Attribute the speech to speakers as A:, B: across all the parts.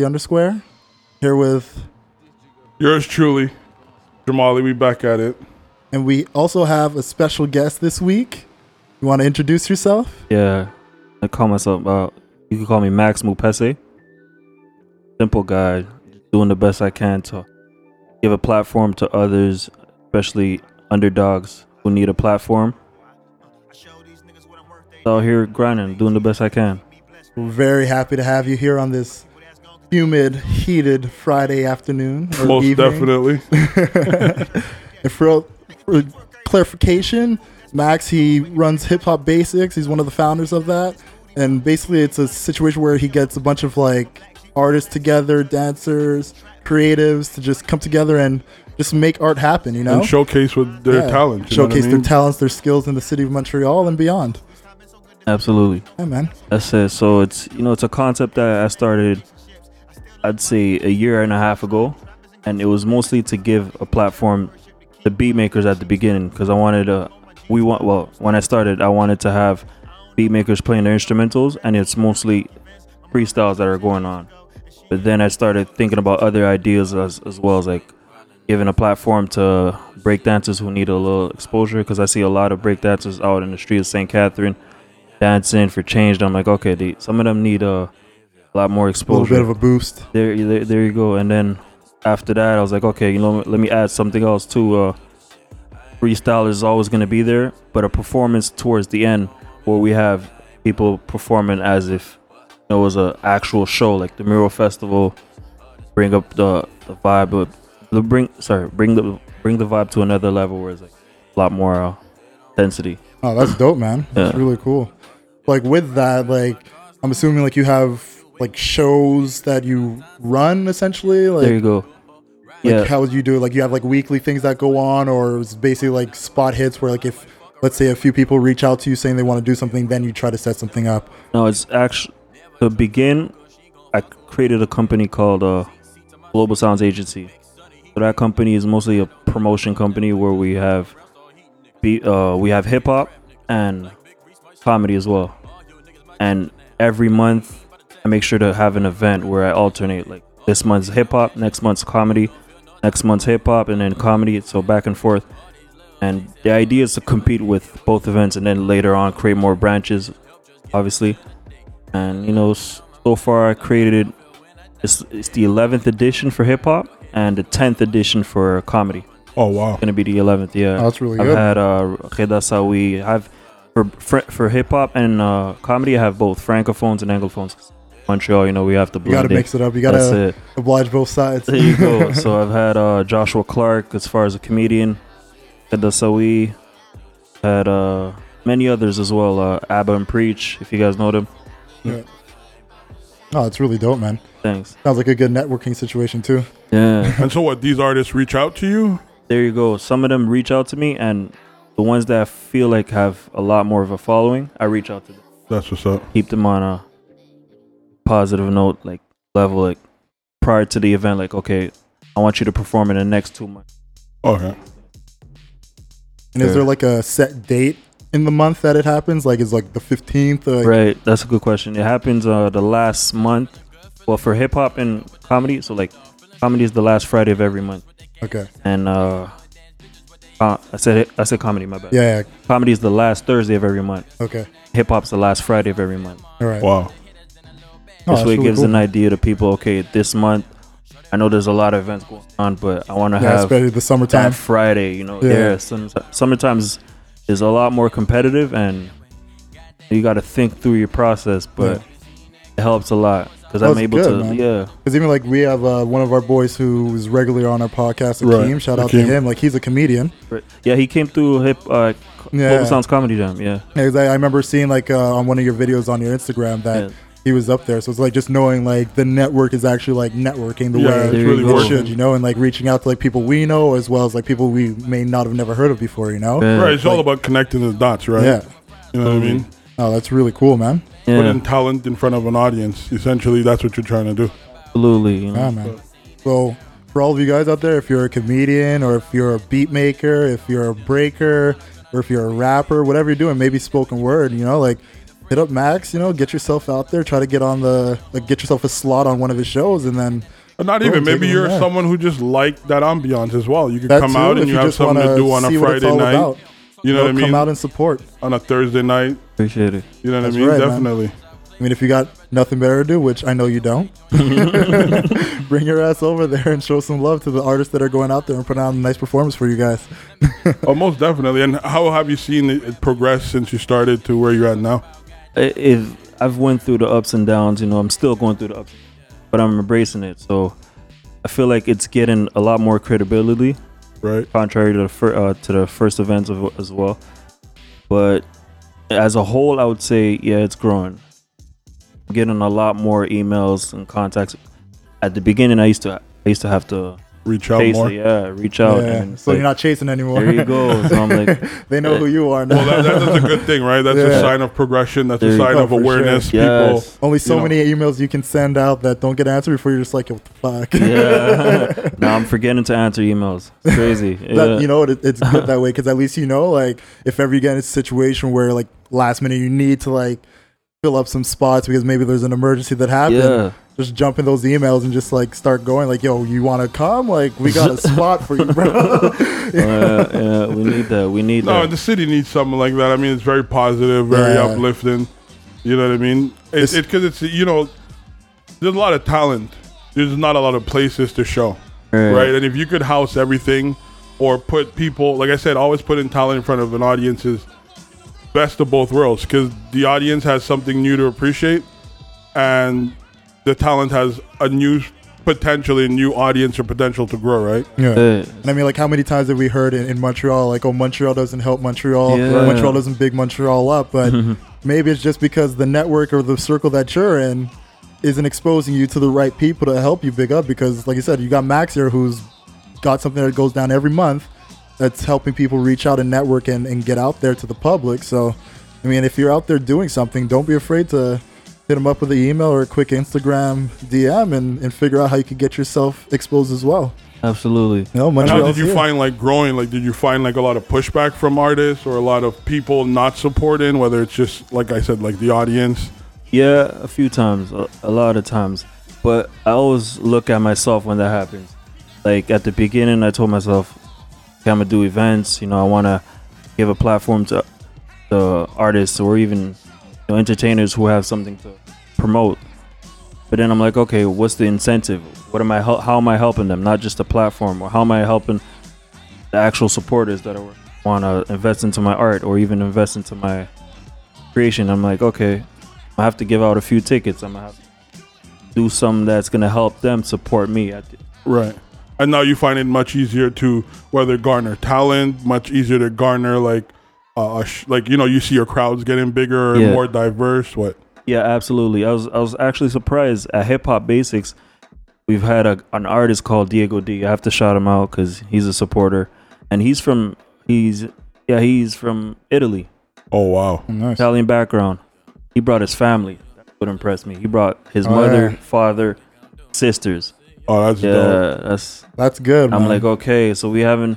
A: the undersquare here with
B: Yours truly, Jamali. We back at it.
A: and we also have a special guest this week you want to introduce yourself
C: Yeah. I call myself uh you can call me Max Mupese. Simple guy, doing the best I can to give a platform to others, especially underdogs who need a platform. Out here grinding, doing the best I can.
A: we're very happy to have you here on this humid heated friday afternoon or
B: Most
A: evening.
B: definitely.
A: and for, for clarification, Max he runs Hip Hop Basics. He's one of the founders of that, and basically it's a situation where he gets a bunch of like artists together, dancers, creatives to just come together and just make art happen. You know,
B: And showcase with their
A: Yeah.
B: talent. You know what
A: showcase
B: I
A: their
B: mean?
A: talents, their skills in the city of Montreal and beyond.
C: Absolutely.
A: Yeah, man.
C: That's it. So it's you know it's a concept that I started, I'd say a year and a half ago, and it was mostly to give a platform to beat makers at the beginning because I wanted to. We want well when I started, I wanted to have beat makers playing their instrumentals, and it's mostly freestyles that are going on. But then I started thinking about other ideas as as well as like giving a platform to breakdancers who need a little exposure because I see a lot of breakdancers out in the street of St. Catherine dancing for change. I'm like, okay, they, some of them need a lot more
A: A little
C: exposure.
A: bit of a boost.
C: there, there, there you go. And then after that, I was like, okay, you know, let me add something else too. Uh, freestyle is always going to be there, but a performance towards the end where we have people performing as if it was a actual show, like the mural festival, bring up the, the vibe, of- the bring sorry, bring the bring the vibe to another level where it's like a lot more uh, density.
A: Oh, that's dope, man. That's
C: Yeah.
A: really cool. Like with that, like I'm assuming like you have like shows that you run essentially. Like
C: there you go.
A: Like
C: yeah,
A: how would you do it? Like you have like weekly things that go on, or it's basically like spot hits where like if let's say a few people reach out to you saying they want to do something, then you try to set something up.
C: No, it's actually to begin. I created a company called uh, Global Sounds Agency. So that company is mostly a promotion company where we have be uh, we have hip hop and comedy as well. And every month, I make sure to have an event where I alternate. Like this month's hip hop, next month's comedy, next month's hip hop, and then comedy. So back and forth. And the idea is to compete with both events, and then later on create more branches obviously. And you know, s- so far I created it's, it's the 11th edition for hip hop and the 10th edition for comedy.
B: Oh wow.
C: Gonna be the 11th, yeah.
A: Oh, that's really
C: I've
A: good.
C: had uh, Reda Sawi. I've for for, for hip hop and uh, comedy. I have both francophones and anglophones. Montreal, you know, we have to
A: you
C: blend
A: gotta
C: it.
A: mix it up. You
C: That's
A: gotta
C: it.
A: oblige both sides.
C: There you go. so I've had uh, Joshua Clark as far as a comedian, Edda Sawi, had uh, many others as well. Uh, Abba and Preach, if you guys know them.
A: Oh, it's really dope, man.
C: Thanks.
A: Sounds like a good networking situation too.
C: Yeah.
B: And so what? These artists reach out to you.
C: there you go. Some of them reach out to me, and the ones that I feel like have a lot more of a following, I reach out to them.
B: That's what's up.
C: Keep them on a positive note, like level, like prior to the event, like, okay, I want you to perform in the next two months.
B: All right.
A: And is
C: Yeah.
A: there like a set date in the month that it happens? Like is like the fifteenth? Like,
C: right. That's a good question. It happens uh, the last month. Well, for hip hop and comedy, so like comedy is the last Friday of every month.
A: Okay.
C: And uh, uh I said it, I said comedy, my bad.
A: Yeah. yeah.
C: Comedy is the last Thursday of every month.
A: Okay.
C: Hip hop's the last Friday of every month.
A: All right.
B: Wow.
A: Oh,
C: this
A: that's
C: way it
A: really
C: gives
A: cool.
C: an idea to people okay this month i know there's a lot of events going on but i want to
A: Yeah,
C: have that
A: especially the summertime.
C: friday you know
A: Yeah.
C: yeah, some, sometimes is a lot more competitive and you got to think through your process but it helps a lot because i'm
A: That's
C: able
A: good,
C: to
A: man.
C: yeah
A: Because even like we have uh, one of our boys who is regularly on our podcast, Akeem.
B: Right.
A: Shout out to
B: Akeem.
A: him. Like he's a comedian.
C: Right. yeah he came through hip uh
A: Yeah.
C: yeah. sounds comedy jam yeah
A: Yeah, 'cause I, I remember seeing like uh, on one of your videos on your Instagram that
C: Yeah.
A: he was up there. So it's like just knowing like the network is actually like networking the
B: yeah,
A: way
B: it's
C: There you
B: really
C: go.
A: it should,
B: working.
A: you know, and like reaching out to like people we know as well as like people we may not have never heard of before, you know.
C: Yeah.
B: Right. It's all about connecting the dots, right?
A: Yeah.
B: You know what I mean?
A: Oh, that's really cool, man.
C: yeah
B: Putting talent in front of an audience. Essentially, that's what you're trying to do.
C: absolutely you know?
B: Mm.
A: Yeah, man. So for all of you guys out there, if you're a comedian or if you're a beat maker, if you're a breaker or if you're a rapper, whatever you're doing, maybe spoken word, you know, like hit up Max. You know, get yourself out there. Try to get on the like get yourself a slot on one of his shows, and then
B: Or not
A: Bro,
B: even.
A: take
B: Maybe
A: it
B: you're
A: from there.
B: someone who just like that ambiance as well. You can
A: that
B: come
A: too,
B: out
A: if
B: and you,
A: you
B: have
A: just
B: something to
A: wanna
B: do on a
A: see what it's
B: Friday
A: all
B: night.
A: about.
B: You know what I
A: come
B: mean?
A: out and support.
B: on a Thursday night.
C: Appreciate it.
B: You know what
A: That's
B: I mean?
A: right, man.
B: Definitely.
A: I mean, if you got nothing better to do, which I know you don't, bring your ass over there and show some love to the artists that are going out there and putting on a nice performance for you guys.
B: Oh, most definitely. And how have you seen it- it progress since you started to where you're at now?
C: I- If I've went through the ups and downs, you know, I'm still going through the ups, but I'm embracing it. So I feel like it's getting a lot more credibility,
B: Right.
C: contrary to the fir- uh, to the first events of, as well. But as a whole, I would say yeah, it's growing. I'm getting a lot more emails and contacts. At the beginning, I used to I used to have to
B: Reach out more.
C: basically yeah reach out
A: Yeah,
C: and
A: so
C: like,
A: you're not chasing anymore.
C: there you go. So I'm like
A: they know who you are now.
B: Well, that, that- that's a good thing, right? That's
A: Yeah.
B: a sign of progression. That's
C: There
B: a
C: you
B: sign
A: go.
B: of
A: Oh, for sure.
B: awareness. People.
C: yes.
A: Only so
B: you know.
A: many emails you can send out that don't get answered before you're just like, what the fuck?
C: yeah. now I'm forgetting to answer emails. It's crazy.
A: that,
C: Yeah.
A: you know it, it's good that way because at least you know like if ever you get in a situation where like last minute you need to like fill up some spots because maybe there's an emergency that happened
C: Yeah.
A: just jump in those emails and just like start going like yo you want to come like we got a spot for you bro
C: Uh, yeah, we need that. We need
B: No,
C: that.
B: the city needs something like that. I mean, it's very positive, very
A: Yeah.
B: uplifting. You know what I mean? It's
A: It's-
B: because it's, you know, there's a lot of talent. There's not a lot of places to show, right? And if you could house everything, or put people, like I said, always putting talent in front of an audience is best of both worlds because the audience has something new to appreciate, and the talent has a new, potentially new audience or potential to grow, right?
A: yeah
C: Yeah.
A: and I mean, like, how many times have we heard in, in Montreal, like, oh, Montreal doesn't help Montreal,
C: Yeah.
A: Montreal doesn't big Montreal up? But maybe it's just because the network or the circle that you're in isn't exposing you to the right people to help you big up. Because, like I said, you got Max here who's got something that goes down every month that's helping people reach out and network and, and get out there to the public. So, I mean, if you're out there doing something, don't be afraid to hit them up with an email or a quick Instagram DM and, and figure out how you can get yourself exposed as well.
C: Absolutely.
A: You know,
B: And
A: Montreal's
B: how did you
A: here.
B: find like growing? Like, did you find like a lot of pushback from artists or a lot of people not supporting? Whether it's just like I said, like the audience.
C: Yeah, a few times, a, a lot of times. But I always look at myself when that happens. Like at the beginning, I told myself, okay, I'm gonna do events. You know, I wanna give a platform to the artists or even you know, entertainers who have something to promote. But then I'm like, okay, what's the incentive? What am I? hel- How am I helping them? Not just the platform, or how am I helping the actual supporters that are wanna invest into my art or even invest into my creation? I'm like, okay, I have to give out a few tickets. I'm gonna have to do something that's gonna help them support me. I th-
B: Right. And now you find it much easier to whether garner talent, much easier to garner like, uh, a sh- like you know, you see your crowds getting bigger and
C: Yeah.
B: more diverse. What?
C: Yeah, absolutely. I was I was actually surprised at Hip Hop Basics. We've had a, an artist called Diego D. I have to shout him out because he's a supporter, and he's from he's yeah he's from Italy,
B: Oh wow.
A: Nice.
C: Italian background. He brought his family. That's what impressed me. He brought his
A: Oh,
C: mother,
A: yeah.
C: father, sisters.
B: Oh, that's
C: Yeah,
B: dope.
C: that's
A: That's good.
C: I'm
A: man.
C: like oh, okay, so we having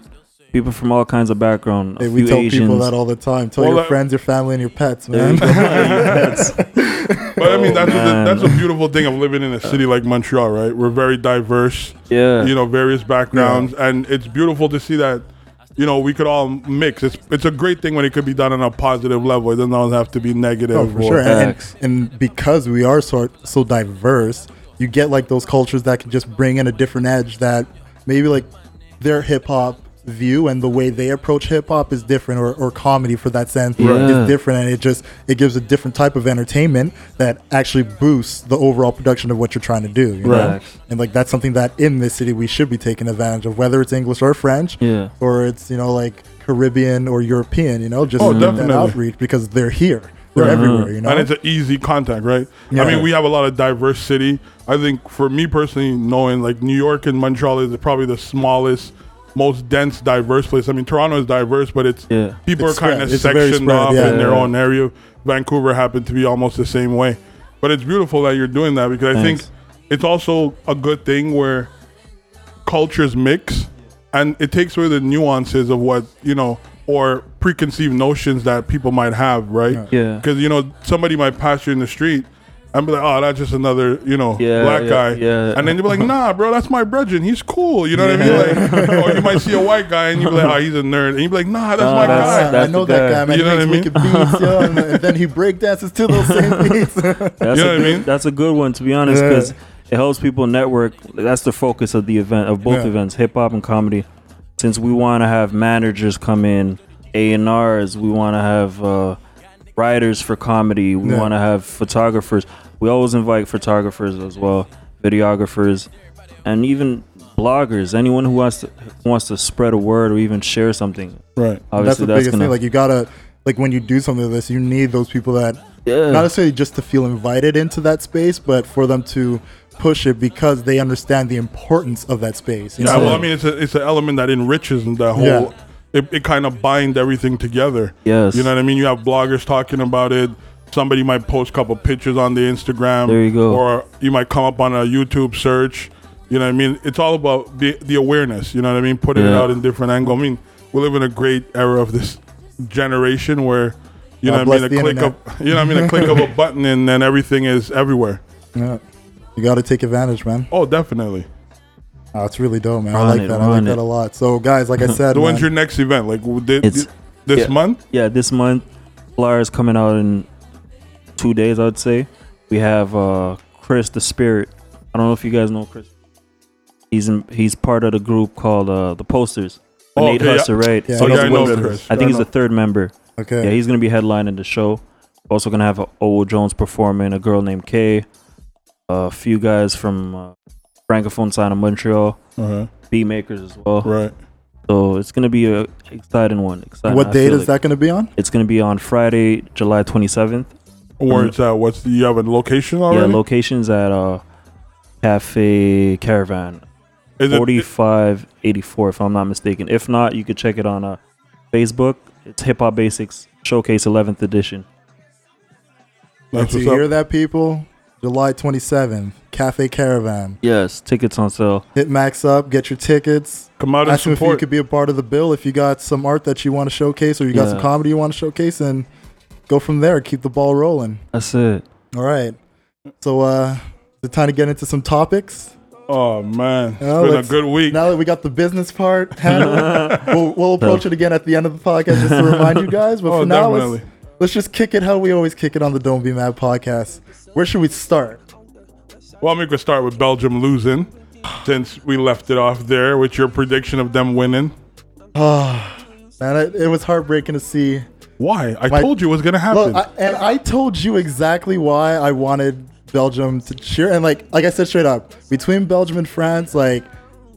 C: people from all kinds of background. a
A: Hey, we
C: few
A: tell people
C: Asians.
A: that all the time. Tell
B: Well,
A: your
B: that-
A: friends, your family, and your pets,
C: There
A: man.
C: you go. That's-
B: But I mean,
C: Oh,
B: that's what the,
C: man.
B: that's a beautiful thing of living in a city like Montreal, right? We're very diverse,
C: yeah.
B: you know, various backgrounds, and it's beautiful to see that. You know, we could all mix. It's it's a great thing when it could be done on a positive level. It doesn't always have to be negative.
A: Oh, for
B: or-
A: sure. And,
C: Facts.
A: and because we are so, so diverse, you get like those cultures that can just bring in a different edge that maybe like their hip hop view and the way they approach hip hop is different or, or comedy for that sense
C: Right. Yeah.
A: is different and it just it gives a different type of entertainment that actually boosts the overall production of what you're trying to do you know?
C: Right.
A: and like that's something that in this city we should be taking advantage of whether it's english or french
C: Yeah.
A: or it's you know like Caribbean or European, you know, just
B: Oh,
A: get
B: definitely.
A: that outreach because they're here, they're
C: Uh-huh.
A: everywhere, you know.
B: and it's an easy contact, right?
A: Yeah.
B: I mean, we have a lot of diverse city. I think for me personally, knowing like New York and Montreal is probably the smallest, most dense, diverse place. I mean, Toronto is diverse, but it's
C: Yeah.
B: people
A: It's
B: are kind of
A: spread. It's very
B: sectioned
A: spread,
B: off
A: yeah.
B: in their
C: Yeah.
B: own area. Vancouver happened to be almost the same way, but it's beautiful that you're doing that because I think
C: Thanks.
B: it's also a good thing where cultures mix and it takes away the nuances of what you know or preconceived notions that people might have, right?
C: Yeah.
B: Because you know somebody might pass you in the street and be like, "Oh, that's just another you know
C: Yeah,
B: black
C: yeah,
B: guy,"
C: yeah.
B: and then you'll be like, "Nah, bro, that's my brethren. He's cool." You know what I mean? Like, or you might see a white guy and you be like, "Oh, he's a nerd," and you be like, "Nah, that's
C: Nah,
B: my
C: that's-
B: guy."
A: I, I
C: that's
A: know
C: the
A: that
C: guy.
A: guy, man.
B: You know
A: he
B: what I
A: makes wicked beats, yo, and, and then he breakdances to those same beats.
C: That's
B: You know what I
C: a good,
B: mean?
C: That's a good one to be honest,
A: Yeah.
C: because it helps people network. That's the focus of the event of both
A: Yeah.
C: events, hip hop and comedy. Since we want to have managers come in, A and R's, we want to have uh, writers for comedy. We
A: Yeah.
C: want to have photographers. We always invite photographers as well, videographers, and even bloggers. Anyone who wants to who wants to spread a word or even share something.
B: right.
A: that's the
C: Obviously, that's,
A: biggest
C: gonna
A: thing. Like you gotta, like when you do something like this, you need those people that
C: yeah.
A: not necessarily just to feel invited into that space, but for them to push it because they understand the importance of that space. you
B: Yeah,
A: know?
B: well, I mean, it's a, it's an element that enriches that whole.
A: Yeah.
B: It, it kind of binds everything together.
C: Yes.
B: You know what I mean? You have bloggers talking about it. Somebody might post a couple pictures on the Instagram.
C: There you go.
B: Or you might come up on a YouTube search. You know what I mean? It's all about the, the awareness. You know what I mean? Putting it
C: Yeah.
B: out in different angle. I mean, we live in a great era of this generation where, you
A: God
B: know what I
A: bless
B: mean?
A: the
B: A click of, you know what I mean? A click of a button and then everything is everywhere.
A: Yeah. You got to take advantage, man.
B: Oh, definitely.
A: Oh, it's really dope, man. I
C: Run
A: like
C: it,
A: that. I
C: run
A: like
C: it.
A: that a lot. So, guys, like I said,
B: So when's
A: man,
B: your next event? Like w- thi-
C: It's-
B: this
C: yeah.
B: month?
C: yeah, this month Flyer is coming out in two days, I would say. We have uh Chris the Spirit. I don't know if you guys know Chris. He's in, he's part of the group called uh the Posters.
B: Oh,
C: Nate
B: okay, yeah.
C: Husser, right?
A: Yeah,
B: Oh,
A: he's
B: yeah, I
A: a
B: know
A: Wilson.
B: Chris.
C: I
A: I
C: think he's
A: know.
C: the third member.
A: okay,
C: Yeah, he's gonna be headlining the show. Also gonna have Owl Jones performing, a girl named Kay, a few guys from uh, Francophone side of Montreal,
B: Uh-huh.
C: B makers as well.
B: Right.
C: So it's gonna be a exciting one. Exciting.
A: what
C: I
A: date
C: feel
A: is
C: it.
A: that going to be on?
C: It's gonna be on Friday, July twenty seventh.
B: Where
C: Um,
B: it's at? What's the, you have a location already?
C: Yeah, locations at uh Cafe Caravan,
B: Is it-
C: forty five eighty four, if I'm not mistaken. If not, you could check it on uh, Facebook. It's Hip Hop Basics Showcase eleventh edition.
B: that's
A: Did
B: what's
A: you
B: up.
A: hear that, people? July 27th, Cafe Caravan.
C: Yes, tickets on sale.
A: Hit Max up, get your tickets.
B: Come out and
A: Ask him if you
B: support.
A: could be a part of the bill. If you got some art that you want to showcase, or you got some
C: Yeah.
A: comedy you want to showcase, and go from there. Keep the ball rolling.
C: That's it.
A: All right. So, uh, is it time to get into some topics?
B: oh man, it's
A: Oh,
B: been a
A: let's-
B: good week.
A: Now that we got the business part handled, we'll, we'll approach it again at the end of the podcast just to remind you guys. But
B: Oh,
A: for now, let's,
B: definitely.
A: let's just kick it how we always kick it on the Don't Be Mad podcast. Where should we start?
B: Well, I mean, we could start with Belgium losing, since we left it off there with your prediction of them winning.
A: Man, it, it was heartbreaking to see.
B: Why? I
A: My-
B: told you it was gonna happen.
A: Look, I, and I told you exactly why I wanted Belgium to cheer. And like, like I said straight up, between Belgium and France, like,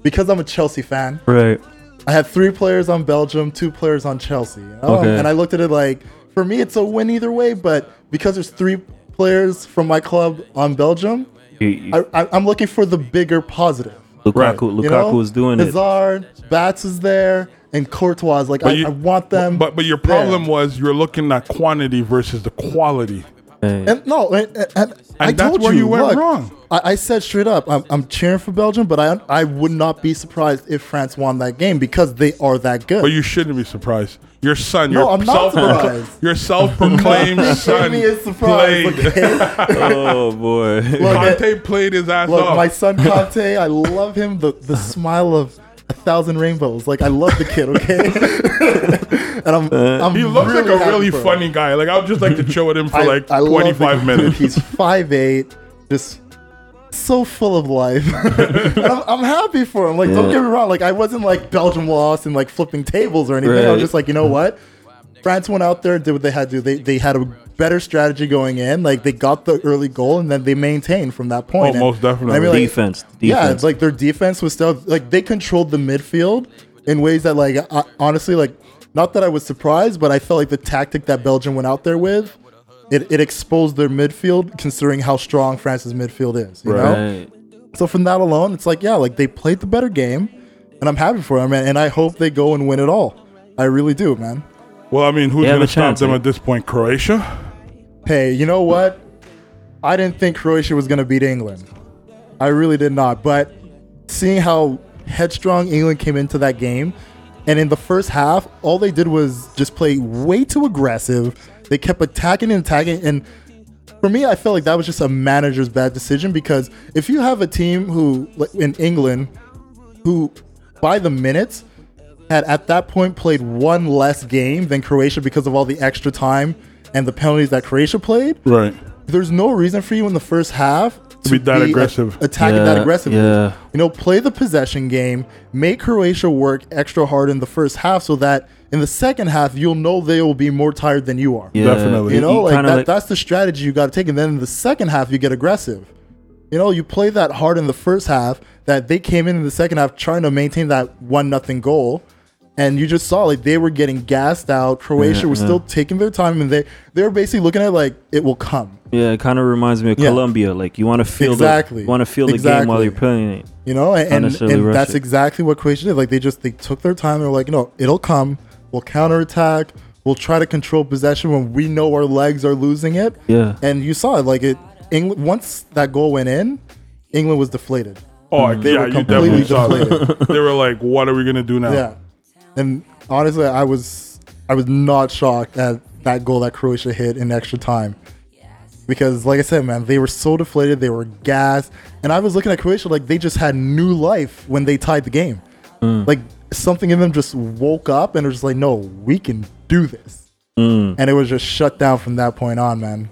A: because I'm a Chelsea fan,
C: Right.
A: I had three players on Belgium, two players on Chelsea. you know?
C: Okay.
A: And I looked at it like, for me, it's a win either way. But because there's three players from my club on Belgium,
C: You, you,
A: I, I, I'm looking for the bigger positive.
C: Lukaku,
B: Right.
C: Lukaku
A: you know?
C: is doing it.
A: Hazard, Bats is there, and Courtois. is Like, I,
B: you-
A: I want them.
B: but but your
A: there.
B: problem was you're looking at quantity versus the quality.
C: Hey.
A: And no, and, and- and I
B: that's
A: told
B: where
A: you,
B: you went
A: look,
B: wrong.
A: I, I said straight up, I'm, I'm cheering for Belgium, but I I would not be surprised if France won that game because they are that good.
B: But you shouldn't be surprised. Your son,
A: No,
B: your
A: I'm not surprised.
B: self your self-proclaimed
A: Nothing
B: son
A: me is surprised.
B: played.
A: okay?
C: oh boy.
A: Look,
B: Conte played his ass
A: Look,
B: off.
A: my son Conte, I love him. The the smile of a thousand rainbows. Like I love the kid. Okay, and I'm, I'm
B: He looks
A: really
B: like a
A: happy
B: really
A: for him.
B: funny guy. Like I would just like to chill with him for
A: I-
B: like
A: I love the
B: 25
A: dude.
B: minutes.
A: He's five eight, just so full of life. And I'm, I'm happy for him. Like, don't get me wrong. Like, I wasn't like Belgium lost and like flipping tables or anything. I
C: Right.
A: was just like, you know what? France went out there and did what they had to. do. They they had a better strategy going in. Like they got the early goal and then they maintained from that point.
B: Oh,
A: And-
B: most
A: and I mean,
B: definitely.
A: like,
C: defense. Defense.
A: yeah, it's like their defense was still like they controlled the midfield in ways that like I, honestly like not that I was surprised, but I felt like the tactic that Belgium went out there with it, it exposed their midfield considering how strong France's midfield is. You know,
C: right.
A: so from that alone, it's like yeah, like they played the better game, and I'm happy for them, man, and I hope they go and win it all. I really do, man.
B: Well, I mean, who's
C: They have
B: going
C: a
B: to stop
C: chance,
B: them
C: eh?
B: at this point? Croatia?
A: Hey, you know what? I didn't think Croatia was going to beat England. I really did not. But seeing how headstrong England came into that game, And in the first half, all they did was just play way too aggressive. They kept attacking and attacking. And for me, I felt like that was just a manager's bad decision because if you have a team who, like in England, who by the minutes had at that point played one less game than Croatia because of all the extra time and the penalties that Croatia played,
B: Right.
A: there's no reason for you in the first half to
B: be that aggressive.
A: a- attacking
C: Yeah,
A: that aggressively.
C: yeah.
A: You know, play the possession game, make Croatia work extra hard in the first half so that in the second half you'll know they will be more tired than you are.
C: Yeah,
B: Definitely.
A: You know, like,
C: kinda
A: that, that's the strategy you got to take. And then in the second half, you get aggressive. You know, you play that hard in the first half that they came in in the second half trying to maintain that one nothing goal. And you just saw like they were getting gassed out. Croatia was still taking their time and they, they were basically looking at it like it will come.
C: yeah, it kind of reminds me of
A: Yeah.
C: Colombia. Like you want to feel
A: Exactly.
C: the want to feel the game while
A: Exactly.
C: you're playing it.
A: You know, and,
C: Not
A: and,
C: necessarily
A: and
C: rush
A: that's
C: it.
A: exactly what Croatia did. Like they just they took their time. They're like, no, it'll come. We'll counterattack. We'll try to control possession when we know our legs are losing it.
C: Yeah.
A: And you saw it like it. England once that goal went in, England was deflated.
B: Oh, yeah,
A: Mm-hmm. were
B: you
A: completely
B: definitely saw that. they were like, what are we going to do now?
A: Yeah. And honestly, I was I was not shocked at that goal that Croatia hit in extra time. Because like I said, man, they were so deflated, they were gassed. And I was looking at Croatia like they just had new life when they tied the game. Like something in them just woke up and was just like, no, we can do this. And it was just shut down from that point on, man.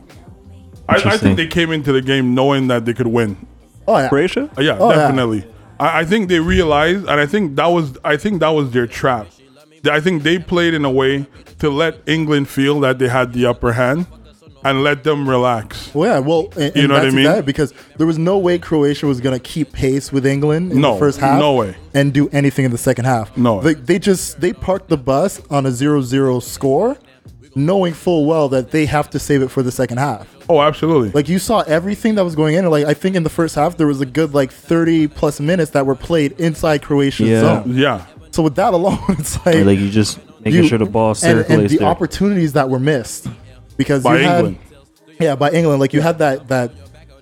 B: I, I think
C: Interesting.
B: they came into the game knowing that they could win.
A: Oh yeah.
C: Croatia?
B: Uh, Yeah,
A: Oh, yeah.
B: definitely. I, I think they realized, and I think that was, I think that was their trap. Th- I think they played in a way to let England feel that they had the upper hand, and let them relax.
A: Well, yeah, well, and, and
B: You know what I
A: that's
B: mean?
A: exactly- because there was no way Croatia was going to keep pace with England in
B: No,
A: the first half.
B: no way.
A: And do anything in the second half.
B: No.
A: They, they just, they parked the bus on a 0-0 score, knowing full well that they have to save it for the second half.
B: Oh, absolutely.
A: Like, you saw everything that was going in. Like, I think in the first half, there was a good, like, 30-plus minutes that were played inside Croatia's
C: Yeah.
A: zone.
B: yeah,
A: So with that alone, it's like...
C: Like you just making
A: you-
C: sure the ball
A: and,
C: circulates
A: and the
C: there.
A: opportunities that were missed. Because
B: by
A: you had,
B: England.
A: yeah, by England. Like you had that that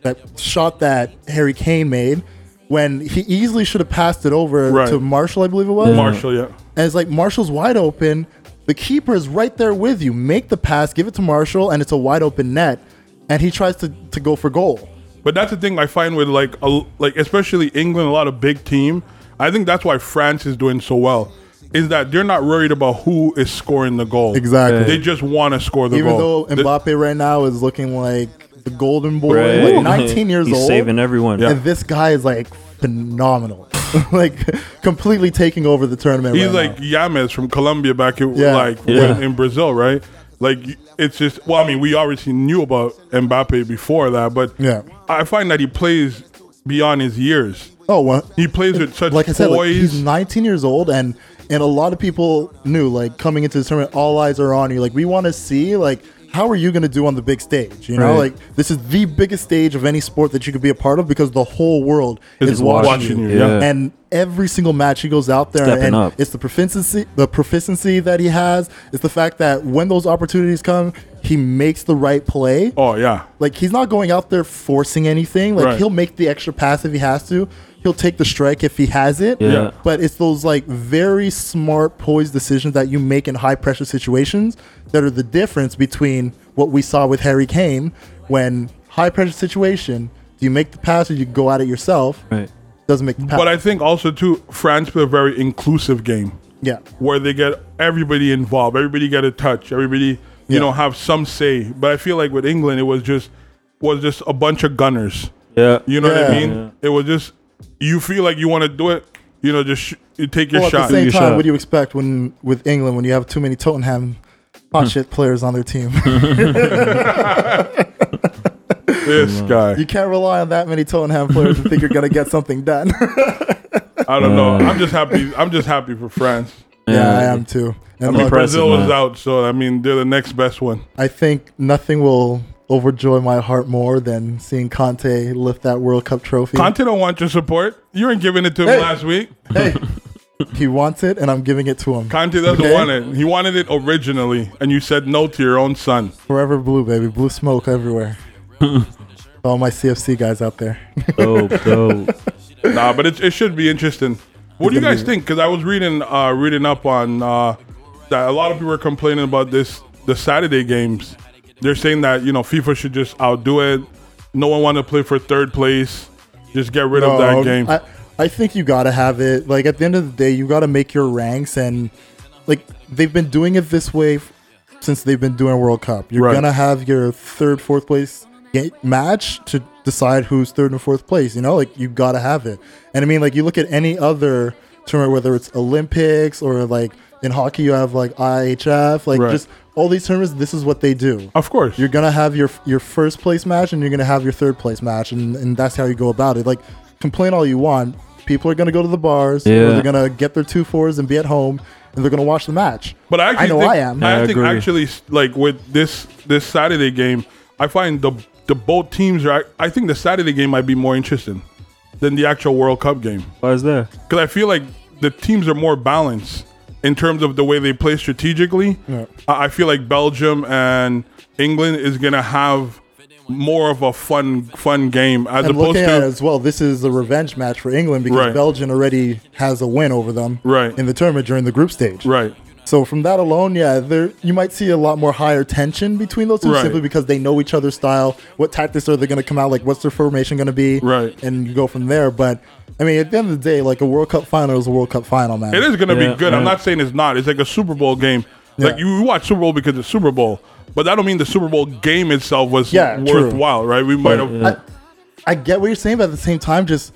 A: that shot that Harry Kane made when he easily should have passed it over
B: Right.
A: to Marshall, I believe it was.
B: Marshall, yeah.
A: And it's like Marshall's wide open. The keeper is right there with you. Make the pass, give it to Marshall, and it's a wide open net. And he tries to, to go for goal.
B: But that's the thing I find with like a, like especially England, a lot of big team. I think that's why France is doing so well. Is that they're not worried about who is scoring the goal.
A: Exactly.
B: They just want to score the
A: Even
B: goal.
A: though
B: Th-
A: Mbappe right now is looking like the golden boy,
C: Right.
A: like 19 years
C: He's
A: old.
C: saving everyone.
B: Yeah.
A: and this guy is like phenomenal, like completely taking over the tournament.
B: He's
A: right
B: like
A: now.
B: Yames from Colombia back in,
A: Yeah.
B: like
C: Yeah.
B: when- in Brazil, right? Like it's just well, I mean, we obviously knew about Mbappe before that, but
A: Yeah.
B: I find that he plays beyond his years.
A: oh, well,
B: He plays with such
A: like I said, like,
B: poise.
A: he's 19 years old, and and a lot of people knew like coming into this tournament, all eyes are on you. Like we want to see like how are you going to do on the big stage? You know,
C: Right.
A: like this is the biggest stage of any sport that you could be a part of because the whole world
B: Is
A: is, watching,
B: watching
A: you.
B: you, yeah.
C: Yeah.
A: And every single match he goes out there,
C: Stepping
A: and
C: up.
A: it's the proficiency, the proficiency that he has. It's the fact that when those opportunities come, he makes the right play
B: oh yeah,
A: like he's not going out there forcing anything. Like
B: Right.
A: he'll make the extra pass if he has to. He'll take the strike if he has it.
C: Yeah.
A: But it's those like very smart, poised decisions that you make in high pressure situations that are the difference between what we saw with Harry Kane when high pressure situation, do you make the pass or you go at it yourself?
C: Right.
A: Doesn't make the pass.
B: but I think also too France play a very inclusive game.
A: yeah.
B: where they get everybody involved, everybody get a touch, everybody you
A: Yeah.
B: know have some say. But I feel like with England, it was just was just a bunch of gunners.
C: Yeah.
B: You know what I
A: Yeah.
B: mean? It was just you feel like you want to do it. You know, just sh- you take your
A: Well, at
B: shot.
A: the same
C: Your
A: time,
C: shot.
A: what do you expect when with England when you have too many Tottenham
B: Hmm.
A: hot shit players on their team?
B: this guy,
A: you can't rely on that many Tottenham players and think you're gonna get something done.
B: I don't know. I'm just happy. I'm just happy for France.
A: Yeah, I
C: Yeah.
A: am too. And
C: mean,
A: look,
C: Impressive,
B: Brazil was
C: man.
B: out, so I mean they're the next best one.
A: I think nothing will overjoy my heart more than seeing Conte lift that World Cup trophy.
B: Conte don't want your support. You ain't giving it to him
A: Hey.
B: last week.
A: Hey, he wants it, and I'm giving it to him.
B: Conte doesn't
A: Okay.
B: want it. He wanted it originally, and you said no to your own son.
A: Forever blue, baby. Blue smoke everywhere. All my CFC guys out there.
C: Dope, dope.
B: Nah, but it, it should be interesting. What do you guys think? Because I was reading uh, reading up on uh, that a lot of people are complaining about this the Saturday games. They're saying that you know FIFA should just outdo it. No one wanted to play for third place. Just get rid
A: No,
B: of that game.
A: I, I think you gotta have it. Like at the end of the day, you gotta make your ranks, and like they've been doing it this way f- since they've been doing World Cup. You're
B: Right.
A: gonna have your third, fourth place ga- match to decide who's third and fourth place. You know, like you gotta have it. And I mean, like you look at any other tournament, whether it's Olympics or like in hockey, you have like IHF, like
B: Right.
A: just all these tournaments. This is what they do
B: of course,
A: you're gonna have your your first place match and you're gonna have your third place match and, and that's how you go about it like complain all you want people are gonna go to the bars or
C: Yeah.
A: they're gonna get their two fours and be at home and they're gonna watch the match
B: But I actually
A: I know
B: think,
A: I am.
C: Yeah, I
B: think
C: agree.
B: actually, like with this this Saturday game, I find the the both teams are. I, I think the Saturday game might be more interesting than the actual World Cup game
C: Why is that?
B: because I feel like the teams are more balanced in terms of the way they play strategically. I I feel like Belgium and England is gonna have more of a fun fun game as
A: and
B: opposed
A: looking at it
B: to
A: as well this is a revenge match for england because
B: Right.
A: belgium already has a win over them
B: Right.
A: in the tournament during the group stage
B: right.
A: so from that alone yeah there you might see a lot more higher tension between those two
B: Right.
A: simply because they know each other's style what tactics are they going to come out like what's their formation going to be
B: Right.
A: and you go from there but i mean at the end of the day like a world cup final is a world cup final man
B: It is gonna
C: Yeah,
B: be good. I'm
C: yeah.
B: not saying it's not. It's like a Super Bowl game. Like
A: Yeah.
B: you you watch Super Bowl because it's Super Bowl, but that don't mean the Super Bowl game itself was
A: Yeah, true.
B: worthwhile, right? We might have.
A: I, I get what you're saying, but at the same time, just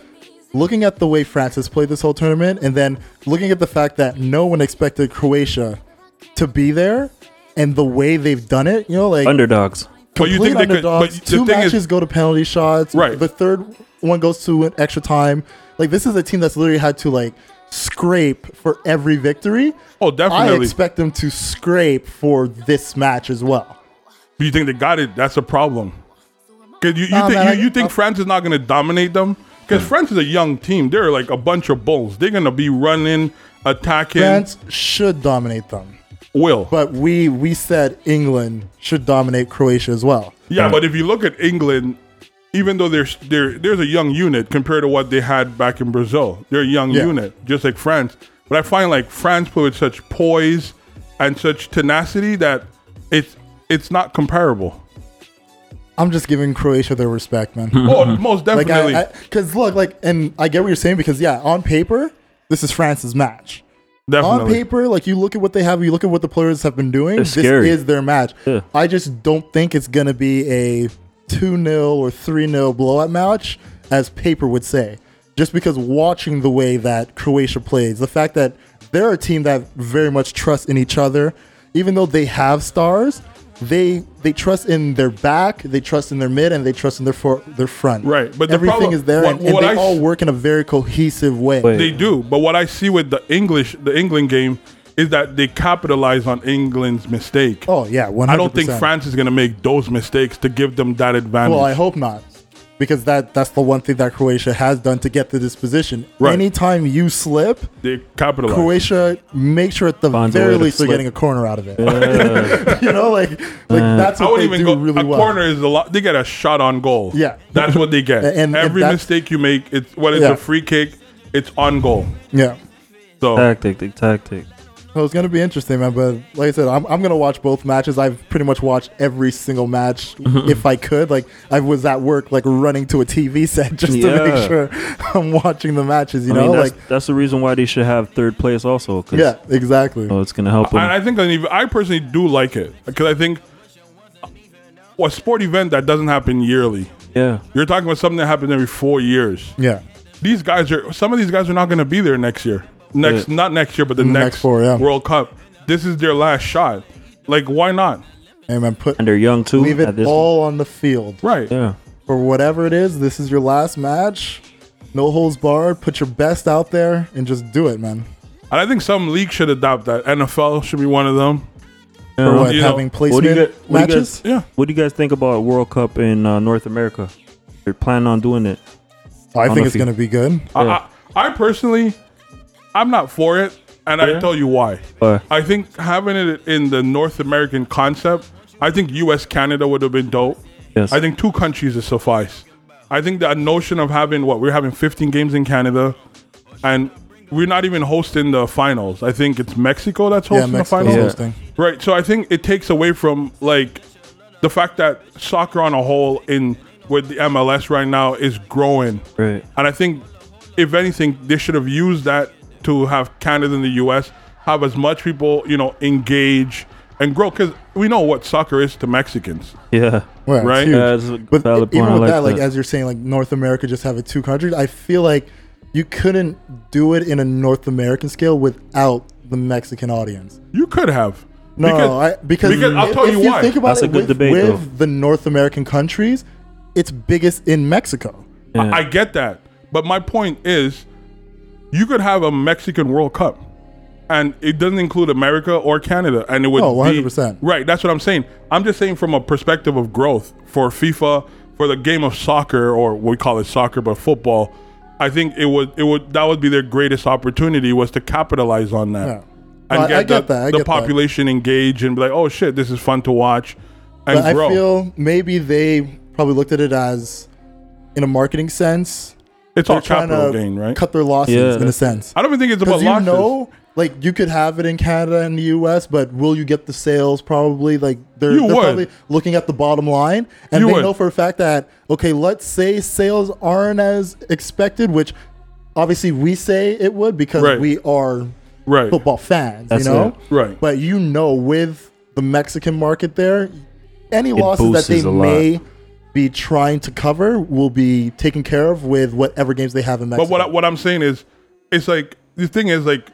A: looking at the way France has played this whole tournament, and then looking at the fact that no one expected Croatia to be there, and the way they've done it, you know, like
C: Underdogs.
B: But you
A: complete
B: think they could- but
A: underdogs.
B: the
A: two
B: thing is-
A: matches go to penalty shots.
B: Right.
A: The third one goes to an extra time. Like this is a team that's literally had to like scrape for every victory.
B: Oh,
A: I
B: definitely.
A: expect them to scrape for this match as well.
B: you think they got it? That's a problem. 'Cause you, you
A: Nah,
B: think
A: man, uh,
B: you,
A: I-
B: you think
A: I-
B: France is not gonna dominate them? Because France is a young team. They're like a bunch of bulls. They're gonna be running, attacking.
A: France should dominate them.
B: will.
A: but we we said England should dominate Croatia as well.
B: yeah, but if you look at England, even though there's there there's a young unit compared to what they had back in Brazil, they're a young
A: Yeah.
B: unit, just like France. But I find like France play with such poise and such tenacity that it's it's not comparable.
A: I'm just giving Croatia their respect, man.
B: oh, most
A: Mm-hmm. like
B: definitely.
A: I, because look, like, and I get what you're saying because yeah, on paper this is France's match.
B: definitely.
A: On paper, like you look at what they have, you look at what the players have been doing. This
C: scary.
A: is their match.
C: Yeah.
A: I just don't think it's gonna be a two 0 or three 0 blowout match, as paper would say. Just because watching the way that Croatia plays, the fact that they're a team that very much trusts in each other, even though they have stars, they they trust in their back, they trust in their mid, and they trust in their for, their front.
B: Right, but the
A: everything
B: problem-
A: is there,
B: what-
A: and, and
B: what
A: they
B: I s-
A: all work in a very cohesive way.
C: Wait.
B: They do, but what I see with the English, the England game, is that they capitalize on England's mistake.
A: Oh yeah, one
B: I
A: hundred.
B: don't think France is going to make those mistakes to give them that advantage.
A: Well, I hope not, because that that's the one thing that Croatia has done to get the disposition.
B: Right.
A: Anytime you slip,
B: they capitalize.
A: Croatia make sure at the
C: Finds a
A: very
C: way to
A: least they're
C: slip.
A: getting a corner out of it. you know, like like
C: Uh,
A: that's
B: I
A: what they
B: wouldn't
A: do
B: even go.
A: really
B: a
A: well.
B: corner is a lot. They get a shot on goal.
A: Yeah.
B: that's what they get.
A: And- and
B: every
A: that's-
B: mistake you make, it's whether it's
A: Yeah.
B: a free kick, it's on goal.
A: Yeah.
B: So
C: Tactic, the tactic.
A: So it's gonna be interesting, man. But like I said, I'm, I'm gonna watch both matches. I've pretty much watched every single match
C: Mm-hmm.
A: if I could. Like I was at work, like running to a TV set just to
C: Yeah.
A: make sure I'm watching the matches. You
C: I mean,
A: know,
C: that's,
A: like
C: that's the reason why they should have third place also. 'cause,
A: yeah, exactly.
C: you know, it's gonna help them.
B: and I think I, even- I personally do like it because I think a sport event that doesn't happen yearly.
C: yeah,
B: You're talking about something that happens every four years.
A: Yeah,
B: these guys are some of these guys are not going to be there next year. Next,
C: Yeah.
B: not next year, but the
A: The
B: next,
A: next four, yeah.
B: World Cup. This is their last shot. Like, why not?
A: and man, put
C: and they're young too.
A: leave
C: at
A: it
C: this
A: all on the field.
B: Right.
C: Yeah,
A: for whatever it is, this is your last match. No holds barred. Put your best out there and just do it, man.
B: And I think some league should adopt that. NFL should be one of them.
A: For what,
B: You know,
A: having
C: what
A: placement
C: do you get- what do you
A: matches?
B: Yeah.
C: What do you guys think about World Cup in uh, North America? They're planning on doing it.
A: I
C: On the
A: think it's
C: field.
A: going to be good.
B: I,
C: Yeah.
B: I, I personally, I'm not for it, and I tell you why.
C: Why?
B: I think having it in the North American concept, I think U.S. Canada would have been dope.
C: Yes.
B: I think two countries would suffice. I think that notion of having what we're having 15 games in Canada, and we're not even hosting the finals. I think it's Mexico that's
A: Yeah,
B: hosting the
A: Mexico's
B: finals.
C: Yeah.
A: hosting.
B: Right. So I think it takes away from like the fact that soccer on a whole in with the MLS right now is growing.
C: Right.
B: And I think if anything, they should have used that to have Canada and the US have as much people, you know, engage and grow because we know what soccer is to Mexicans.
C: Yeah.
A: Well, it's
B: Right?
A: huge.
C: Yeah, that's a
A: But
C: valid
A: e-
C: point.
A: even
C: I
A: with
C: like
A: that, like
C: that.
A: as you're saying, like North America just having two countries, I feel like you couldn't do it in a North American scale without the Mexican audience.
B: You could have.
A: No,
B: Because-
A: I, because,
B: because I'll
A: if,
B: tell
A: if
B: you why.
A: think about
C: That's
A: it
C: a good
A: with,
C: debate,
A: with the North American countries, it's biggest in Mexico.
C: Yeah.
B: I get that. But my point is, you could have a Mexican World Cup and it doesn't include America or Canada. And it would
A: Oh,
B: be-
A: 100%.
B: right. That's what I'm saying. I'm just saying from a perspective of growth for FIFA, for the game of soccer, or we call it soccer, but football. I think it would, it would, that would be their greatest opportunity was to capitalize on that.
A: Yeah. I- I get
B: the,
A: that, I
B: the
A: get that.
B: population engage and be like, oh shit, this is fun to watch and
A: But I
B: grow.
A: feel maybe they probably looked at it as, in a marketing sense,
B: it's
A: they're
B: all
A: trying
B: capital
A: to
B: gain, right?
A: cut their losses
C: Yeah.
A: in a sense.
B: I don't even think it's about
A: Because you
B: losses.
A: know, like you could have it in Canada and the U.S., but will you get the sales? Probably like they're,
B: You
A: they're
B: would.
A: probably looking at the bottom line, and
B: You
A: they
B: would.
A: know for a fact that okay, let's say sales aren't as expected, which obviously we say it would because
B: Right.
A: we are
B: right.
A: football fans,
C: That's
A: you know.
C: it.
B: Right.
A: But you know, with the Mexican market there, any losses that
C: boosts
A: they
C: a lot.
A: may be trying to cover will be taken care of with whatever games they have in Mexico.
B: But what I, what I'm saying is, it's like the thing is like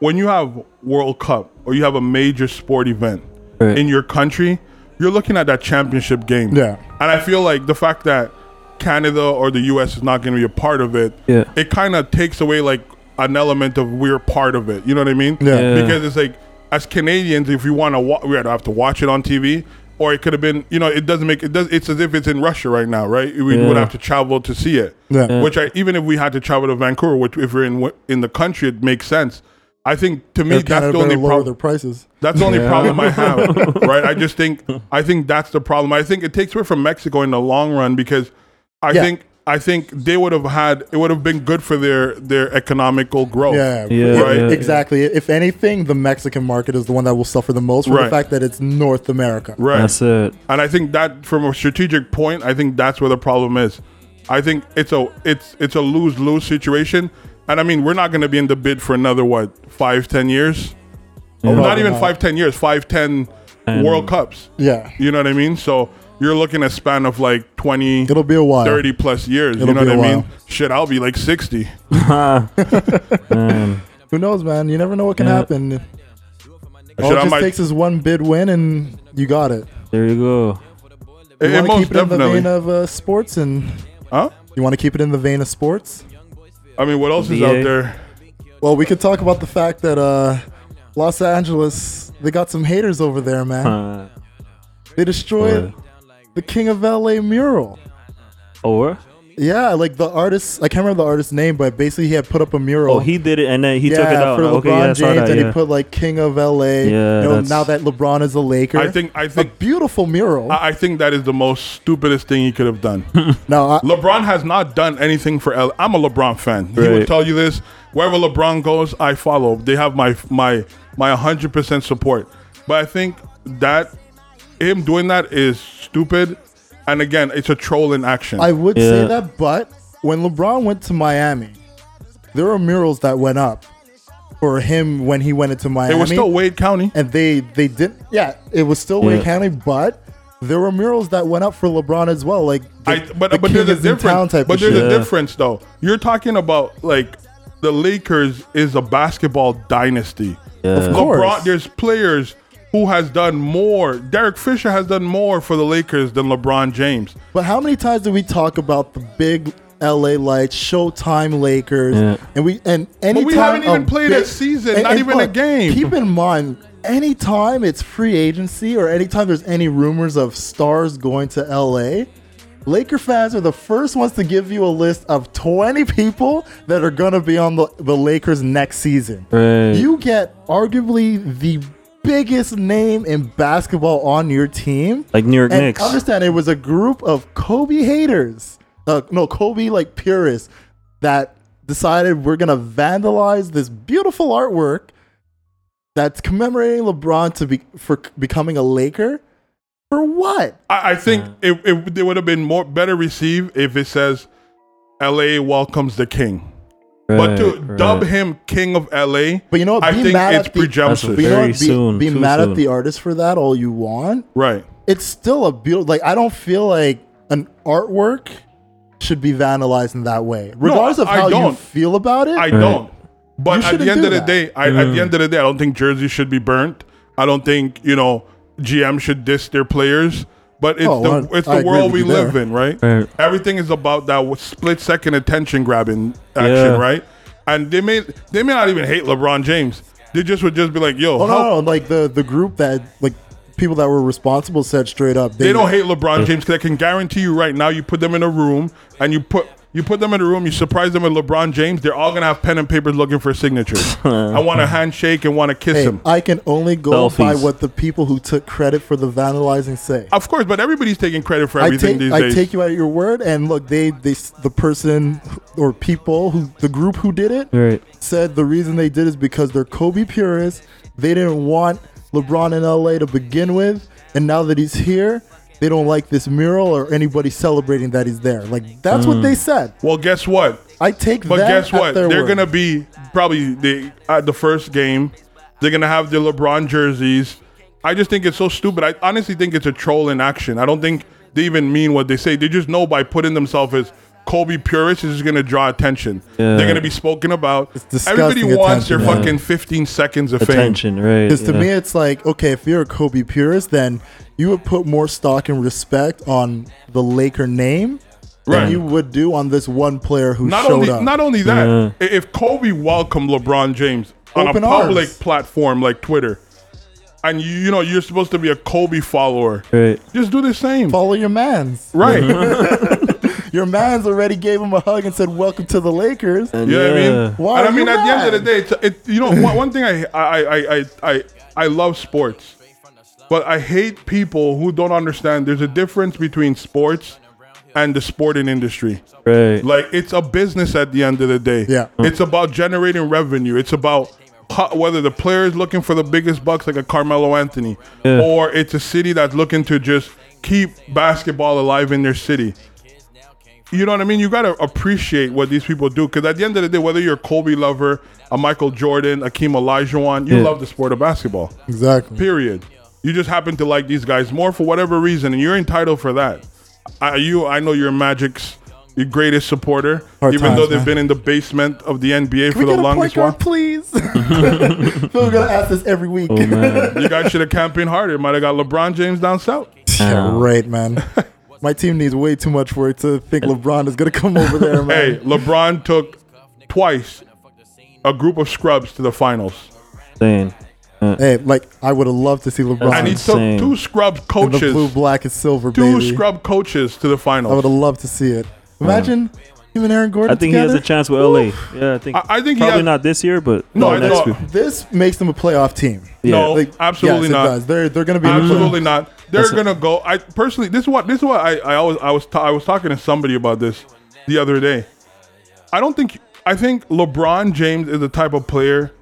B: when you have World Cup or you have a major sport event
C: Right.
B: in your country, you're looking at that championship game.
A: Yeah.
B: and I feel like the fact that Canada or the U.S. is not going to be a part of it,
C: Yeah.
B: it kind of takes away like an element of we're part of it. You know what I mean?
A: Yeah. Yeah.
B: Because it's like as Canadians, if we want to, wa- we either have to watch it on TV. Or it could have been, you know, it doesn't make it. Does it's as if it's in Russia right now, right? We would
C: Yeah.
B: have to travel to see it
A: Yeah. Yeah.
B: which I even if we had to travel to Vancouver, which if we're in w- in the country, it makes sense. I think to me
A: They're
B: that's
A: Canada
B: the
A: better
B: only
A: lower
B: problem.
A: their prices.
B: That's the only
C: Yeah.
B: problem I have, right? I just think I think that's the problem. I think it takes away from Mexico in the long run because I
A: Yeah.
B: think I think they would have had it would have been good for their their economical growth.
A: Yeah,
C: Yeah,
A: it-
B: Oh. Right. yeah,
A: exactly. If anything, the Mexican market is the one that will suffer the most for
B: Right.
A: the fact that it's North America.
B: right.
C: That's it.
B: And I think that from a strategic point, I think that's where the problem is. I think it's a it's it's a lose lose situation. And I mean, we're not going to be in the bid for another what five ten years, Or Oh, not
A: Probably
B: even
A: not.
B: five ten years, five ten
C: And-
B: World Cups.
A: Yeah,
B: You know what I mean? So you're looking at span of like 20,
A: it'll be a while.
B: 30 plus years.
A: It'll
B: you know
A: be
B: what I
A: a
B: mean?
A: while.
B: Shit, I'll be like sixty.
C: Man.
A: Who knows, man? You never know what can
C: Yeah.
A: happen. All it
B: Shit, I
A: just
B: might.
A: takes is one bid win, and you got it.
C: There you go.
A: You
B: it- it
A: want to
B: most
A: keep it in the vein
B: definitely.
A: of uh, sports, and
B: Huh?
A: you want to keep it in the vein of sports.
B: I mean, what else is out
C: NBA?
B: there?
A: Well, we could talk about the fact that uh, Los Angeles they got some haters over there, man.
C: Uh,
A: They destroyed the King of LA mural.
C: or
A: Oh. Yeah, like the artist, I can't remember the artist's name, but basically he had put up a mural.
C: oh, he did it and then he
A: yeah,
C: took it out.
A: for LeBron
C: okay, yeah, I saw
A: James,
C: that.
A: and
C: Yeah.
A: he put like King of LA. you
C: Yeah,
A: know,
C: that's-
A: now that LeBron is a Laker,
B: I think I
A: a
B: think
A: beautiful mural.
B: I I think that is the most stupidest thing he could have done.
A: no, I,
B: LeBron has not done anything for L. I'm a LeBron fan. He would
C: Right.
B: tell you this. Wherever LeBron goes, I follow. They have my my my 100% support. But I think that him doing that is stupid. And again, it's a troll in action.
A: I would
C: Yeah.
A: say that, but when LeBron went to Miami, there were murals that went up for him when he went into Miami.
B: it was still Wade County.
A: and they they did yeah it was still Wake
C: Yeah.
A: Wade County but there were murals that went up for LeBron as well like the,
B: I, but
A: the
B: but
A: king
B: there's
A: is
B: a
A: in town
B: difference.
A: type
B: But
A: of
B: there's
A: shit.
B: a
C: Yeah.
B: difference though. You're talking about like the Lakers is a basketball dynasty.
C: Of
A: course.
B: LeBron, there's players who has done more. Derek Fisher has done more for the Lakers than LeBron James.
A: but how many times did we talk about the big LA Lights Showtime Lakers
C: Yeah.
A: and we and anytime
B: we haven't even
A: a
B: played a season, not even a game.
A: keep in mind anytime it's free agency or anytime there's any rumors of stars going to LA Laker fans are the first ones to give you a list of 20 people that are going to be on the, the Lakers next season.
C: Right.
A: You get arguably the biggest name in basketball on your team.
C: like New York
A: and
C: Knicks.
A: understand it was a group of Kobe haters. Uh, no, Kobe like purists that decided we're gonna vandalize this beautiful artwork that's commemorating LeBron to be for c- becoming a Laker. For what?
B: I, I think it, it, it would have been more better received if it says LA welcomes the king. but to dub him king of LA,
A: But you know what?
B: I
A: Be
B: think
A: mad
B: it's
A: at the-
B: presumptuous.
A: But you know
C: Very
A: what? Be,
C: soon,
A: be
C: too
A: mad
C: soon.
A: at the artist for that all you want.
B: right.
A: It's still a beautiful. Like I don't feel like an artwork should be vandalized in that way, regardless of
B: I
A: how you
B: don't.
A: feel about it.
B: I don't.
A: You
B: But at
A: shouldn't
B: the end
A: do
B: of the
A: that.
B: day, I,
C: Mm.
B: at the end of the day, I don't think jerseys should be burnt. I don't think you know GM should diss their players. But it's
A: Oh,
B: the
A: well,
B: it's
A: I
B: the
A: agree with
B: world we
A: you there.
B: live in, right?
C: Right.
B: Everything is about that split second attention grabbing action,
C: Yeah.
B: right? And they may they may not even hate LeBron James. They just would just be like, "Yo,
A: Oh
B: how-
A: no, no, like the the group that like people that were responsible said straight up
B: they don't hate
A: Mm.
B: LeBron James because I can guarantee you right now. You put them in a room and you put you put them in a room. You surprise them with LeBron James. They're all gonna have pen and papers looking for signatures. I want a handshake and want to kiss
A: Hey,
B: him.
A: I can only go
C: Selfies.
A: by what the people who took credit for the vandalizing say.
B: Of course, but everybody's taking credit for
A: I
B: everything
A: take
B: these
A: I
B: days.
A: take you at your word, and look, they they s- the person or people who the group who did it
C: Right.
A: said the reason they did is because they're Kobe purists. They didn't want LeBron in LA to begin with, and now that he's here, they don't like this mural or anybody celebrating that he's there. Like that's what they said.
B: well, guess what?
A: I take
B: But
A: that.
B: guess
A: at
B: what?
A: their
B: They're
A: word.
B: gonna be probably the at the first game. They're gonna have their LeBron jerseys. I just think it's so stupid. I honestly think it's a troll in action. I don't think they even mean what they say. They just know by putting themselves as Kobe purists is just gonna draw attention. They're gonna be spoken about.
A: disgusting
B: Everybody wants their
A: attention,
C: yeah.
B: fucking 15 seconds of fame.
C: Attention. Right.
A: Because to
C: yeah.
A: me, it's like, okay, if you're a Kobe purist, then you would put more stock and respect on the Laker name
B: Right.
A: than you would do on this one player who
B: Not
A: showed
B: only,
A: up.
B: not only that,
C: Yeah.
B: i- if Kobe welcomed LeBron James
A: Open
B: on a public
A: arms.
B: platform like Twitter, and you, you know you're supposed to be a Kobe follower,
C: Right.
B: just do the same,
A: Follow your man's.
B: right?
A: Your man's already gave him a hug and said, welcome to the Lakers.
B: You know what I
C: Yeah.
B: mean?
A: Why
B: and
A: are
B: I mean,
A: you
B: at the end
A: mad?
B: of the day, it's, it, you know, one, one thing I, I, I, I, I, I love sports, but I hate people who don't understand there's a difference between sports and the sporting industry.
C: Right.
B: Like, it's a business at the end of the day.
A: Yeah.
B: It's about generating revenue. It's about ho- whether the player is looking for the biggest bucks, like a Carmelo Anthony,
C: Yeah.
B: or it's a city that's looking to just keep basketball alive in their city. You know what I mean? You got to appreciate what these people do because at the end of the day, whether you're a Kobe lover, a Michael Jordan, Akeem Olajuwon, you
C: Yeah.
B: love the sport of basketball.
A: Exactly.
B: Period. You just happen to like these guys more for whatever reason, and you're entitled for that. I, you, I know you're Magic's your greatest supporter,
A: Hard
B: even
A: times,
B: though they've
A: man.
B: been in the basement of the NBA for
A: Can we get
B: the
A: a point
B: longest
A: guard,
B: while.
A: please? Phil, we're going to ask this every week.
C: Oh man.
B: You guys should have campaigned harder. Might have got LeBron James down south.
A: Yeah, right, man. My team needs way too much work to think LeBron is going to come over there, man.
B: Hey, LeBron took twice a group of scrubs to the finals.
C: Insane.
A: Hey, like, I would have loved to see LeBron
B: and he
C: insane.
B: took two scrub
A: in the blue,
B: coaches,
A: black, and silver,
B: two
A: baby.
B: scrub coaches to the
A: I would
B: finals.
A: have loved to see it. Imagine
B: Uh-huh.
A: him and Aaron Gordon.
C: I think he has a
A: together.
C: chance with LA. Yeah, I think.
B: I, I think he
C: probably
B: had,
C: not this year, but
B: No,
C: no,
B: I
C: next
B: thought-
C: year.
A: This makes them a playoff team.
B: No,
A: Like,
B: absolutely
A: yes,
B: not.
A: It does. They're they're going to be in the
B: Absolutely
A: playoffs.
B: not. They're
C: That's it.
B: gonna go. I personally, this is what this is what I I always I was ta- I was talking to somebody about this the other day. I don't think I think LeBron James is the type of player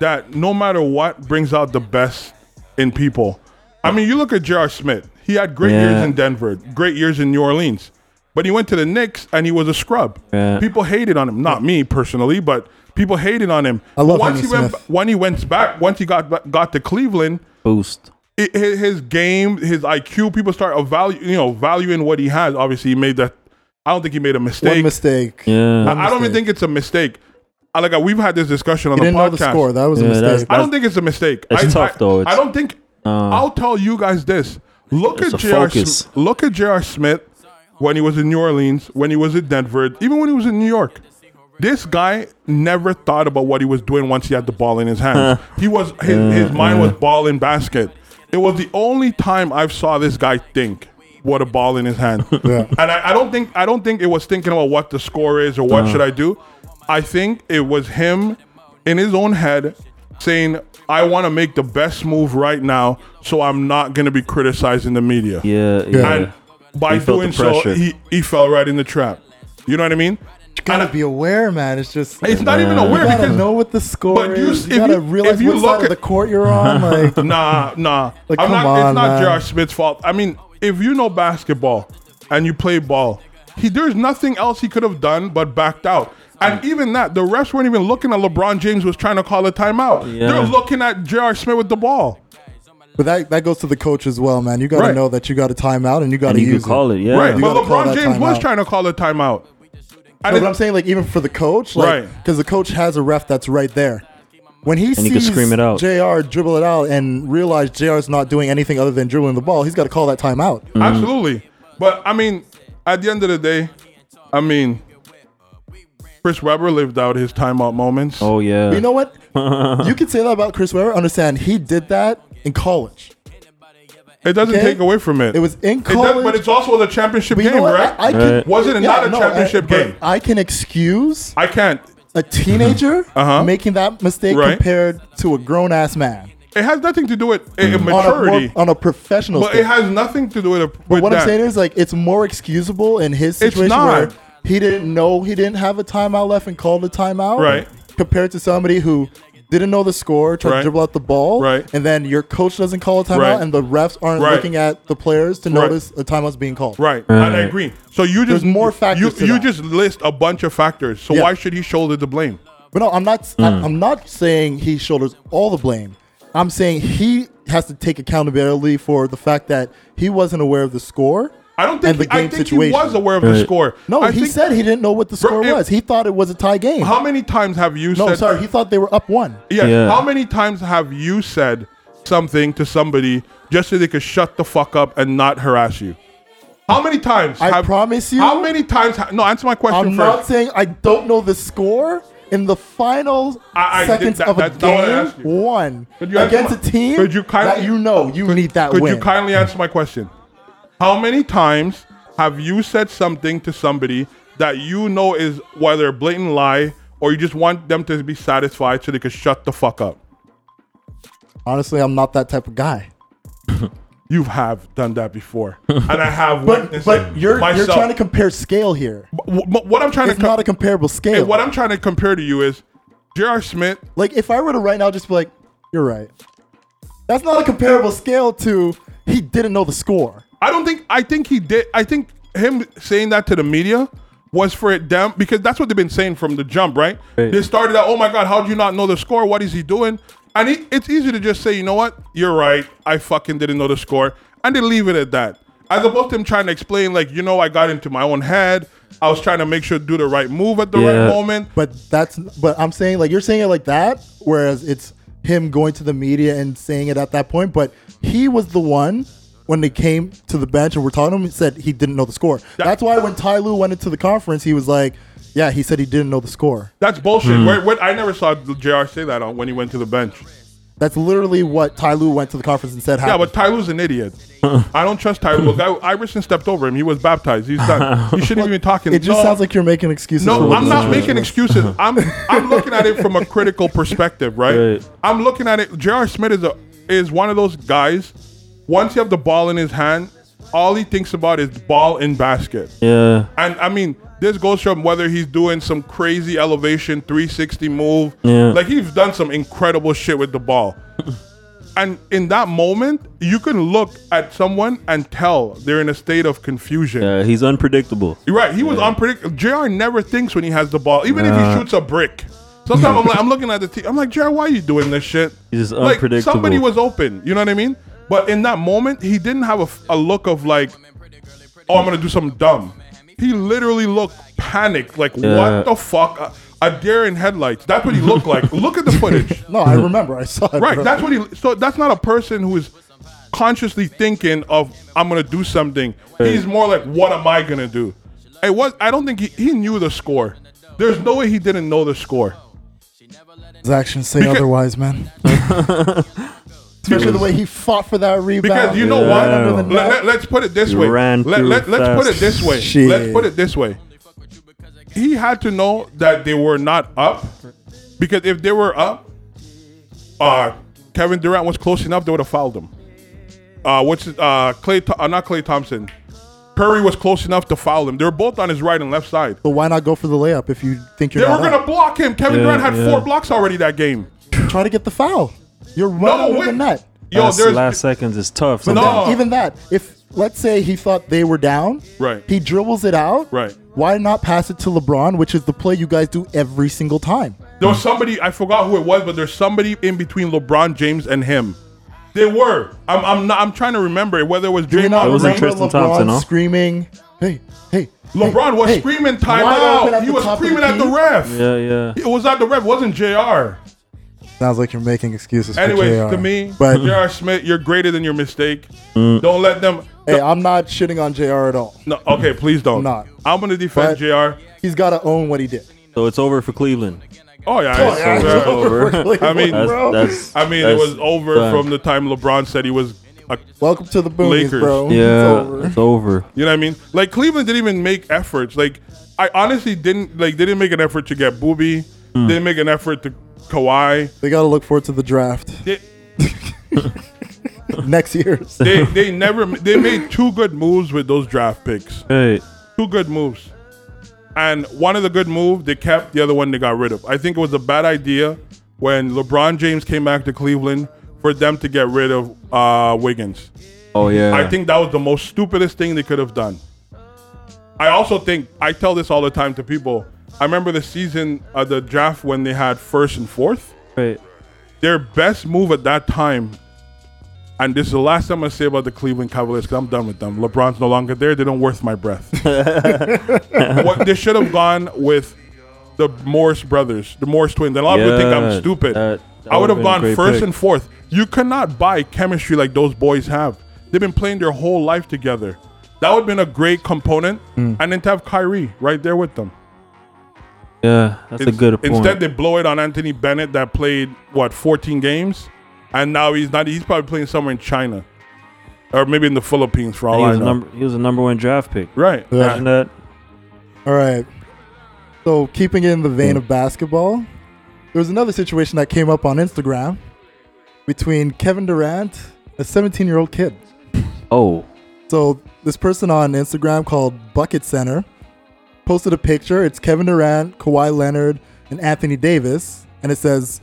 B: that no matter what brings out the best in people. I mean, you look at J.R. Smith. He had great
C: Yeah.
B: years in Denver, great years in New Orleans, but he went to the Knicks and he was a scrub.
C: Yeah.
B: People hated on him. Not me personally, but people hated on him.
A: I love
B: once
A: Henry
B: he went
A: Smith.
B: when he went back. Once he got got to Cleveland
C: Boost.
B: it, his, his game, his IQ, people start evalu you know, valuing what he has. Obviously, he made that. I don't think he made a
A: One
B: mistake.
A: mistake.
C: Yeah.
B: I, I don't even think it's a mistake. I, like we've had this discussion on
A: He
B: the
A: didn't know the
B: podcast.
A: score. That was a
C: Yeah, that's-
A: mistake.
B: I don't think it's a mistake.
C: It's
B: I,
C: tough,
B: I-
C: though. It's-
B: I don't think. I'll tell you guys this. Look
C: It's
B: at
C: a
B: J.R.
C: focus.
B: Sm- look at J.R. Smith when he was in New Orleans, when he was in Denver, even when he was in New York. This guy never thought about what he was doing once he had the ball in his hands. he was his, his
C: Mm,
B: mind was ball in basket. It was the only time I've saw this guy think what a ball in his hand.
A: Yeah.
B: And I, I don't think I don't think it was thinking about what the score is or
C: Uh-huh.
B: what should I do. I think it was him in his own head saying, I want to make the best move right now, so I'm not gonna be criticized in the media.
C: Yeah. Yeah.
B: And by
C: He felt the
B: doing so,
C: pressure.
B: he, he fell right in the trap. You know what I mean?
A: gotta be aware, man. It's just
B: It's not even
C: Nah.
B: aware
A: you gotta
B: because
A: know what the score
B: but you-
A: is. You,
B: if
A: gotta
B: you-
A: realize
B: if you
A: what
B: look
A: side
B: at-
A: of the court you're on. Like,
B: nah, nah.
A: Like,
B: I'm
A: come
B: not,
A: on,
B: it's not
A: man.
B: Josh Smith's fault. I mean, if you know basketball and you play ball, he there's nothing else he could have done but backed out. And even that, the refs weren't even looking at LeBron James was trying to call a timeout.
C: Yeah.
B: They're looking at J.R. Smith with the ball.
A: but that that goes to the coach as well, man. You gotta
B: Right.
A: know that you got a timeout and you gotta
C: and you
A: use
C: could call it. Yeah.
B: right.
A: You
B: But
A: gotta call
B: LeBron
A: that
B: James was
A: timeout.
B: trying to call a timeout. And
A: No, but
B: it-
A: I'm saying like even for the coach, like,
B: Right.
A: Because the coach has a ref that's right there. When he
C: he can
A: sees
C: scream it out.
A: Jr. dribble it out and realize Jr.'s not doing anything other than dribbling the ball, he's got to call that timeout.
B: Absolutely. But I mean, at the end of the day, I mean, Chris Webber lived out his timeout moments.
C: Oh yeah.
A: You know what? you can say that about Chris Webber. Understand? He did that in college.
B: it doesn't
A: okay.
B: take away from it.
A: It was in
B: It does,
A: college.
B: but it's also the championship
A: But you know
B: game,
A: what?
B: right?
A: I, I
C: Right.
A: can,
B: Wasn't it
A: yeah,
B: not a
A: no, I-
B: championship
A: but
B: game?
A: I can excuse
B: I can't.
A: a teenager
B: Uh-huh.
A: making that mistake
B: Right.
A: compared to a grown ass man
B: It has nothing to do with uh,
A: Mm. on a,
B: maturity,
A: more, on a professional.
B: but
A: scale.
B: it has nothing to do with, a, with
A: what
B: that.
A: I'm saying is like it's more excusable in his
B: It's
A: situation where
B: not.
A: he didn't know he didn't have a timeout left and called a timeout.
B: Right.
A: Compared to somebody who didn't know the score, tried
B: Right.
A: to dribble out the ball,
B: Right.
A: and then your coach doesn't call a timeout,
B: Right.
A: and the refs aren't
B: Right.
A: looking at the players to
B: Right.
A: notice a timeout's being called.
B: Right, and I agree. So you just
A: There's more factors
B: You,
A: to
B: you
A: that.
B: just list a bunch of factors. So
A: Yeah.
B: why should he shoulder the blame?
A: But no, I'm not. I, I'm not saying he shoulders all the blame. I'm saying he has to take accountability for the fact that he wasn't aware of the score.
B: I don't
A: and
B: think.
A: the
B: He, I
A: game
B: think
A: situation.
B: he was aware of the
C: Right.
B: score.
A: No,
B: I
A: he
B: think-
A: said he didn't know what the
B: Bro,
A: score
B: it-
A: was. He thought it was a tie game.
B: How many times have you
A: No,
B: said?
A: sorry. He thought they were up one.
B: Yes.
C: Yeah.
B: How many times have you said something to somebody just so they could shut the fuck up and not harass you? How many times?
A: I
B: have-
A: promise you-
B: How many times? Ha- no, answer my question
A: I'm not
B: first.
A: saying I don't know the score in the final
B: I- I did
A: seconds
B: that-
A: of a
B: that's not what I asked
A: game
B: you.
A: one
B: Could you answer
A: against
B: my-
A: a team
B: could you kindly-
A: that you know you need that
B: Could
A: win.
B: you kindly answer my question? How many times have you said something to somebody that you know is whether a blatant lie or you just want them to be satisfied so they could shut the fuck up?
A: Honestly, I'm not that type of guy.
B: You have done that before, and I have
A: But
B: witnessed
A: but
B: it
A: you're
B: myself.
A: you're trying to compare scale here.
B: Wh- wh- what I'm trying
A: It's
B: to co-
A: not a comparable
B: Hey,
A: scale.
B: what I'm trying to compare to you is J.R. Smith.
A: like if I were to right now just be like, you're right. That's not a comparable scale to he didn't know the score.
B: I don't think I think he did. I think him saying that to the media was for it damn because that's what they've been saying from the jump, right?
C: Right.
B: They started out, oh my god, how do you not know the score? What is he doing? And it, it's easy to just say, you know what, you're right. I fucking didn't know the score, and they leave it at that. As opposed to him trying to explain, like, you know, I got into my own head. I was trying to make sure to do the right move at the
C: Yeah.
B: right moment.
A: But that's but I'm saying like you're saying it like that, whereas it's him going to the media and saying it at that point. But he was the one when they came to the bench and we're talking to him, he said he didn't know the score. That's why when Ty Lue went into the conference, he was like, Yeah, he said he didn't know the score.
B: That's bullshit.
C: Hmm.
B: Where, where, I never saw Jr. say that on when he went to the bench.
A: That's literally what Ty Lue went to the conference and said
B: Yeah,
A: happened.
B: but Tyler's an idiot. I don't trust Tyler. Guy, Iverson stepped over him. He was baptized. He's done. He shouldn't even be talking.
A: it just
B: no,
A: sounds like you're making excuses. for
B: no.
A: what
B: I'm
A: the
B: not
A: situation
B: making
A: was.
B: excuses. I'm I'm looking at it from a critical perspective, right?
C: Right.
B: I'm looking at it. J.R. Smith is a is one of those guys. Once you have the ball in his hand, all he thinks about is ball in basket.
C: yeah.
B: And I mean, this goes from whether he's doing some crazy elevation 360 move.
C: Yeah.
B: Like he's done some incredible shit with the ball. and in that moment, you can look at someone and tell they're in a state of confusion.
C: Yeah. He's unpredictable.
B: You're right. He was unpredictable. JR never thinks when he has the ball, even if he
C: Nah.
B: shoots a brick. Sometimes I'm like, I'm looking at the team. I'm like, JR, why are you doing this shit?
C: He's just
B: like,
C: unpredictable.
B: Somebody was open. You know what I mean? But in that moment, he didn't have a f- a, look of like, oh, I'm gonna do something dumb. He literally looked panicked, like,
C: Yeah.
B: what the fuck? A, a deer in headlights. That's what he looked like. look at the footage.
A: No, I remember. I saw it.
B: Right.
A: bro.
B: That's what he. So that's not a person who is consciously thinking of I'm gonna do something. He's more like, what am I gonna do? It was. I don't think he, he knew the score. There's no way he didn't know the score.
A: His actions say otherwise, man. Especially the way he fought for that rebound.
B: Because you know
C: Yeah.
B: what? Let, us put it this way.
C: Ran
B: Let,
C: through
B: let, let's put it
C: fast.
B: this way.
A: Shit.
B: Let's put it this way. He had to know that they were not up, because if they were up, uh, Kevin Durant was close enough. They would have fouled him. Uh, what's his- uh, Clay? Tho- Uh, not Clay Thompson. Curry was close enough to foul him. They were both on his right and left side.
A: So why not go for the layup if you think
B: They
A: you're
B: were
A: not
B: going to
A: up?
B: block him. Kevin
C: Yeah,
B: Durant had
C: yeah.
B: four blocks already that game.
A: try to get the foul? You're running over
B: wait.
A: the net.
B: Yo,
C: last,
B: there's
C: last seconds is tough.
A: But
B: No.
C: sometimes.
A: then even that, if let's say he thought they were down,
B: Right.
A: He dribbles it out,
B: Right.
A: Why not pass it to LeBron, which is the play you guys do every single time?
B: There was somebody I forgot who it was, but there's somebody in between LeBron James and him. They were. I'm. I'm not. I'm trying to remember whether it was
A: Do you
B: James.
A: not
C: It wasn't
A: remember
C: Tristan
A: LeBron
C: Thompson, huh?
A: screaming, "Hey, hey!" hey,
B: LeBron was
A: hey,
B: screaming
A: wide open
B: timeout.
A: at
B: He
A: the
B: was
A: top of the
B: screaming at the
A: key?
B: ref.
C: yeah, yeah.
B: It was not the ref. It wasn't Jr.
A: Sounds like you're making excuses. for
B: Anyways,
A: JR.
B: to me,
A: but Mm.
B: Jr. Smith, you're greater than your mistake. Don't let them.
A: hey, I'm not shitting on Jr. at all.
B: No, okay, please don't.
A: Not.
B: I'm gonna
A: But-
B: defend Jr.
A: He's got to own what he did.
C: So it's over for Cleveland.
B: Oh yeah, it's
C: yeah,
B: over.
C: it's over.
B: I mean,
C: That's,
A: Bro.
C: that's,
B: I mean, it
C: that's
B: was over
C: done.
B: from the time LeBron said he was. A,
A: Welcome to the boonies,
B: Lakers.
A: bro.
C: yeah,
A: It's over.
C: it's over.
B: you know what I mean? Like Cleveland didn't even make efforts. Like I honestly didn't like. They didn't make an effort to get Booby. Didn't make an effort to Kawhi.
A: They got to look forward to the draft
B: They,
A: next year's.
B: they they never they made two good moves with those draft picks.
C: Hey,
B: Two good moves. And one of the good move they kept, the other one they got rid of. I think it was a bad idea when LeBron James came back to Cleveland for them to get rid of uh, Wiggins.
C: oh yeah.
B: I think that was the most stupidest thing they could have done. I also think I tell this all the time to people. I remember the season uh, the draft when they had first and fourth.
C: Right.
B: Their best move at that time, and this is the last time I say about the Cleveland Cavaliers because I'm done with them. LeBron's no longer there; they don't worth my breath. what, they should have gone with the Morris brothers, the Morris twins. And a lot of people think
C: Yeah,
B: I'm stupid.
C: that- that
B: I would
C: would've
B: have
C: been a
B: gone
C: great
B: first
C: pick.
B: and fourth. You cannot buy chemistry like those boys have. They've been playing their whole life together. That would have been a great component.
C: Mm.
B: And then to have Kyrie right there with them.
C: Yeah, that's a
B: Ins-
C: good point.
B: Instead, they blow it on Anthony Bennett that played, what, 14 games? And now he's not, he's probably playing somewhere in China or maybe in the Philippines for
C: And
B: all
C: he
B: I
C: was
B: know.
C: number. He was a number one draft pick.
B: right.
A: Yeah.
C: Imagine that.
A: All right. So, keeping it in the vein of basketball, there was another situation that came up on Instagram between Kevin Durant, a 17 year old kid.
C: Oh,
A: So, this person on Instagram called Bucket Center posted a picture. It's Kevin Durant, Kawhi Leonard, and Anthony Davis. And it says,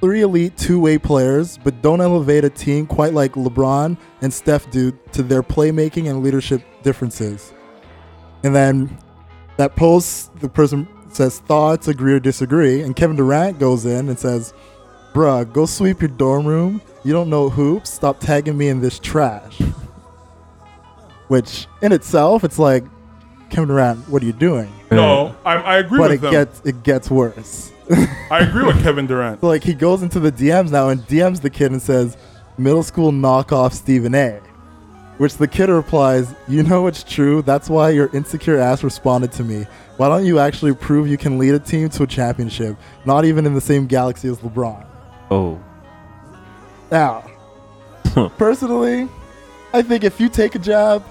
A: three elite two way players, but don't elevate a team quite like LeBron and Steph do to their playmaking and leadership differences. And then that post, the person says thoughts, agree or disagree. And Kevin Durant goes in and says, Bruh, go sweep your dorm room. You don't know hoops. Stop tagging me in this trash. Which in itself, it's like, Kevin Durant, what are you doing?
B: No, I, I agree
A: But
B: with
A: it
B: them.
A: gets it gets worse.
B: I agree with Kevin Durant.
A: So like he goes into the DMs now and DMs the kid and says, "Middle school knockoff Stephen A." Which the kid replies, "You know it's true. That's why your insecure ass responded to me. Why don't you actually prove you can lead a team to a championship? Not even in the same galaxy as LeBron."
C: oh,
A: Now, personally, I think if you take a jab,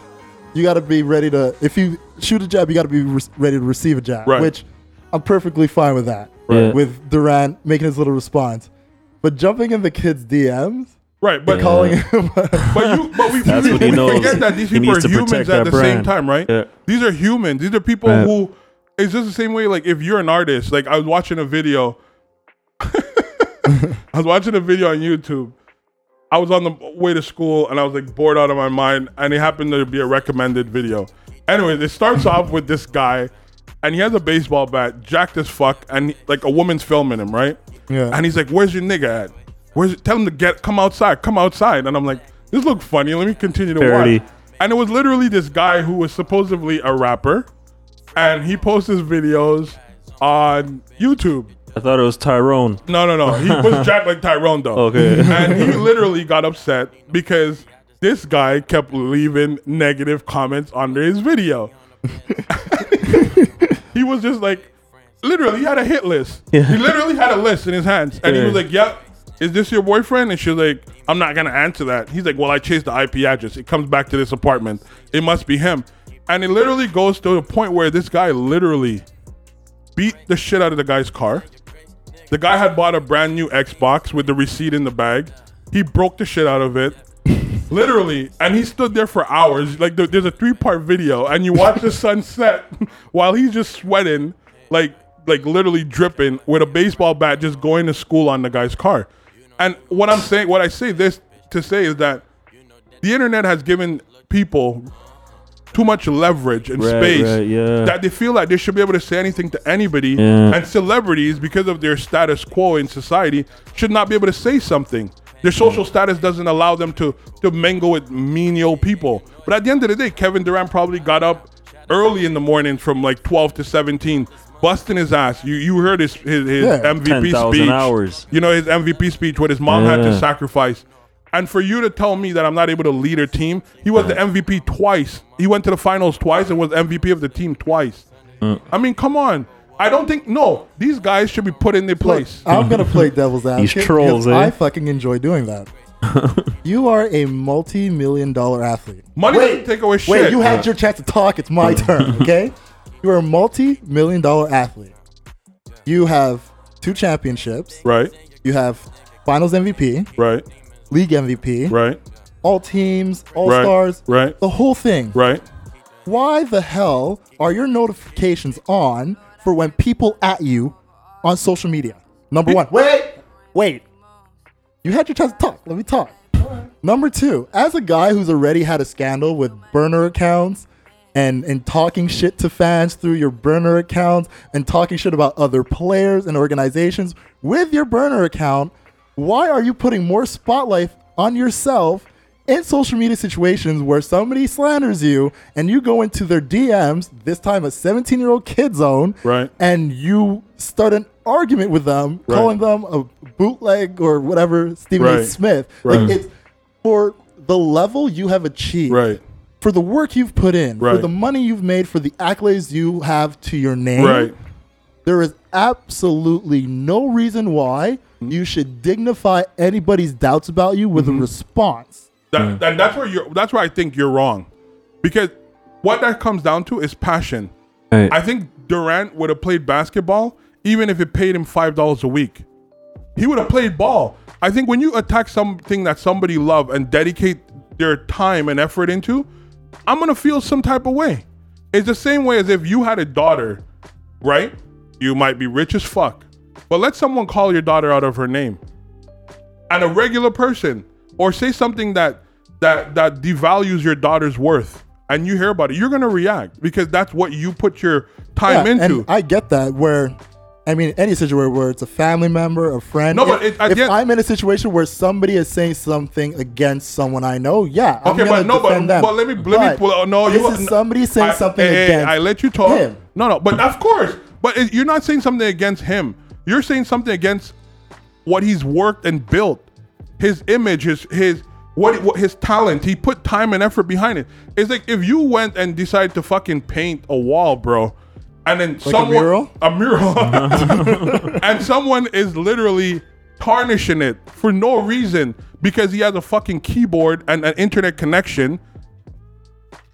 A: you got to be ready to. If you shoot a jab, you got to be re- ready to receive a jab.
B: Right.
A: Which I'm perfectly fine with that.
C: Right.
A: With Durant making his little response, but jumping in the kid's DMs,
B: Right, but
A: calling him.
B: But you, but we,
C: That's
B: we,
C: what he
B: we
C: knows.
B: forget that these
C: He
B: people are
C: needs to
B: humans at
C: protect
B: the
C: that
B: same
C: brand.
B: time, right?
C: Yeah.
B: These are humans. These are people
C: Yeah.
B: who. It's just the same way. Like if you're an artist, like I was watching a video. I was watching a video on YouTube. I was on the way to school and I was like bored out of my mind, and it happened to be a recommended video. Anyways, it starts off with this guy, and he has a baseball bat, jacked as fuck, and he- like a woman's filming him, right?
A: Yeah.
B: And he's like, "Where's your nigga at? Where's? Tell him to get come outside, come outside." And I'm like, "This look funny. Let me continue to
C: Parody.
B: watch." And it was literally this guy who was supposedly a rapper, and he posts his videos on YouTube.
C: I thought it was Tyrone.
B: No, no, no. He was jacked like Tyrone though.
C: Okay.
B: And he literally got upset because this guy kept leaving negative comments under his video. he was just like, literally, he had a hit list. He literally had a list in his hands, and he
C: Yeah.
B: was like, "Yep, is this your boyfriend?" And she's like, "I'm not gonna answer that." He's like, "Well, I chased the IP address. It comes back to this apartment. It must be him." And it literally goes to the point where this guy literally beat the shit out of the guy's car. The guy had bought a brand new Xbox with the receipt in the bag. He broke the shit out of it. Literally, and he stood there for hours. Like there- there's a three part video, and you watch the sunset while he's just sweating, like like literally dripping with a baseball bat, just going to school on the guy's car. And what I'm saying, what I say this to say is that the internet has given people too much leverage and
C: Right,
B: space
C: right, yeah.
B: that they feel like they should be able to say anything to anybody
C: Yeah.
B: and celebrities because of their status quo in society should not be able to say something their social status doesn't allow them to to mingle with menial people but at the end of the day kevin durant probably got up early in the morning from like 12 to 17 busting his ass you you heard his his, his
A: Yeah.
B: mvp
C: 10,000
B: speech
C: hours.
B: you know his mvp speech what his mom had to
C: Yeah.
B: sacrifice and for you to tell me that I'm not able to lead a team, he was the MVP twice. He went to the finals twice and was MVP of the team twice. I mean, come on. I don't think no. These guys should be put in their place.
A: I'm gonna play devil's advocate. because
C: trolls, eh?
A: I fucking enjoy doing that. you are a multi-million dollar athlete.
B: Money doesn't take away shit.
A: uh,
B: Uh.
A: Wait, you had your chance to talk. It's my turn, okay? You are a multi-million dollar athlete. You have two championships.
B: right,
A: You have Finals MVP,
B: right,
A: League MVP,
B: right,
A: all teams, all
B: Right,
A: stars,
B: right.
A: the whole thing.
B: right.
A: Why the hell are your notifications on for when people at you on social media? Number one, wait, wait. You had your chance to talk. Let me talk. Number two, as a guy who's already had a scandal with burner accounts and, and talking shit to fans through your burner accounts and talking shit about other players and organizations with your burner account, why are you putting more spotlight on yourself in social media situations where somebody slanders you and you go into their DMs, this time a 17 year old kid zone,
B: Right.
A: and you start an argument with them,
B: Right.
A: calling them a bootleg or whatever Stephen A.
B: Right.
A: Smith.
B: Right.
A: Like it's for the level you have achieved,
B: Right.
A: for the work you've put in, for
B: Right.
A: the money you've made, for the accolades you have to your name.
B: Right.
A: There is absolutely no reason why
B: Mm-hmm.
A: you should dignify anybody's doubts about you with a response.
B: That, that- that's where you're. That's where I think you're wrong, because what that comes down to is passion.
C: Right.
B: I think Durant would have played basketball even if it paid him five dollars a week. He would have played ball. I think when you attack something that somebody love and dedicate their time and effort into, I'm gonna feel some type of way. It's the same way as if you had a daughter, right? You might be rich as fuck, but let someone call your daughter out of her name and a regular person or say something that that that devalues your daughter's worth and you hear about it you're going to react because that's what you put your time
A: Yeah,
B: into
A: And I get that where I mean any situation where it's a family member, a friend.
B: No,
A: if,
B: but it- at
A: if
B: the end-
A: I'm in a situation where somebody is saying something against someone I know, yeah, I'm
B: Okay,
A: gonna
B: but no, but,
A: defend them.
B: but let me let me
A: But
B: pull out. No,
A: this
B: you
A: is somebody saying
B: I-
A: something
B: hey, hey,
A: against.
B: I let you talk.
A: him.
B: No, no, but of course, but it, you're not saying something against him. You're saying something against what he's worked and built, his image, his his what, what his talent. He put time and effort behind it. It's like if you went and decided to fucking paint a wall, bro, and then someone
A: mural?
B: a mural, and someone is literally tarnishing it for no reason because he has a fucking keyboard and an internet connection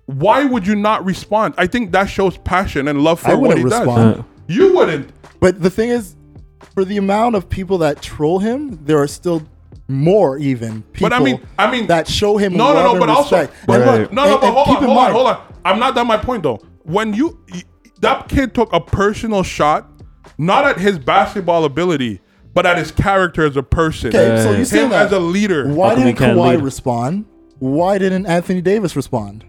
B: why would you not respond? I think that shows passion and love for
A: I
B: what
A: wouldn't
B: he
A: respond.
B: does. You wouldn't.
A: But the thing is, for the amount of people that troll him, there are still more even people
B: But I mean, I mean,
A: that show him
B: No, no,
A: love
B: no. But
A: and
B: also,
A: respect.
B: but
A: And
B: look,
A: look,
B: no, no.
A: and-
B: But
A: and
B: hold on,
A: keep in
B: hold on,
A: mind-
B: hold on. I'm not done my point though. When you that kid took a personal shot, not at his basketball ability, but at his character as a person.
A: Okay, so you see
B: him
A: that.
B: as a leader.
A: Why
C: How come
A: didn't
C: he can't
A: Kawhi
C: lead?
A: respond? Why didn't Anthony Davis respond?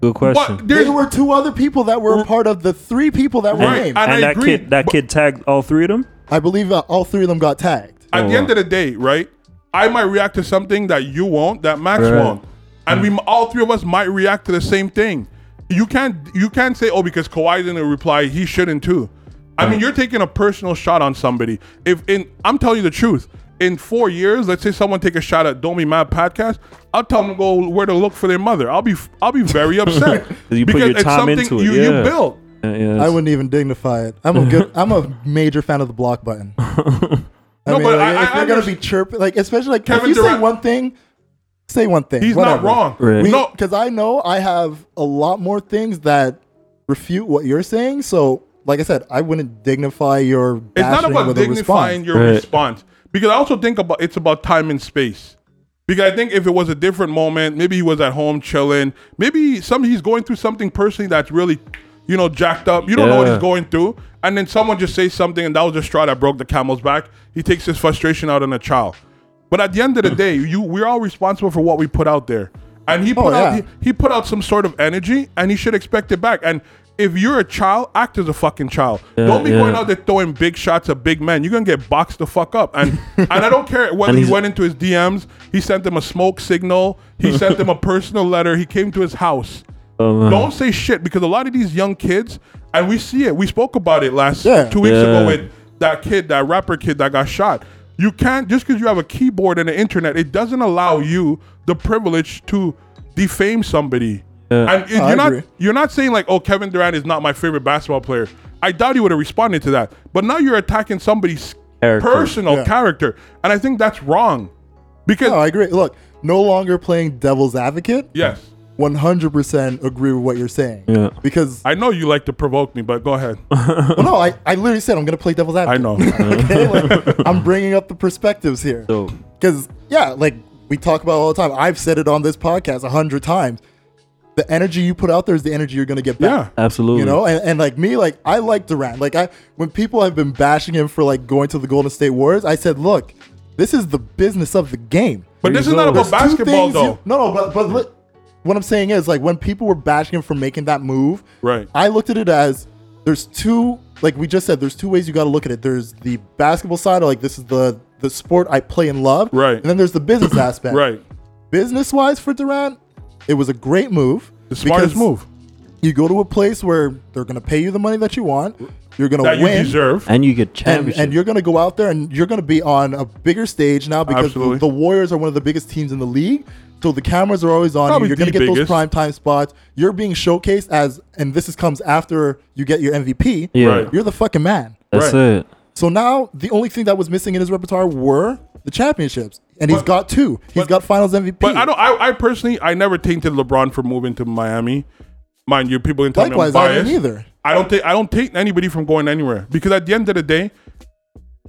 C: Good question.
B: But
A: There
B: there's
A: were two other people that were a part of the three people that were
B: Right,
A: named.
B: and
C: and
B: I
C: that
B: agree,
C: kid, that
B: but-
C: kid tagged all three of them.
A: I believe uh, all three of them got tagged.
B: at the
C: Oh,
B: end of
C: wow.
B: the day, right? I might react to something that you won't, that Max
C: Right. Hmm.
B: won't, and we all three of us might react to the same thing. You can't you can't say oh because Kawhi didn't reply he shouldn't too. I mean you're taking a personal shot on somebody. If in I'm telling you the truth, in four years, let's say someone take a shot at Domi Mad podcast, I'll tell them to go where to look for their mother. I'll be I'll be very upset
C: You put your time into it,
B: you, you
C: yeah.
B: built.
C: Yeah, yeah,
A: I
C: that's-
A: wouldn't even dignify it. I'm a good. I'm a major fan of the block button. I
B: No,
A: mean,
B: but
A: like,
B: I-
A: if
B: I
A: you're gonna be
B: understand-
A: chirping, like especially like
B: Kevin
A: if you say
B: Durant-
A: one thing, say one thing.
B: He's
A: whatever.
B: not wrong.
C: Right.
A: We,
B: No,
A: because I know I have a lot more things that refute what you're saying. So, like I said, I wouldn't dignify your.
B: It's not
A: bashing
B: about
A: with a response.
B: dignifying your
C: Right.
B: response because I also think about it's about time and space. Because I think if it was a different moment, maybe he was at home chilling. Maybe some he's going through something personally that's really, you know, jacked up. You don't know what
C: Yeah.
B: he's going through. And then someone just says something, and that was the straw that broke the camel's back. He takes his frustration out on a child. But at the end of the day, you we're all responsible for what we put out there. And he put
A: Oh,
B: out
A: yeah.
B: he, he put out some sort of energy, and he should expect it back. And if you're a child, act as a fucking child. don't be
C: yeah.
B: going out there throwing big shots at big men. You're gonna get boxed the fuck up. And and I don't care whether
C: And
B: he
C: he's-
B: went into his DMs, he sent them a smoke signal, he sent them a personal letter, he came to his house.
C: Oh,
B: don't say shit because a lot of these young kids, and we see it. We spoke about it last
A: Yeah.
B: two weeks
C: Yeah.
B: ago with that kid, that rapper kid that got shot. You can't just because you have a keyboard and the internet, it doesn't allow you the privilege to defame somebody. And if
A: I
B: you're not
A: agree.
B: you're not saying like, oh, Kevin Durant is not my favorite basketball player. I doubt he would have responded to that. But now you're attacking somebody's
C: Character.
B: personal
A: Yeah.
B: character, and I think that's wrong. Because
A: No, I agree. Look, no longer playing devil's advocate.
B: yes,
A: 100% agree with what you're saying.
C: Yeah.
A: Because,
B: I know you like to provoke me, but go ahead.
A: well, no, I, I literally said I'm going to play devil's
B: I
A: advocate.
B: know.
A: okay, like, I'm bringing up the perspectives here.
C: So
A: Because, yeah, like we talk about it all the time. I've said it on this podcast a hundred times. The energy you put out there is the energy you're going to get back.
B: yeah.
C: absolutely,
A: You know, and, and like me, like I like Durant. Like I, when people have been bashing him for like going to the Golden State Warriors, I said, look, this is the business of the game.
B: But this
C: you
B: is not
C: go.
B: about
A: There's two
B: basketball,
A: things
B: though.
A: you- no, no, but but look, what I'm saying is like when people were bashing him for making that move,
B: Right.
A: I looked at it as there's two, like we just said, there's two ways you got to look at it. There's the basketball side, like this is the the sport I play and love,
B: Right.
A: And then there's the business aspect,
B: right.
A: Business wise for Durant, it was a great move.
B: The smartest
A: because
B: move
A: You go to a place where they're gonna pay you the money that you want. You're gonna
B: that you
A: win.
B: deserve.
C: and you get
A: And,
C: championship.
A: and you're going to go out there and you're going to be on a bigger stage now because the,
B: Absolutely.
A: the Warriors are one of the biggest teams in the league. So the cameras are always on
B: Probably
A: you. You're going to
B: the
A: get those
B: biggest.
A: prime time spots. You're being showcased as, and this is, comes after you get your MVP.
C: yeah,
B: Right.
A: You're the fucking man.
C: that's
B: Right.
C: it.
A: So now the only thing that was missing in his repertoire were the championships. And he's
B: But-
A: got two. He's
B: but-
A: got finals MVP.
B: But I don't. I, I personally, I never tainted LeBron for moving to Miami. Mind you, people didn't tell
A: Likewise,
B: me I'm
A: I
B: biased.
A: didn't either.
B: I don't take. I don't taint anybody from going anywhere because at the end of the day,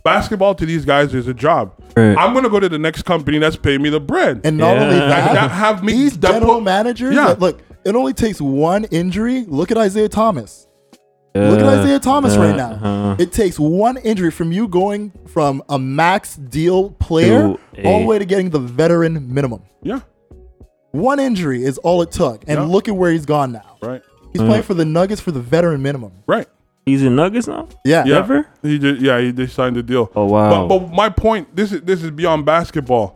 B: basketball to these guys is a job.
C: Right.
B: I'm gonna go to the next company that's paying me the bread.
A: And not only
C: Yeah.
A: that,
B: That have me-
A: these
B: that
A: general
B: put-
A: managers,
B: Yeah.
A: that- look, it only takes one injury. Look at Isaiah Thomas.
C: Yeah.
A: Look at Isaiah Thomas
C: yeah,
A: right now.
C: Uh, uh-huh.
A: It takes one injury from you going from a max deal player
C: To
A: all
C: a-
A: the way to getting the veteran minimum.
B: yeah,
A: One injury is all it took. And
B: Yeah.
A: look at where he's gone now.
B: right,
A: He's
C: Uh-huh.
A: playing for the Nuggets for the veteran minimum.
B: right.
C: He's in Nuggets now.
A: Yeah.
B: Yeah,
C: Ever?
B: he did. Yeah, he just signed the deal.
C: Oh, wow.
B: But, but my point, this is this is beyond basketball,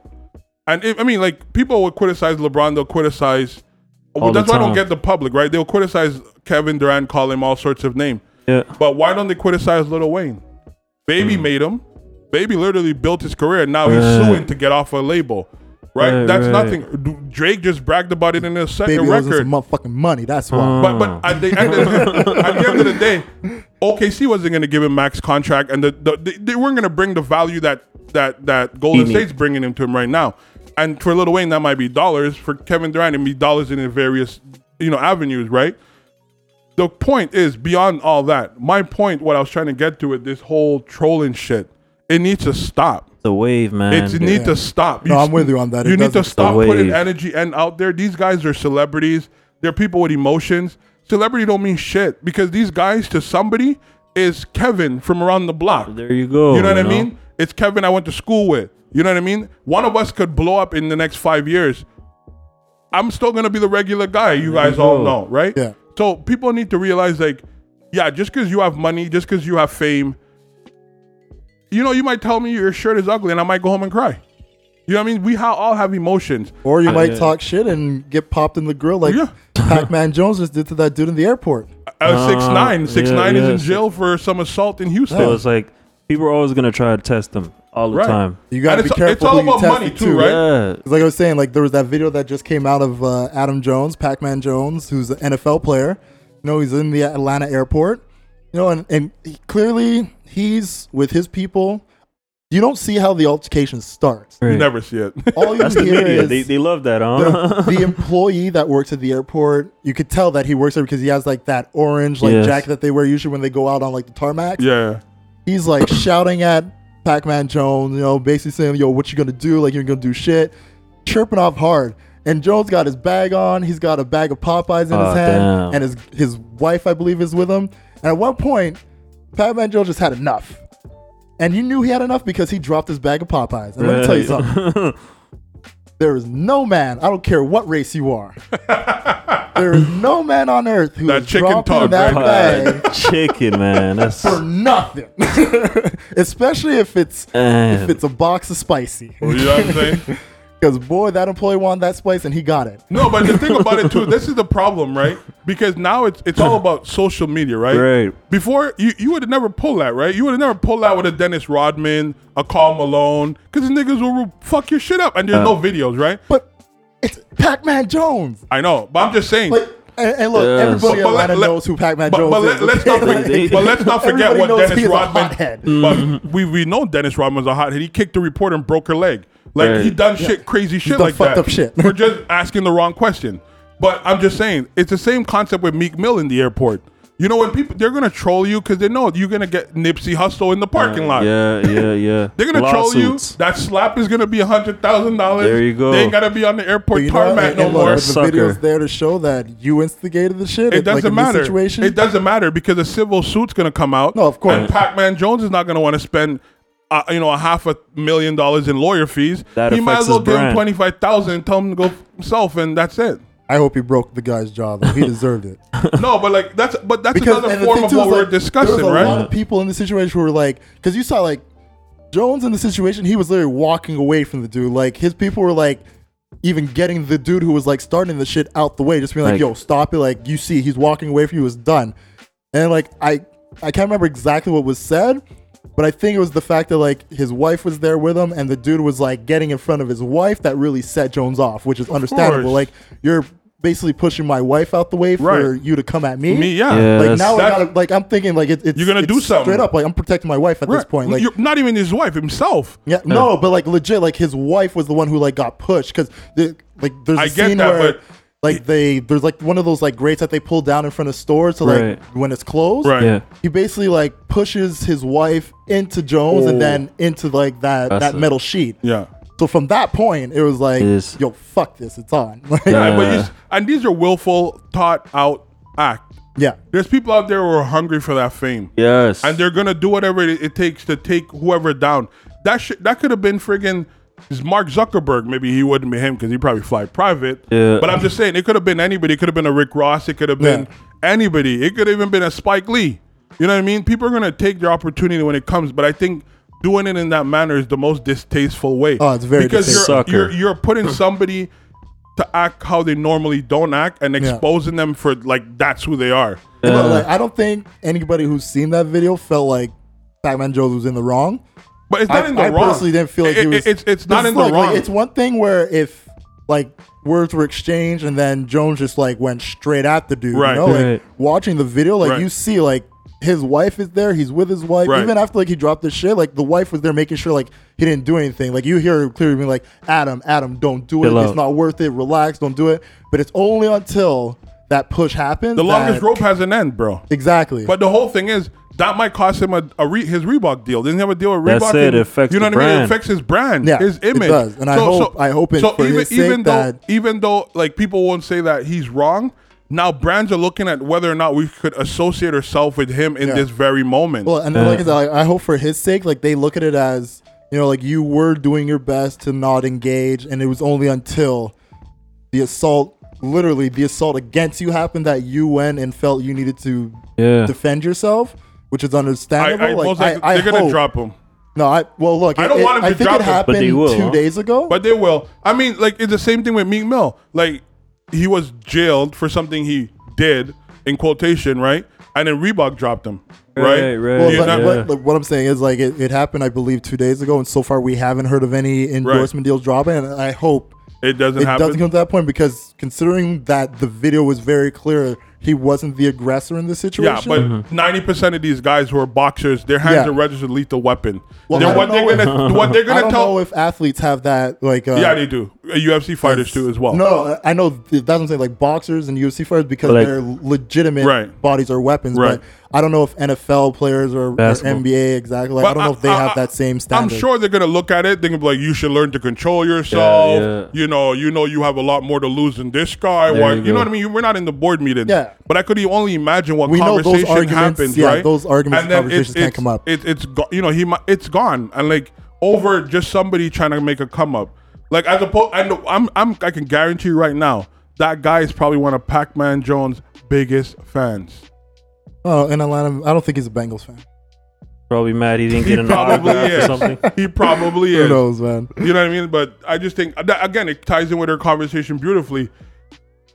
B: and if, I mean, like people would criticize LeBron. They'll criticize.
C: All
B: that's
C: the
B: why I don't
C: time.
B: get the public right. They'll criticize Kevin Durant, call him all sorts of names.
C: Yeah,
B: But why don't they criticize Lil Wayne? Baby made him. Baby literally built his career, and now he's
C: Right.
B: suing to get off a label. Right?
C: Right,
B: That's
C: right.
B: nothing. D- Drake just bragged about it in his second
A: Baby owes him
B: record.
A: some motherfucking money. That's
C: Uh-huh.
A: why.
B: But but at the end of the, at the end of the day, OKC wasn't going to give him max contract, and the, the they, they weren't going to bring the value that that that Golden
C: needs.
B: State's bringing him to him right now. And for Lil Wayne, that might be dollars. For Kevin Durant, it'd be dollars in the various you know avenues, right? The point is beyond all that. My point, what I was trying to get to with this whole trolling shit, it needs to stop.
C: the wave, man.
B: It needs to stop.
A: No, I'm with you on that. It
B: You need to
A: doesn't-
B: stop
C: The
B: putting
C: wave.
B: energy and out there. These guys are celebrities. They're people with emotions. Celebrity don't mean shit because these guys to somebody is Kevin from around the block.
C: There you go.
B: You know what I mean? It's Kevin I went to school with. You know what I mean? One of us could blow up in the next five years. I'm still gonna be the regular guy. You guys
C: you
B: all
C: go.
B: know, right?
A: Yeah.
B: So people need to realize, like, yeah, just because you have money, just because you have fame, you know, you might tell me your shirt is ugly, and I might go home and cry. You know what I mean? We ha- all have emotions.
A: Or you might
C: Uh, yeah.
A: talk shit and get popped in the grill like
B: Yeah.
A: Pac Man Jones just did to that dude in the airport.
B: Uh, six nine, six nine
C: yeah,
B: is
C: yeah,
B: in
C: six-
B: jail for some assault in Houston.
C: So it's like people are always gonna try to test them all the
B: Right.
C: time.
A: You got
B: And
A: to be
B: it's-
A: careful.
B: it's all
A: who you
B: about
A: test
B: money
A: it
B: too, right?
C: Yeah.
A: 'Cause like I was saying, like there was that video that just came out of uh, Adam Jones, Pac-Man Jones, who's an NFL player. You know, he's in the Atlanta airport. You know, and and he, clearly he's with his people. You don't see how the altercation starts.
B: You
C: Right.
B: never see it.
A: All you
C: That's the
A: hear
C: media.
A: is
C: They, they love that, huh?
A: the, the employee that works at the airport. You could tell that he works there because he has like that orange like
C: Yes.
A: jacket that they wear usually when they go out on like the tarmac
B: yeah.
A: he's like shouting at Pac-Man Jones, you know, basically saying, "Yo, what you gonna do? Like you're gonna do shit." chirping off hard. And Jones got his bag on. He's got a bag of Popeyes in
C: Aw,
A: his hand,
C: damn.
A: and his his wife, I believe, is with him. And at one point, Batman Joe just had enough, and he knew he had enough because he dropped his bag of Popeyes. And let me tell you something: there is no man, I don't care what race you are, there is no man on earth who
B: That
A: is
B: chicken
A: dropping
B: talk,
A: that
B: right?
A: bag
C: chicken, man. That's
A: for nothing, especially if it's if
C: damn.
A: it's a box of spicy.
B: You know what I'm saying?
A: Because boy, that employee wanted that spice, and he got it.
B: No, but the thing about it too, this is the problem, right? Because now it's it's all about social media, right?
C: Right.
B: Before you, you would have never pulled that, right? You would have never pulled that with a Dennis Rodman, a Carl Malone, because niggas will fuck your shit up, and there's
C: Uh.
B: no videos, right?
A: But it's Pac-Man Jones.
B: I know, but I'm just saying.
A: Like, and, and look,
C: Yes.
A: everybody in
B: But- but let-
A: Atlanta
B: let-
A: knows who Pac-Man
B: but,
A: Jones
B: but,
A: is.
B: let, let's not forget, but let's not forget
A: Everybody
B: what
A: knows
B: Dennis
A: he's a
B: Rodman.
A: hothead.
C: Mm-hmm.
B: But we we know Dennis Rodman's a hothead. He kicked the reporter and broke her leg. Like
C: Right.
B: he done shit, crazy shit
A: done
B: like
A: fucked
B: that.
A: up shit.
B: We're just asking the wrong question. But I'm just saying, it's the same concept with Meek Mill in the airport. You know when people they're gonna troll you because they know you're gonna get Nipsey Hustle in the parking lot.
C: Uh, Yeah, yeah, yeah.
B: They're gonna
C: Lawsuits.
B: troll you. That slap is gonna be a hundred thousand dollars.
C: There you go.
B: They ain't gotta be on the airport
A: You know, and,
B: tarmac
A: and
B: no
A: look,
B: more.
A: the
C: Sucker.
A: video's there to show that you instigated the shit.
B: It
A: like,
B: doesn't
A: in this
B: matter.
A: Situation.
B: It doesn't matter because a civil suit's going to come out.
A: No, of course.
B: And Pac-Man Jones is not going to want to spend, uh, you know, a half a million dollars in lawyer fees.
C: That
B: he might
C: affects
B: as well
C: his
B: give him
C: brand.
B: twenty-five thousand and tell him to go f- himself, and that's it.
A: I hope he broke the guy's jaw. Though he deserved it.
B: no, but like that's but that's
A: Because and
B: another
A: the
B: form
A: thing,
B: of
A: too,
B: what
A: is,
B: we're
A: like,
B: discussing,
A: there was a lot
B: right?
A: of people in the situation who were like, because you saw like Jones in the situation, he was literally walking away from the dude. Like his people were like even getting the dude who was like starting the shit out the way, just being like,
C: Like-
A: "Yo, stop it!" Like you see, he's walking away from you. It's done. And like I, I can't remember exactly what was said, but I think it was the fact that like his wife was there with him, and the dude was like getting in front of his wife that really set Jones off, which is understandable.
B: course.
A: Like you're basically pushing my wife out the way for
B: Right.
A: you to come at
B: Me, yeah.
C: Yeah.
A: like
C: that's-
A: now, I
B: that-
A: gotta, like I'm thinking, like it, it's
B: You're gonna
A: it's
B: do something.
A: straight up. Like I'm protecting my wife at this
B: Right.
A: point. Like
B: You're- not even his wife himself.
A: yeah, no, but like legit, like his wife was the one who like got pushed because the, like there's a
B: I get
A: scene
B: that,
A: where
B: but-
A: like they there's like one of those like grates that they pull down in front of stores to like
C: Right.
A: when it's closed.
B: Right.
C: Yeah.
A: He basically like pushes his wife into Jones
B: Oh.
A: and then into like that
C: That's
A: that
C: it.
A: metal sheet.
B: Yeah.
A: So from that point, it was like,
C: Yes.
A: yo, fuck this, it's on. Like,
C: Yeah.
B: Yeah, but
C: Uh,
B: it's- and these are willful, taught out act.
A: yeah.
B: There's people out there who are hungry for that fame.
C: Yes.
B: and they're gonna do whatever it, it takes to take whoever down. That shit that could have been friggin' is Mark Zuckerberg. Maybe he wouldn't be him because he probably fly private.
C: Yeah.
B: But I'm just saying it could have been anybody. It could have been a Rick Ross. It could have been anybody. It could have even been a Spike Lee. You know what I mean? People are gonna take their opportunity when it comes. But I think doing it in that manner is the most distasteful way.
A: Oh, it's very
B: because you're,
C: distasteful.
B: you're
C: Sucker.
B: you're putting somebody to act how they normally don't act and exposing them for like that's who they are.
A: But, like, I don't think anybody who's seen that video felt like Batman Jones was in the wrong.
B: But it's not
A: I,
B: in the
A: I
B: wrong.
A: personally didn't feel like
B: It-
A: he
B: it-
A: was.
B: it's it's not
A: Because
B: in the
A: look, like,
B: wrong.
A: it's one thing where if like words were exchanged and then Jones just like went straight at the dude.
B: Right.
A: You know, like,
C: Right.
A: watching the video, like
B: Right.
A: you see like his wife is there. He's with his wife.
B: Right.
A: Even after like he dropped the shit, like the wife was there making sure like he didn't do anything. Like you hear her clearly being like, Adam, Adam, don't do it.
C: Chill
A: It's
C: out."
A: not worth it. Relax. Don't do it. But it's only until that push happens.
B: the longest
A: that-
B: rope has an end, bro.
A: Exactly.
B: But the whole thing is that might cost him a, a re, his Reebok deal. Didn't he have a deal with Reebok.
C: That's it.
B: And-
C: It affects
B: you know
C: the
B: what I mean. It
C: brand.
B: affects his brand,
A: Yeah,
B: his
A: it
B: image.
A: does. And I hope- I hope it- for his sake
B: even though
A: that-
B: even though like people won't say that he's wrong, now brands are looking at whether or not we could associate ourselves with him in
A: Yeah.
B: this very moment.
A: Well, and like I said, like, I hope for his sake, like they look at it as you know, like you were doing your best to not engage, and it was only until the assault, literally the assault against you happened, that you went and felt you needed to
C: yeah.
A: defend yourself, which is
B: I,
A: understandable.
B: I,
A: like
B: most
A: I,
B: likely,
A: I
B: they're gonna
A: hope-
B: drop him.
A: No, I well look,
B: I don't
A: it-
B: want him
A: I
B: to
A: think
B: drop
A: it
B: him. But
A: happened
C: they will,
A: two
C: huh?
A: days ago.
B: But they will. I mean, like it's the same thing with Meek Mill. Like he was jailed for something he did in quotation, right? And then Reebok dropped him, right?
C: Right, right,
A: Well,
B: You
A: but,
B: know-
C: yeah.
A: but- but what I'm saying is, like, it, it happened, I believe, two days ago, and so far we haven't heard of any endorsement deals dropping. And I hope
B: It doesn't
A: it
B: happen.
A: doesn't come to that point because considering that the video was very clear, he wasn't the aggressor in this situation.
B: yeah,
C: Hmm.
B: but 90 percent of these guys who are boxers, their hands
A: Yeah.
B: are registered lethal weapon.
A: Well,
B: They're-
A: I
B: what
A: don't
B: they're
A: know
B: gonna what they're
A: I
B: gonna
A: don't
B: tell
A: know if athletes have that like. Uh,
B: Yeah, they do. uh, UFC fighters too as well.
A: No, I I know th- that's what I'm saying, like boxers and UFC fighters because
C: Like-
A: they're legitimate
B: Right.
A: bodies or weapons.
B: Right.
A: But I don't know if NFL players or, or
C: Basketball.
A: NBA exactly. Like,
B: But
A: I don't know if they have that same
B: I'm
A: standard.
B: sure they're gonna look at it. They're gonna be like, "You should learn to control yourself."
C: yeah.
B: You know, you know, you have a lot more to lose than this guy.
C: There
B: Why,
C: you
B: you, know
C: go.
B: what I mean? We're not in the board meeting.
A: Yeah.
B: But I could e- only imagine what
A: We know those
B: conversation
A: arguments-
B: happens,
A: yeah,
B: right?
A: those arguments and
B: then
A: conversations
B: it's,
A: can't
B: it's-
A: come up.
B: It, it's go- you know he mi- it's gone and like over just somebody trying to make a come up. Like as opposed, I know I'm I'm I can guarantee you right now that guy is probably one of Pac-Man Jones' biggest fans.
A: Oh, in Atlanta, I don't think he's a Bengals fan.
C: Probably mad he didn't get an
B: Probably
C: autograph or
B: is.
C: something.
B: He probably
A: Who
B: is.
A: knows, man?
B: You know what I mean? But I just think that, again, it ties in with our conversation beautifully.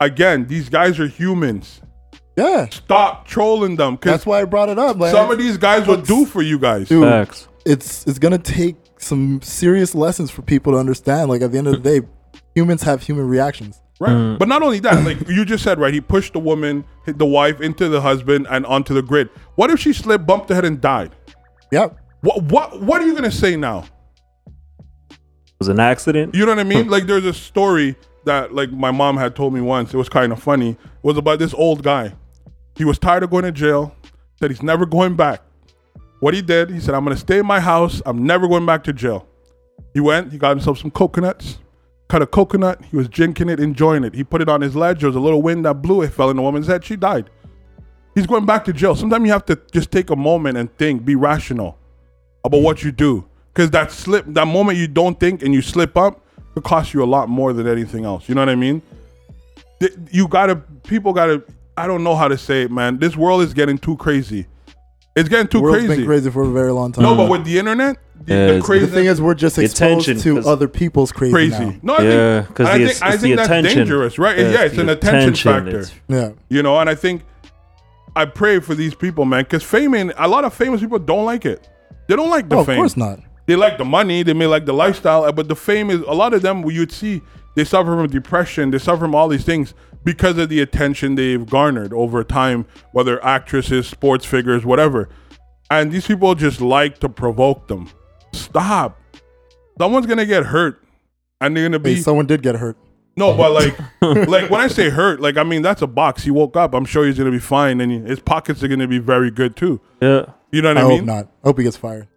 B: Again, these guys are humans.
A: Yeah,
B: Stop trolling them because
A: that's why I brought it up. Like,
B: some of these guys will do for you guys.
A: Dude,
C: Facts.
A: it's it's gonna take some serious lessons for people to understand. Like at the end of the day, humans have human reactions.
B: Right. But not only that, like you just said, right? He pushed the woman, hit the wife, into the husband and onto the grid. What if she slipped, bumped her head, and died?
A: Yep.
B: What what what are you gonna say now?
C: It was an accident.
B: You know what I mean? Like there's a story that like my mom had told me once. It was kind of funny. It was about this old guy. He was tired of going to jail. Said he's never going back. What he did, he said, "I'm gonna stay in my house. I'm never going back to jail." He went. He got himself some coconuts. Cut a coconut. He was drinking it, enjoying it. He put it on his ledge. There was a little wind that blew. It fell in the woman's head. She died. He's going back to jail. Sometimes you have to just take a moment and think, be rational about what you do. Because that slip, that moment you don't think and you slip up, could cost you a lot more than anything else. You know what I mean? Th- You gotta, people gotta, I don't know how to say it, man. This world is getting too crazy. It's getting too
A: World's
B: crazy.
A: been crazy for a very long time.
B: No, but with the internet, the,
C: Mm. Yeah,
B: the
C: it's-
A: the
B: crazy
A: thing is, we're just
C: The
A: exposed
C: attention,
A: to
C: 'cause-
A: other people's crazy. now.
B: crazy. No, I
C: Yeah,
B: think,
C: 'cause
B: I
C: the-
B: think, I
C: it's the
B: think that's
C: attention.
B: dangerous, right?
C: Yeah,
B: Yeah,
C: it's
B: it's, an
C: the
B: attention,
C: attention,
B: factor.
C: it's-
A: Yeah.
B: You know, and I think I pray for these people, man, because fame and a lot of famous people don't like it. They don't like the
A: Oh, of
B: fame.
A: course not.
B: They like the money, they may like the lifestyle, but the fame is a lot of them you'd see they suffer from depression, they suffer from all these things because of the attention they've garnered over time, whether actresses, sports figures, whatever. And these people just like to provoke them. Stop. Someone's gonna get hurt. And they're gonna
A: Hey,
B: be
A: someone did get hurt.
B: no, but like, like when I say hurt, like I mean that's a box. He woke up. I'm sure he's gonna be fine, and his pockets are gonna be very good too.
C: Yeah.
B: You know what
A: I,
B: I,
A: hope
B: mean?
A: not. I hope he gets fired.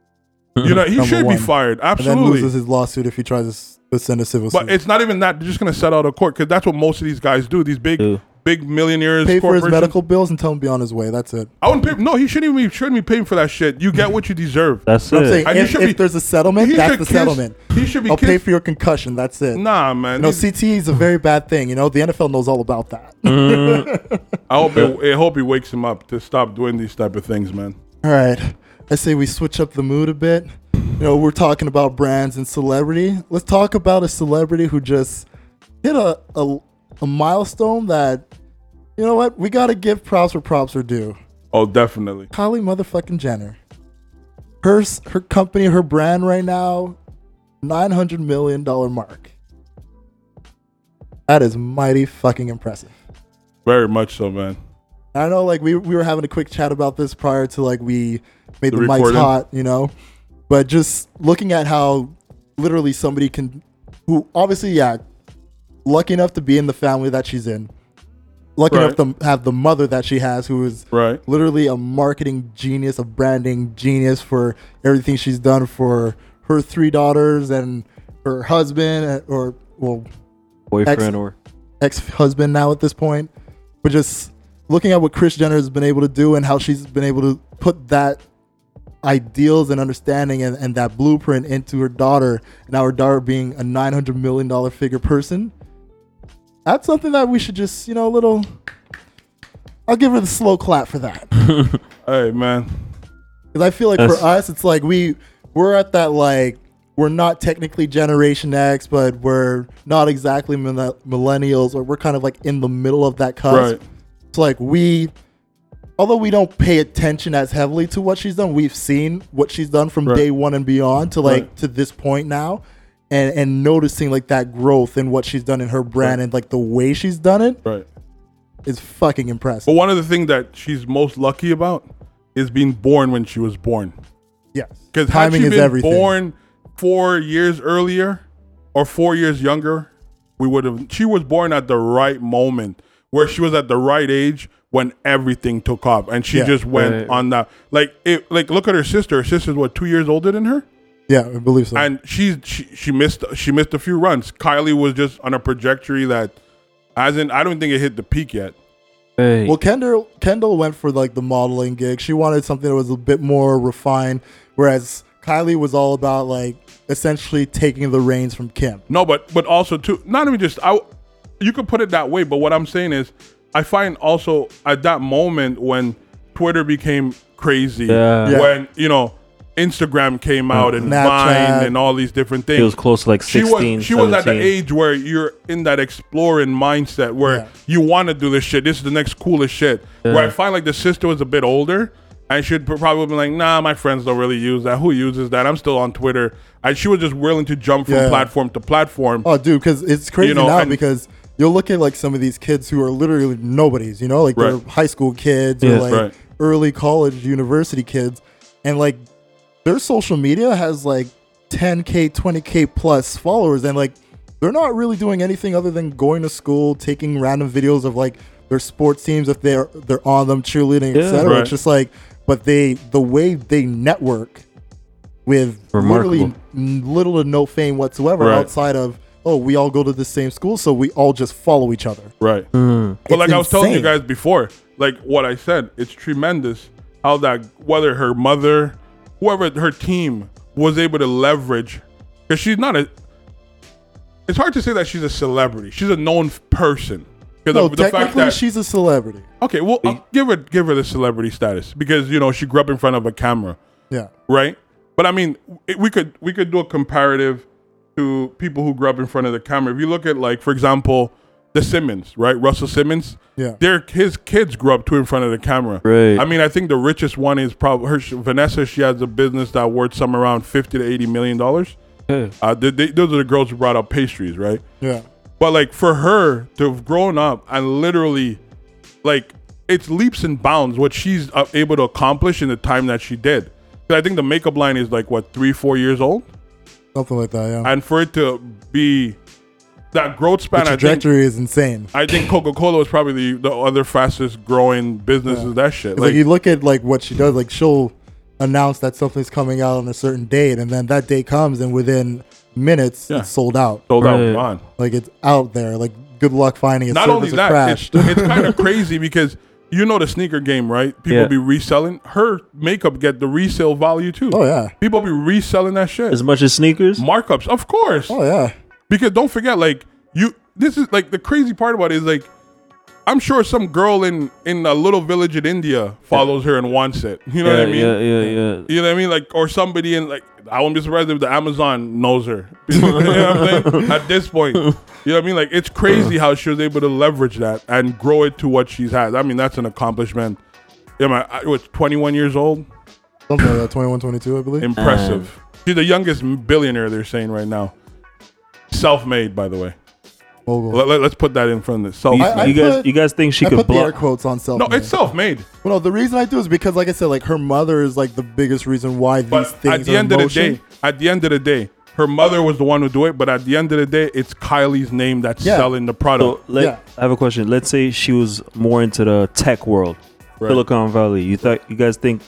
B: You know he
A: Number
B: should
A: one.
B: be fired.
A: And then loses
B: Absolutely.
A: his lawsuit if he tries to, s- to send a civil
B: But
A: suit.
B: it's not even that. They're just gonna set out of court because that's what most of these guys do. These big,
C: Do.
B: big millionaires.
A: Pay for his
B: corporations.
A: medical bills and tell him to be on his way. That's it.
B: I wouldn't pay. No, he shouldn't even be, shouldn't be paying for that shit. You get what you deserve.
C: That's
A: I'm
C: it.
A: saying
B: And you
A: if,
B: should
A: if
B: be-
A: there's a settlement,
B: He
A: that's
B: should
A: the
B: kiss-
A: settlement.
B: He should be.
A: I'll pay
B: kissed-
A: for your concussion. That's it.
B: Nah, man.
A: You know,
B: These-
A: CTE is a very bad thing. You know, the NFL knows all about that.
B: I hope. It, I hope he wakes him up to stop doing these type of things, man.
A: All right. I say we switch up the mood a bit. You know, we're talking about brands and celebrity. Let's talk about a celebrity who just hit a, a, a milestone that, you know what, we got to give props where props are due.
B: Oh, definitely.
A: Kylie motherfucking Jenner. Her, s- her company, her brand right now, $900 million mark. That is mighty fucking impressive.
B: Very much so, man.
A: I know, like we, we were having a quick chat about this prior to like we made
B: The
A: the, mics
B: recording?
A: hot, you know. But just looking at how literally somebody can, who obviously yeah, lucky enough to be in the family that she's in, lucky
B: Right.
A: enough to have the mother that she has, who is
B: Right.
A: literally a marketing genius, a branding genius for everything she's done for her three daughters and her husband, uh, or well,
C: Boyfriend
A: Ex-
C: or
A: ex-husband now at this point but just looking at what chris jenner has been able to do and how she's been able to put that ideals and understanding and, and that blueprint into her daughter and now her daughter being a 900 million dollar figure person that's something that we should just you know a little i'll give her the slow clap for that
B: Hey, man.
A: because I feel like
C: That's-
A: for us, it's like we we're at that like we're not technically Generation X, but we're not exactly mil- millennials, or we're kind of like in the middle of that cusp.
B: Right.
A: It's like we, although we don't pay attention as heavily to what she's done, we've seen what she's done from
B: Right.
A: day one and beyond to like
B: Right.
A: to this point now. And, and noticing like that growth in what she's done in her brand and like the way she's done it
B: Right.
A: is fucking impressive.
B: But one of the things that she's most lucky about is being born when she was born.
A: Yes,
B: Because had
A: timing
B: she
A: is
B: been
A: everything.
B: born four years earlier or four years younger, we would have. She was born at the right moment where she was at the right age when everything took off, and she
A: Yeah.
B: just went
D: Right.
B: on that. Like it. Like look at her sister. Her sister's what two years older than her,
A: Yeah, I believe so.
B: and she's she, she missed she missed a few runs. Kylie was just on a trajectory that, as in, I don't think it hit the peak yet.
D: Hey.
A: Well, Kendall Kendall went for like the modeling gig. She wanted something that was a bit more refined, whereas Kylie was all about like essentially taking the reins from Kim.
B: No, but but also too, not even just I. You could put it that way, but what I'm saying is, I find also at that moment when Twitter became crazy,
D: Yeah.
A: Yeah.
B: when you know Instagram came out and
A: Snapchat.
B: Vine and all these different things.
C: Mm. It was close to like
B: she
C: 16,
B: was she was at the
C: 17.
B: age where you're in that exploring mindset where
A: Yeah.
B: you want to do this shit. This is the next coolest shit. Where I find like the sister was a bit older and she'd pr- probably be like, "Nah, my friends don't really use that. Who uses that? I'm still on Twitter." And she was just willing to jump from
A: Yeah.
B: platform to platform.
A: Oh, dude, because it's crazy
B: know,
A: now
B: and-
A: because you'll look at like some of these kids who are literally nobodies. You know, like
B: Right.
A: they're high school kids
C: Yeah.
A: or like
B: Right.
A: early college, university kids, and like their social media has like 10k, 20k plus followers, and like they're not really doing anything other than going to school, taking random videos of like their sports teams if they're they're on them cheerleading,
C: Yeah.
A: etc.
B: Right.
A: It's just like, but they the way they network with literally
C: Remarkable.
A: n- little to no fame whatsoever
B: Right.
A: outside of oh we all go to the same school so we all just follow each other.
B: Right. But
A: It's
B: like I was telling you
A: insane.
B: guys before, like what I said, it's tremendous how that whether her mother, whoever her team was able to leverage, because she's not a. It's hard to say that she's a celebrity. She's a known f- person. Because
A: No, technically she's a celebrity.
B: okay, well, I'll give her give her the celebrity status because you know she grew up in front of a camera
A: Yeah.
B: right? But I mean, it, we could we could do a comparative to people who grew up in front of the camera. If you look at like, for example, the Simmons, right? Russell Simmons.
A: Yeah.
B: Their his kids grew up too in front of the camera.
D: Right.
B: I mean, I think the richest one is probably her Vanessa. She has a business that worth some around fifty to eighty million dollars.
D: Yeah.
B: Uh, they, they, those are the girls who brought out pastries, right?
A: Yeah.
B: But like for her to have grown up and literally, like it's leaps and bounds what she's uh, able to accomplish in the time that she did. 'Cause I think the makeup line is like what three, four years old,
A: Something like that, yeah.
B: and for it to be that growth span,
A: the
B: I think,
A: trajectory is insane.
B: I think Coca Cola was probably the, the other fastest growing business of that shit.
A: It's like,
B: Like,
A: you look at like what she does, like she'll announce that something's coming out on a certain date and then that day comes and within minutes
B: Yeah.
A: it's sold out.
B: sold out,
D: Right.
B: gone.
A: Like it's out there. Like good luck finding it.
B: Not only
A: Servers are
B: that, it's,
A: crashed.
B: it's kind of crazy because you know the sneaker game, right? People
D: Yeah.
B: be reselling her makeup, get the resale value too.
A: oh yeah.
B: People be reselling that shit.
C: as much as sneakers.
B: markups, of course.
A: Oh yeah.
B: Because don't forget, like you, this is like the crazy part about it is like, I'm sure some girl in in a little village in India follows her and wants it. You know
D: yeah,
B: what I mean?
D: yeah, yeah, yeah.
B: You know what I mean? Like, or somebody in like, I wouldn't be surprised if the Amazon knows her. you know what I'm saying? At this point, you know what I mean? Like, it's crazy how she was able to leverage that and grow it to what she's had. I mean, that's an accomplishment. Yeah, my I was 21 years old.
A: Something like that, 21, 22, I believe. Uh.
B: Impressive. She's the youngest billionaire they're saying right now. Self-made, by the way.
A: Mogul.
B: Let, us put that in front of the self.
C: You,
A: I- I
C: you guys,
A: put-
C: you guys think she
A: I
C: could
A: put the air
C: block?
A: quotes on self.
B: no, it's self-made.
A: Well, no, the reason I do is because, like I said, like her mother is like the biggest reason why these
B: But
A: things.
B: at the
A: are
B: end
A: in
B: of the
A: motion.
B: day, at the end of the day, her mother was the one who do it. But at the end of the day, it's Kylie's name that's
A: Yeah.
B: selling the product.
C: So let,
A: Yeah.
C: I have a question. Let's say she was more into the tech world,
B: Right.
C: Silicon Valley. You thought you guys think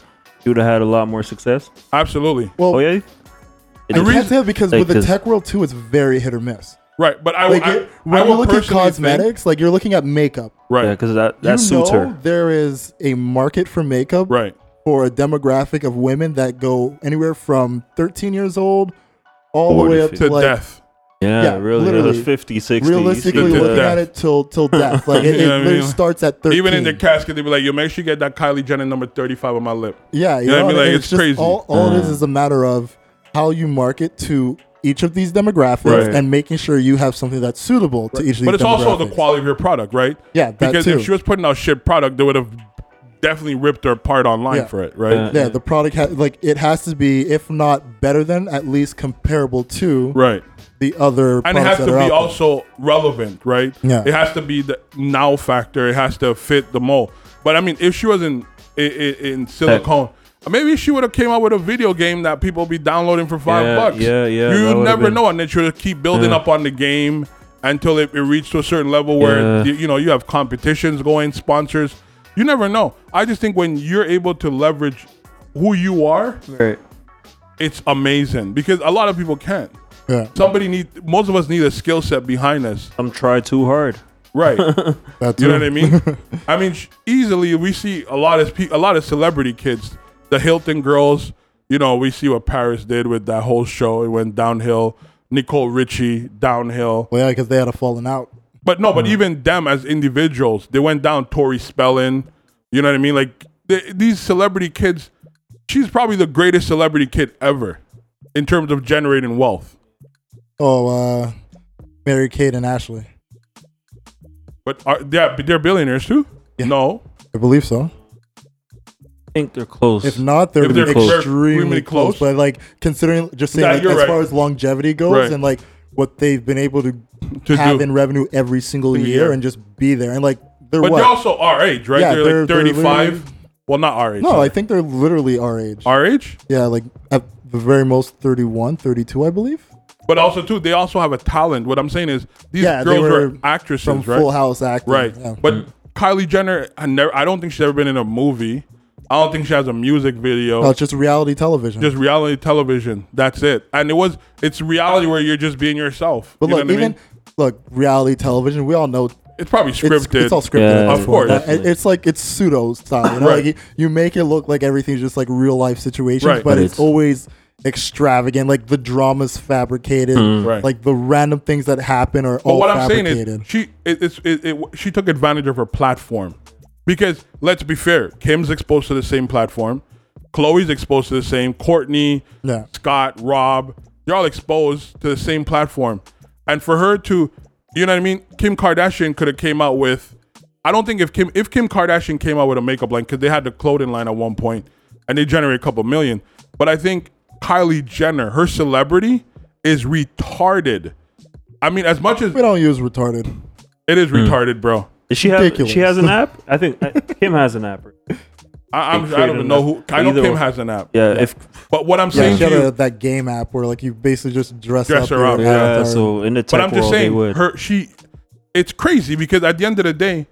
C: you would have had a lot more success?
B: Absolutely.
A: well,
C: Oh yeah,
A: I
B: The
A: can't
B: reason-
A: tell because
C: like
A: with the
C: this-
A: tech world too, it's very hit or miss.
B: Right. But I,
A: Like
B: I,
A: it-
B: I
A: when
B: would
A: you look at
B: personally think-
A: cosmetics, like you're looking at makeup.
B: right.
C: yeah, because that that
A: you
C: suits
A: know
C: her.
A: there is a market for makeup
B: Right.
A: for a demographic of women that go anywhere from 13 years old all the
C: Forty
A: way up
C: feet.
B: To
A: to like
B: death.
C: Yeah,
A: Yeah,
C: really,
A: literally.
C: literally. 50, 60.
A: realistically
B: to
A: looking
B: death.
A: at it till till death. Like it,
B: You know
A: it
B: what I mean?
A: literally starts at 13.
B: Even in the casket, they'd be like, "Yo, make sure you get that Kylie Jenner number thirty-five on my lip."
A: Yeah, you
B: know what I
A: know,
B: mean?
A: and
B: Like,
A: it's,
B: it's
A: just
B: crazy.
A: All, all it is is a matter of how you market to each of these demographics
D: Right.
A: and making sure you have something that's suitable to each of these.
B: But it's also the
A: demographics.
B: quality of your product, right?
A: Yeah, that
B: because
A: too.
B: if she was putting out shit product, they would have definitely ripped her apart online
A: Yeah.
B: for it, right?
D: Yeah.
A: Yeah, the product ha- like it has to be, if not better than, at least comparable to
B: Right.
A: the other.
B: And it
A: products
B: has
A: that
B: to
A: are out
B: be
A: there.
B: also relevant, right?
A: Yeah.
B: It has to be the now factor. It has to fit the mold. But I mean, if she was in in, in silicone, maybe she would have came out with a video game that people be downloading for five
D: Yeah,
B: bucks.
D: yeah, yeah, that
B: You
D: would've
B: never
D: been-
B: know, and then she would keep building
D: Yeah.
B: up on the game until it, it reached to a certain level where
C: Yeah.
B: you, you know you have competitions going, sponsors. You never know. I just think when you're able to leverage who you are,
D: Right.
B: it's amazing because a lot of people can't.
A: Yeah,
B: Somebody need most of us need a skill set behind us,
C: Some try too hard.
B: right?
A: that's
B: You know what I mean? I mean, sh- easily we see a lot of pe- a lot of celebrity kids, the Hilton girls. You know, we see what Paris did with that whole show. It went downhill. Nicole Richie downhill.
A: Well, yeah, because they had a falling out.
B: But no, but even them as individuals, they went down. Tori Spelling. You know what I mean? Like they, these celebrity kids. She's probably the greatest celebrity kid ever in terms of generating wealth.
A: Oh, uh, Mary Kate and Ashley.
B: But are they're, they're billionaires too?
A: Yeah.
B: No,
A: I believe so.
C: I think they're close.
A: If not, they're,
B: If they're
A: extremely
B: close.
A: close.
B: Extremely close.
A: But like considering just saying
B: Nah,
A: like,
B: you're
A: as
B: right.
A: far as longevity goes
B: Right.
A: and like what they've been able to,
B: To
A: have
B: do.
A: in revenue every single
B: Every
A: year,
B: year.
A: and just be there and like they're
B: but
A: what?
B: they're also our age, right?
A: Yeah,
B: they're,
A: they're-
B: like
A: they're literally-
B: 35. well, not our age.
A: no,
B: sorry.
A: I think they're literally our age.
B: our age.
A: yeah, like at the very most 31, 32, I believe.
B: But also too, they also have a talent. What I'm saying is these
A: Yeah, they
B: girls were,
A: were
B: actresses,
A: From
B: right?
A: Full House acting.
B: right.
A: Yeah.
B: But Kylie Jenner, I never. I don't think she's ever been in a movie. I don't think she has a music video.
A: No, it's just reality television.
B: just reality television. That's it. And it was it's reality where you're just being yourself.
A: but
B: you know
A: look,
B: what I
A: even
B: mean?
A: look, reality television. We all know
B: it's probably
A: it's,
B: scripted.
A: it's all scripted.
C: Yeah,
A: at this
B: Of
A: point.
B: course.
A: It- it's like it's pseudo style. You know,
B: Right.
A: like you make it look like everything's just like real life situations,
B: Right.
A: but
C: But
A: it's,
C: it's-
A: always extravagant. Like the drama's fabricated.
C: Hmm.
B: Right.
A: Like the random things that happen are
B: But
A: all
B: what I'm saying
A: fabricated.
B: is, she it, it's it, it, she took advantage of her platform because let's be fair, Kim's exposed to the same platform, Chloe's exposed to the same, Courtney,
A: Yeah.
B: Scott, Rob, they're all exposed to the same platform, and for her to, you know what I mean, Kim Kardashian could have came out with. I don't think if Kim if Kim Kardashian came out with a makeup line because they had the clothing line at one point and they generate a couple million, but I think Kylie Jenner, her celebrity is retarded. I mean, as much as
A: we don't use retarded.
B: it is retarded, bro.
C: Does she have?
A: Ridiculous.
C: She has an app. I think uh, Kim has an app. Yeah,
B: I, I'm, I
C: They created
B: don't even
C: an
B: know
C: app.
B: who. I know
C: Either
B: Kim
C: one.
B: has an app.
C: If
B: But what I'm
A: Yeah,
B: saying
A: she had
B: to you,
A: a, that game app where like you basically just dress,
B: Dress
A: up
B: her
A: your
B: up. Yeah,
C: yeah.
A: avatar.
C: uh, So in the tech
B: but I'm just
C: world, they
B: saying,
C: would.
B: her she, it's crazy because at the end of the day,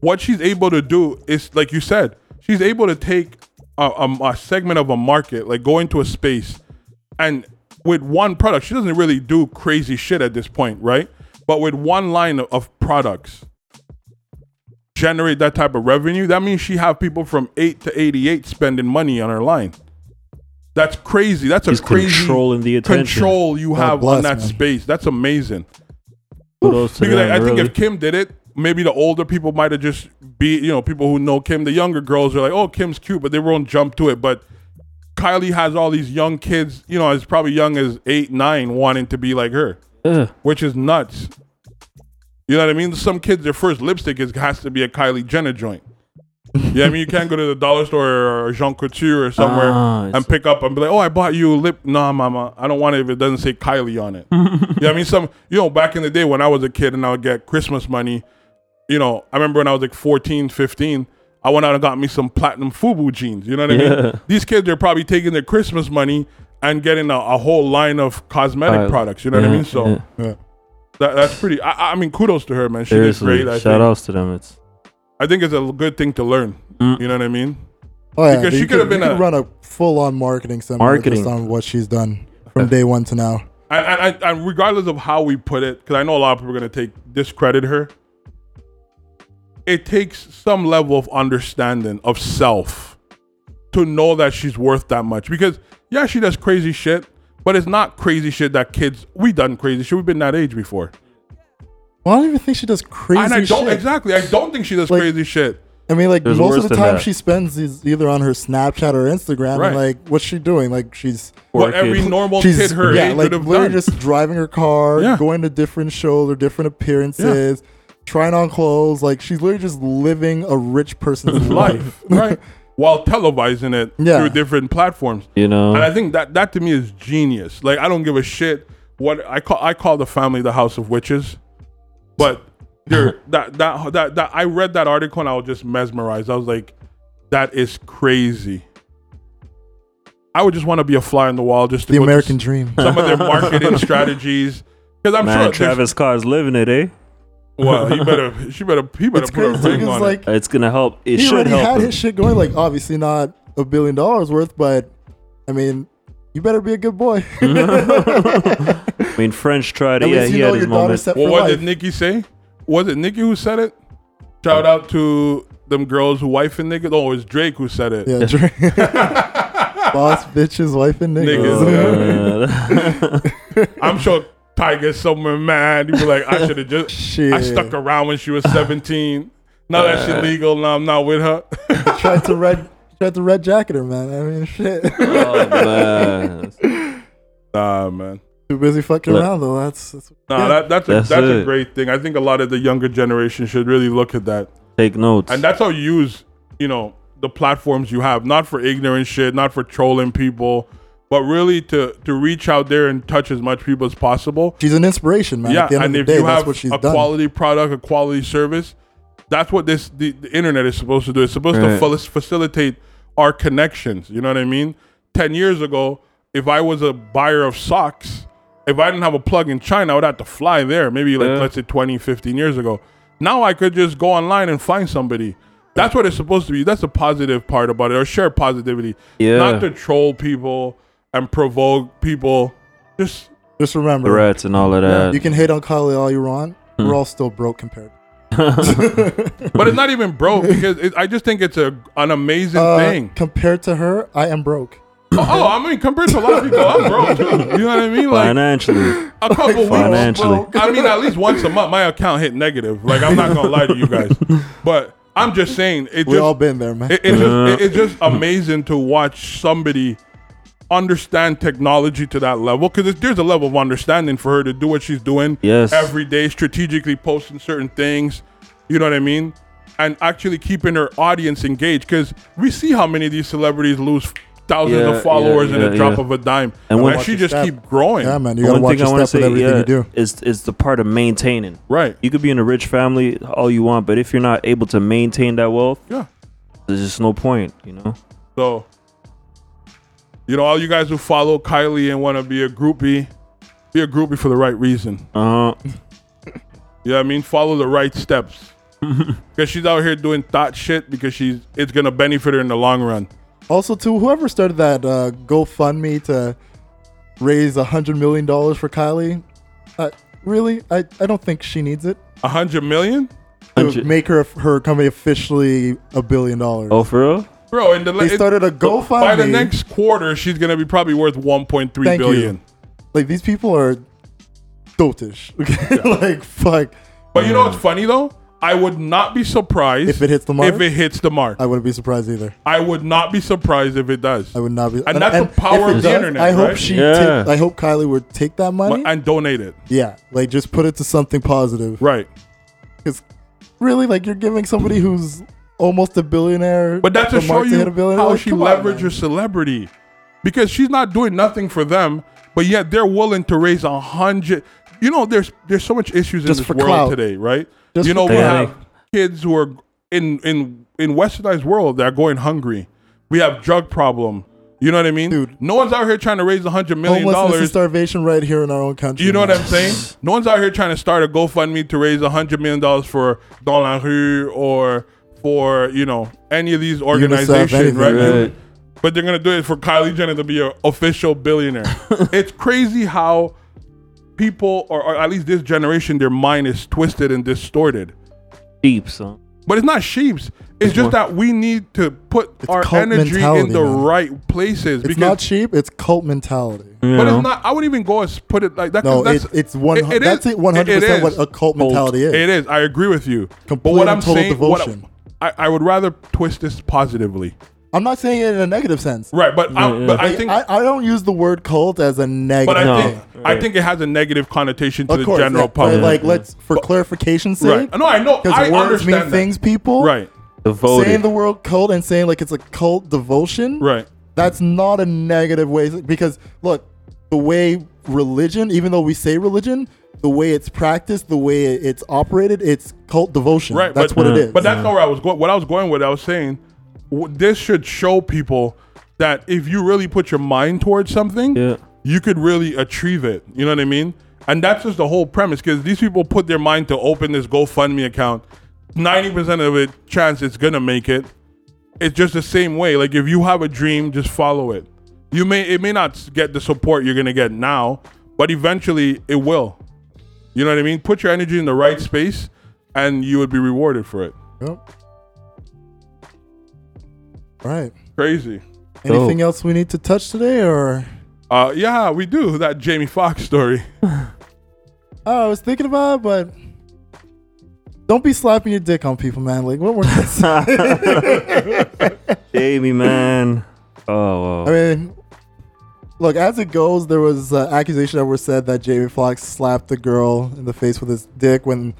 B: what she's able to do is like you said, she's able to take a, a, a segment of a market, like go into a space, and with one product, she doesn't really do crazy shit at this point, right? But with one line of, of products, generate that type of revenue. That means she have people from eight to eighty-eight spending money on her line. That's crazy. That's a
C: She's
B: crazy
C: controlling the attention.
B: control you
A: God
B: have on
A: bless,
B: that
A: man.
B: space. That's amazing.
C: Kudos to
B: Because
C: them,
B: I, I think
C: really.
B: if Kim did it, maybe the older people might have just be, you know, people who know Kim. The younger girls are like, oh, Kim's cute, but they won't jump to it. But Kylie has all these young kids, you know, as probably young as eight, nine, wanting to be like her,
C: Yeah.
B: which is nuts. You know what I mean? Some kids, their first lipstick is, has to be a Kylie Jenner joint. yeah, I mean, you can't go to the dollar store or Jean Couture or somewhere
C: Ah, it's-
B: and pick up and be like, "Oh, I bought you lip." Nah, mama, I don't want it if it doesn't say Kylie on it. you know what I mean? Some, you know, back in the day when I was a kid and I would get Christmas money, you know, I remember when I was like 14, 15, I went out and got me some platinum FUBU jeans. You know what I
C: Yeah.
B: mean? These kids are probably taking their Christmas money and getting a, a whole line of cosmetic
C: Uh,
B: products. You know what I
C: yeah,
B: mean? So
C: yeah.
A: Yeah.
B: that, that's pretty. I, I mean, kudos to her, man. She did
C: seriously,
B: great. I
C: shout
B: think,
C: outs to them. It's
B: I think it's a good thing to learn.
C: Mm.
B: You know what I mean?
A: Oh yeah,
B: Because
A: you
B: she could have been
A: you could
B: a-
A: run a full on marketing seminar
C: Marketing.
A: just on what she's done from day one to now.
B: And, and, and- and regardless of how we put it, because I know a lot of people are going to take discredit her. It takes some level of understanding of self to know that she's worth that much. Because yeah, she does crazy shit, but it's not crazy shit that kids. We done crazy shit. We've been that age before,
A: Well, I don't even think she does crazy
B: and I don't
A: shit.
B: exactly. I don't think she does
A: Like-
B: crazy shit.
A: I mean, like
C: There's
A: most
C: worse
A: of the
C: than
A: time
C: that.
A: she spends is either on her Snapchat or Instagram,
B: Right.
A: and like, what's she doing? Like, she's
B: What
C: Work
B: every
C: it.
B: normal
A: she's
B: kid her
A: yeah,
B: age
A: like
B: would have
A: literally
B: done.
A: just driving her car,
B: Yeah.
A: going to different shows or different appearances, trying on clothes. Like, she's literally just living a rich person's
B: life, right? While televising it
A: Yeah.
B: through different platforms.
C: You know?
A: Uh-huh.
B: And I think that that to me is genius. Like I don't give a shit what I call I call the family the house of witches. But there that, that that that I read that article and I was just mesmerized. I was like, that is crazy. I would just want to be a fly on the wall just to
A: the
B: go to
A: American
B: s-
A: dream.
B: some of their marketing strategies, Because I'm
C: Man,
B: sure there's-
C: Travis Scott's living it, eh?
B: Well, he better, she better, he better
A: It's
B: put a
A: crazy
B: ring
A: because
B: on
A: like
B: it.
C: It's gonna help. It
A: he
C: should
A: already
C: help.
A: had
C: him.
A: his shit going. Like obviously not a billion dollars worth, but I mean, you better be a good boy.
C: I mean, French tried
A: At
C: it. Yeah,
A: least
C: he
A: you know
C: had
A: your daughter's
C: his moment.
A: set
B: Well,
A: for
B: was
A: life.
B: it Nikki say? Was it Nikki who said it? Shout out to them girls who wife and niggas. Oh, it's Drake who said it.
A: yeah, drink. boss, bitches, wife, and
B: Oh,
A: niggas.
C: Uh,
B: I'm sure Tiger's somewhere mad. He be like, I should have just.
A: Shit,
B: I stuck around when she was 17. Now that she legal, now I'm not with her.
A: tried to red, tried to red jacket her, man. I mean, shit.
C: oh, man.
B: nah, man.
A: Too busy fucking
C: Look.
A: around though. That's, that's
B: Nah,
A: Yeah.
B: that, that's a,
C: That's
B: that's, a
C: it.
B: great thing. I think a lot of the younger generation should really look at that.
C: Take notes.
B: and that's how you use you know the platforms you have not for ignorant shit not for trolling people but really to to reach out there and touch as much people as possible
A: she's an inspiration, man.
B: yeah
A: At the end
B: and
A: of
B: if
A: the day,
B: you
A: that's
B: have
A: what she's
B: a
A: done.
B: quality product a quality service that's what this the, the internet is supposed to do it's supposed
C: Right.
B: to fel- facilitate our connections you know what i mean 10 years ago if i was a buyer of socks if i didn't have a plug in china i would have to fly there maybe like
C: Yeah.
B: let's say 20 15 years ago now i could just go online and find somebody that's what it's supposed to be that's the positive part about it or share positivity
C: Yeah.
B: not to troll people and provoke people just
A: Just remember,
C: Threats and all of that.
A: you can hate on Kylie all you want.
B: Hmm.
A: We're all still broke compared.
B: but it's not even broke because it, I just think it's a an amazing
A: Uh,
B: thing.
A: Compared to her, I am broke.
B: Oh, oh, I mean, compared to a lot of people, I'm broke too. You know what I mean? Like
C: Financially,
B: a couple weeks.
C: financially.
A: Broke.
B: I mean, at least once a month, my account hit negative. Like I'm not gonna lie to you guys, but I'm just saying it.
A: We
B: just,
A: all been there, man.
B: It, it's, just, it- it's just
C: Uh-huh.
B: amazing to watch somebody understand technology to that level because there's a level of understanding for her to do what she's doing
C: Yes.
B: every day, strategically posting certain things. You know what I mean? And actually keeping her audience engaged because we see how many of these celebrities lose thousands
C: Yeah, yeah,
B: of followers in
C: yeah,
B: a drop
C: yeah.
B: of a dime,
C: And
B: and,
C: when-
B: she just
A: Step.
B: keep growing.
A: yeah, man. You gotta watch your
C: wanna
A: step with everything you do.
C: is is the part of maintaining.
B: Right?
C: You could be in a rich family all you want, but if you're not able to maintain that wealth,
B: Yeah.
C: there's just no point. You know.
B: So, you know, all you guys who follow Kylie and want to be a groupie, be a groupie for the right reason.
C: Uh,
B: You know what I mean? Follow the right steps. Because she's out here doing thought shit because she's it's gonna benefit her in the long run.
A: Also, to whoever started that uh, GoFundMe to raise a hundred million dollars for Kylie, uh, really, I, I don't think she needs it
B: A hundred million?
A: to
C: Hundred-
A: make her her company officially a billion dollars.
C: oh, for real?
B: Bro, in the
A: They started a
B: by the
A: GoFundMe.
B: next quarter, she's gonna be probably worth one point three
A: Thank you.
B: billion.
A: Like these people are dotish. Okay? like fuck.
B: But you know what's funny though? I would not be surprised
A: If it hits the mark?
B: If it hits the mark.
A: I wouldn't be surprised either.
B: I would not be surprised if it does.
A: I would not be.
B: And that's the
A: if
B: power
A: it
B: of the internet,
A: I hope
B: right?
A: she.
C: Yeah.
A: Take, I hope Kylie would take that money.
B: But- and donate it.
A: yeah, like just put it to something positive.
B: Right.
A: Because really, like you're giving somebody who's almost a billionaire.
B: But that's to
A: the
B: show
A: mark
B: you
A: hit a billion.
B: how
A: Like,
B: she
A: come on,
B: leveraged
A: man.
B: her celebrity, because she's not doing nothing for them, but yet they're willing to raise a hundred. You know, there's there's so much issues
A: Just
B: in this
A: for
B: world
A: clout.
B: today, right?
A: Just
B: you know,
A: for
B: we
C: clout.
B: have kids who are in in in westernized world that are going hungry. We have drug problem. You know what I mean?
A: Dude.
B: no one's out here trying to raise a hundred million
A: Homelessness and
B: dollars.
A: starvation right here in our own country.
B: You know what
A: man.
B: I'm saying? No one's out here trying to start a GoFundMe to raise a hundred million dollars for Dans la Rue or for you know any of these organizations,
A: anything,
B: right?
C: right.
B: But they're gonna do it for Kylie Jenner to be an official billionaire. it's crazy how people, or, or at least this generation, their mind is twisted and distorted.
C: Deep, son.
B: But it's not sheeps. It's just that we need to put our
A: cult
B: energy in
A: mentality,
B: the
A: man.
B: right places.
A: It's not cheap. It's cult mentality.
C: You
B: but
C: know?
B: it's not. I wouldn't even go as put it like that. 'cause
A: No,
B: that's,
A: it, it's one.
B: it- it
A: that's
B: is-
A: it. One hundred
B: it
A: percent
B: is.
A: what a cult mentality is.
B: It is. I agree with you.
A: Complete
B: but what
A: and
B: I'm
A: total
B: saying, what I-
A: devotion.
B: I, I would rather twist this positively.
A: I'm not saying it in a negative sense.
B: Right, but I,
C: Yeah,
B: but
C: yeah.
B: I think,
A: I, I don't use the word cult as a negative.
B: but I
C: No.
B: think, I think it has a negative connotation to
A: of
B: the
A: course,
B: general
A: yeah, but,
B: public.
A: Like, let's for clarification's sake,
B: right? No, I know. I
A: because words mean
B: understand that.
A: things. People,
B: Right,
A: Saying
C: Devoted.
A: the word cult and saying like it's a cult devotion,
B: right,
A: That's not a negative way because look, the way religion, even though we say religion, the way it's practiced, the way it's operated, it's cult devotion.
B: right.
A: That's
B: but,
A: what it is.
B: But that's not where I was going. What I was going with, I was saying, w- this should show people that if you really put your mind towards something,
C: Yeah.
B: you could really achieve it. You know what I mean? And that's just the whole premise because these people put their mind to open this GoFundMe account. 90% of it chance it's gonna make it. It's just the same way. Like if you have a dream, just follow it. You may it may not get the support you're gonna get now, but eventually it will. You know what I mean? Put your energy in the right space and you would be rewarded for it.
A: Yep. Right.
B: Crazy.
A: Anything else we need to touch today, or
B: Uh yeah, we do that Jamie Foxx story.
A: oh, I was thinking about it, but don't be slapping your dick on people, man. Like what we're not saying.
C: Jamie, man. Oh,
A: I
C: wow.
A: mean, look as it goes, there was uh, accusation that was said that Jamie Foxx slapped the girl in the face with his dick when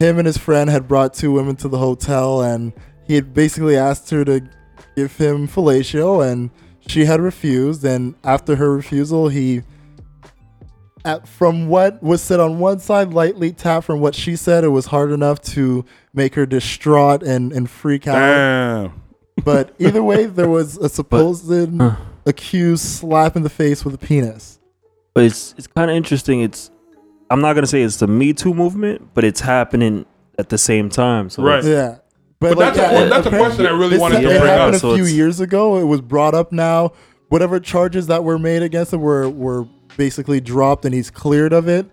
A: him and his friend had brought two women to the hotel, and he had basically asked her to give him fellatio, and she had refused. And after her refusal, he at, from what was said on one side, lightly tapped from what she said, it was hard enough to make her distraught and, and freak out.
B: Damn.
A: But either way, there was a supposed accused slap in the face with a penis.
C: but it's it's kind of interesting. It's I'm not gonna say it's the Me Too movement, but it's happening at the same time. So
B: Right.
C: it's-
A: Yeah.
B: But that's a- that's a question I really
A: this
B: wanted
C: to
A: happened-
C: bring
A: It
C: up,
A: happened
C: so
A: a few
C: it's-
A: years ago. It was brought up now. Whatever charges that were made against him were, were basically dropped and he's cleared of it.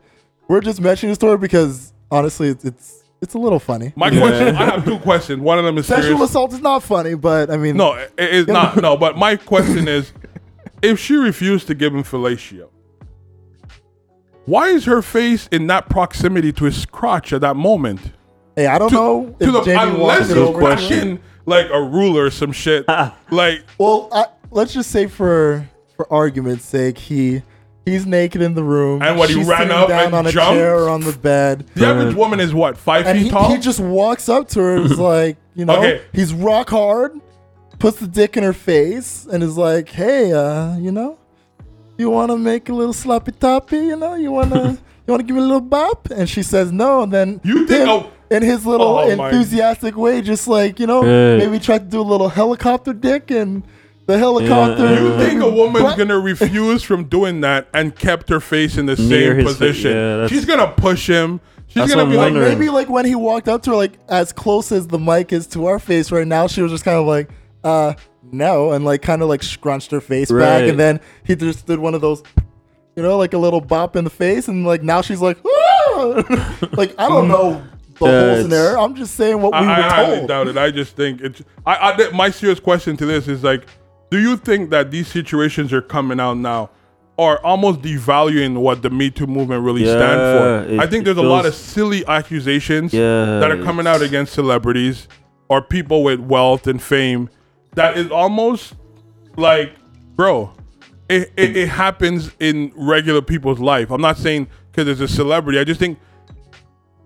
A: We're just mentioning the story because honestly, it's it's, it's a little funny.
B: My question I have two questions. One of them is serious.
A: Sexual assault is not funny, but I mean,
B: No, it, it's not. No, but my question is, if she refused to give him fellatio, why is her face in that proximity to his crotch at that moment?
A: hey, I don't
B: To,
A: know
B: to
A: if
B: the,
A: Jamie walked
B: unless
A: it
B: you're
A: over.
B: fucking like a ruler or some shit. like,
A: Well, I, let's just say for for argument's sake, he he's naked in the room.
B: And what, he
A: She's
B: ran
A: sitting
B: up
A: down
B: and
A: on a
B: jumped?
A: chair or on the bed.
B: the average woman is what, five
A: Uh. And
B: feet
A: he,
B: tall?
A: he just walks up to her and is like, you know,
B: Okay.
A: he's rock hard, puts the dick in her face, and is like, hey, uh, you know, you want to make a little sloppy toppy? You know, you want to. You want to give me a little bop? And she says no. And then
B: You think-
A: him,
B: oh.
A: in his little
B: Oh, my.
A: enthusiastic way, just like you know,
C: Yeah.
A: maybe try to do a little helicopter dick, and the helicopter.
C: Yeah.
B: you think a woman's
A: What?
B: gonna refuse from doing that and kept her face in the
C: Near
B: same
C: his face,
B: position?
C: yeah, that's-
B: She's gonna push him. She's
C: That's
B: gonna
C: what
B: be
C: I'm
B: like,
C: wondering.
A: Maybe like when he walked up to her, like as close as the mic is to our face right now, she was just kind of like, uh, no, and like kind of like scrunched her face back,
C: Right.
A: and then he just did one of those, you know, like a little bop in the face, and like now she's like, "Ah!" like I don't know the
C: Yeah,
A: whole
C: it's-
A: scenario. I'm just saying what we
B: I, I
A: were
B: highly
A: told.
B: doubt it. I just think it's. I, I th- my serious question to this is like, do you think that these situations are coming out now, are almost devaluing what the Me Too movement really stand for?
C: Yeah, it-
B: I think
C: it
B: there's a lot of
C: feels-
B: silly accusations
C: Yeah,
B: that are coming out against celebrities or people with wealth and fame. That is almost like, bro, it, it, it happens in regular people's life. I'm not saying because it's a celebrity. I just think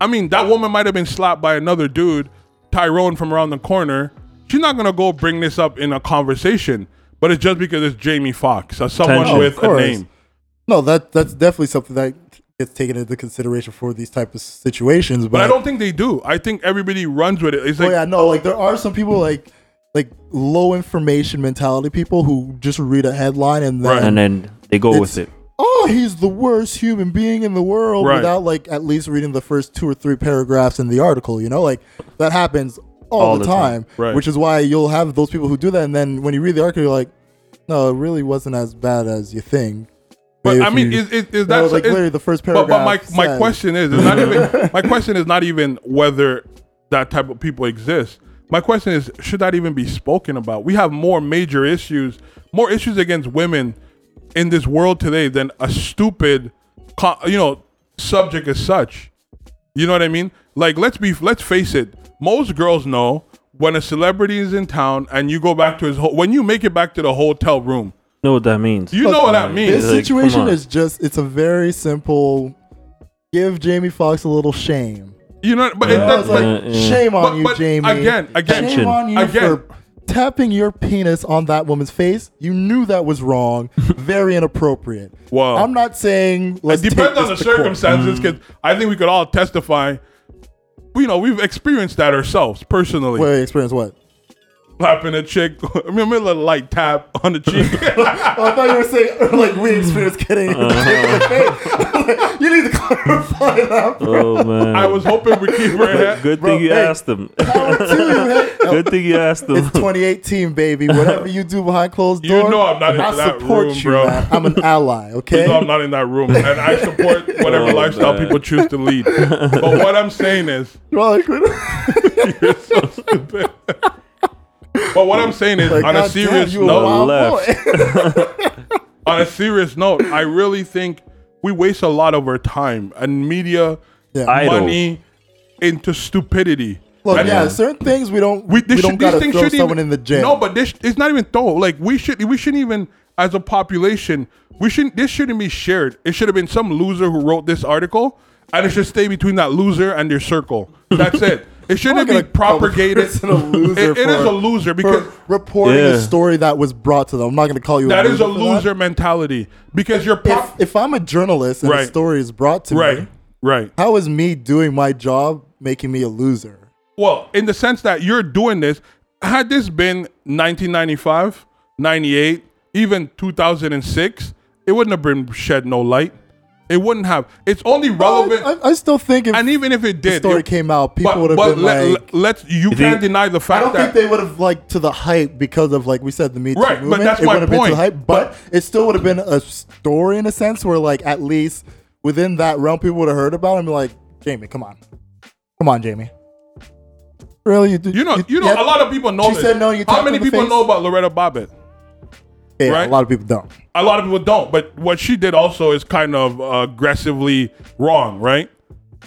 B: I mean, that woman might have been slapped by another dude, Tyrone from around the corner. She's not gonna go bring this up in a conversation, but it's just because it's Jamie Foxx, or someone
C: Attention.
B: with
A: Oh, Of
B: a
A: course.
B: name.
A: No, that that's definitely something that gets taken into consideration for these type of situations. But,
B: But I don't think they do. I think everybody runs with it. It's like,
A: oh yeah, no, like there are some people like like low information mentality people who just read a headline and then
B: Right.
C: and then they go
A: It's-
C: with it.
A: oh, he's the worst human being in the world
B: Right.
A: without like at least reading the first two or three paragraphs in the article. You know, like that happens all, the, time,
B: Right.
A: which is why you'll have those people who do that, and then when you read the article, you're like, no, it really wasn't as bad as you think.
B: but
A: Maybe
B: I
A: if
B: mean,
A: you-
B: is, is, is
A: that
B: that
A: was like
B: is-
A: literally the first
B: But,
A: paragraph.
B: but my my
A: said-
B: question is, it's not even my question is not even whether that type of people exist. My question is, should that even be spoken about? We have more major issues, more issues against women in this world today than a stupid, co- you know, subject as such. You know what I mean? Like let's be let's face it. Most girls know when a celebrity is in town and you go back to his ho- when you make it back to the hotel room.
C: You know what that means?
B: You know what that means?
A: This
C: Like, come
A: situation
C: on.
A: is just it's a very simple give Jamie Foxx a little shame.
B: You know, but it,
A: I
B: that's
A: was like,
B: like
C: Yeah, yeah.
A: shame on
B: But-
A: you,
B: but
A: Jamie.
B: again- again-
A: shame on you
B: Again.
A: for tapping your penis on that woman's face. You knew that was wrong, very inappropriate.
B: Wow.
A: I'm not saying let's
B: it depends
A: take
B: on the
A: this to court. Mm.
B: circumstances because I think we could all testify. You know, we've experienced that ourselves personally.
A: Wait, experience what?
B: Slapping a chick, remember a little light tap on the cheek. Uh-huh.
A: Oh, I thought you were saying like we experienced getting. you didn't find out.
C: Oh man.
B: I was hoping we keep our head.
C: Good
A: Bro,
C: thing you
A: hey.
C: asked him.
A: Power to you, hey.
C: Good thing you asked him.
A: It's 2018, baby. Whatever you do behind closed
B: You
A: doors,
B: know I'm not
A: I
B: into that
A: support
B: room,
A: you,
B: bro.
A: man. I'm an ally, okay?
B: You know I'm not in that room, and I support whatever
C: Oh,
B: lifestyle
C: man.
B: people choose to lead. But what I'm saying is,
A: Bro, like, what-
B: but what I'm saying is,
A: like,
B: on a
A: goddamn,
B: serious
A: you a
B: note,
A: wild
C: left.
A: boy.
B: on a serious note, I really think we waste a lot of our time and media
A: yeah.
C: Idle.
B: money into stupidity.
A: Look,
B: And
A: yeah, certain things we don't we,
B: this
A: don't
B: should-
A: gotta
B: things
A: throw
B: shouldn't
A: someone
B: even-
A: in the jail.
B: No, but this it's not even throw. Like we should we shouldn't even as a population we shouldn't this shouldn't be shared. It should have been some loser who wrote this article, and it should stay between that loser and their circle. That's it. It
A: I'm
B: shouldn't
A: not
B: be
A: gonna call the
B: propagated.
A: person a loser
B: It- it is
A: for-
B: a loser because
A: for reporting
C: Yeah.
A: a story that was brought to them. I'm not gonna call you
B: that
A: a
B: is
A: loser
B: a
A: for that.
B: loser mentality. Because you're
A: If,
B: pop-
A: if I'm a journalist and a
B: Right.
A: story is brought to me,
B: right, right.
A: how is me doing my job making me a loser?
B: Well, in the sense that you're doing this, had this been 1995, 98, even 2006, it wouldn't have been shed no light. It wouldn't have. It's only relevant,
A: I, I- I still think if
B: and even if it
A: the
B: did,
A: story
B: it-
A: came out, people
B: but,
A: would have
B: but
A: been
B: let,
A: like,
B: let's you
C: think-
B: can't deny the
A: I
B: fact
A: don't think
B: that
A: they would have like to the hype because of like we said the Me Too
B: Right, but
A: movement.
B: that's
A: it
B: my
A: wouldn't have Been to
B: point.
A: the hype, but, it still would have been a story in a sense where like at least within that realm, people would have heard about it and be like, Jamie, come on, come on, Jamie. Really, you, did-
B: you know, you know,
A: yeah,
B: a lot of people know.
A: She
B: this.
A: said no, you
B: How
A: tapped
B: many
A: in the
B: people
A: face.
B: know about Loretta Bobbitt?
A: yeah,
B: right?
A: a lot of people don't.
B: A lot of people don't. But what she did also is kind of aggressively wrong, right?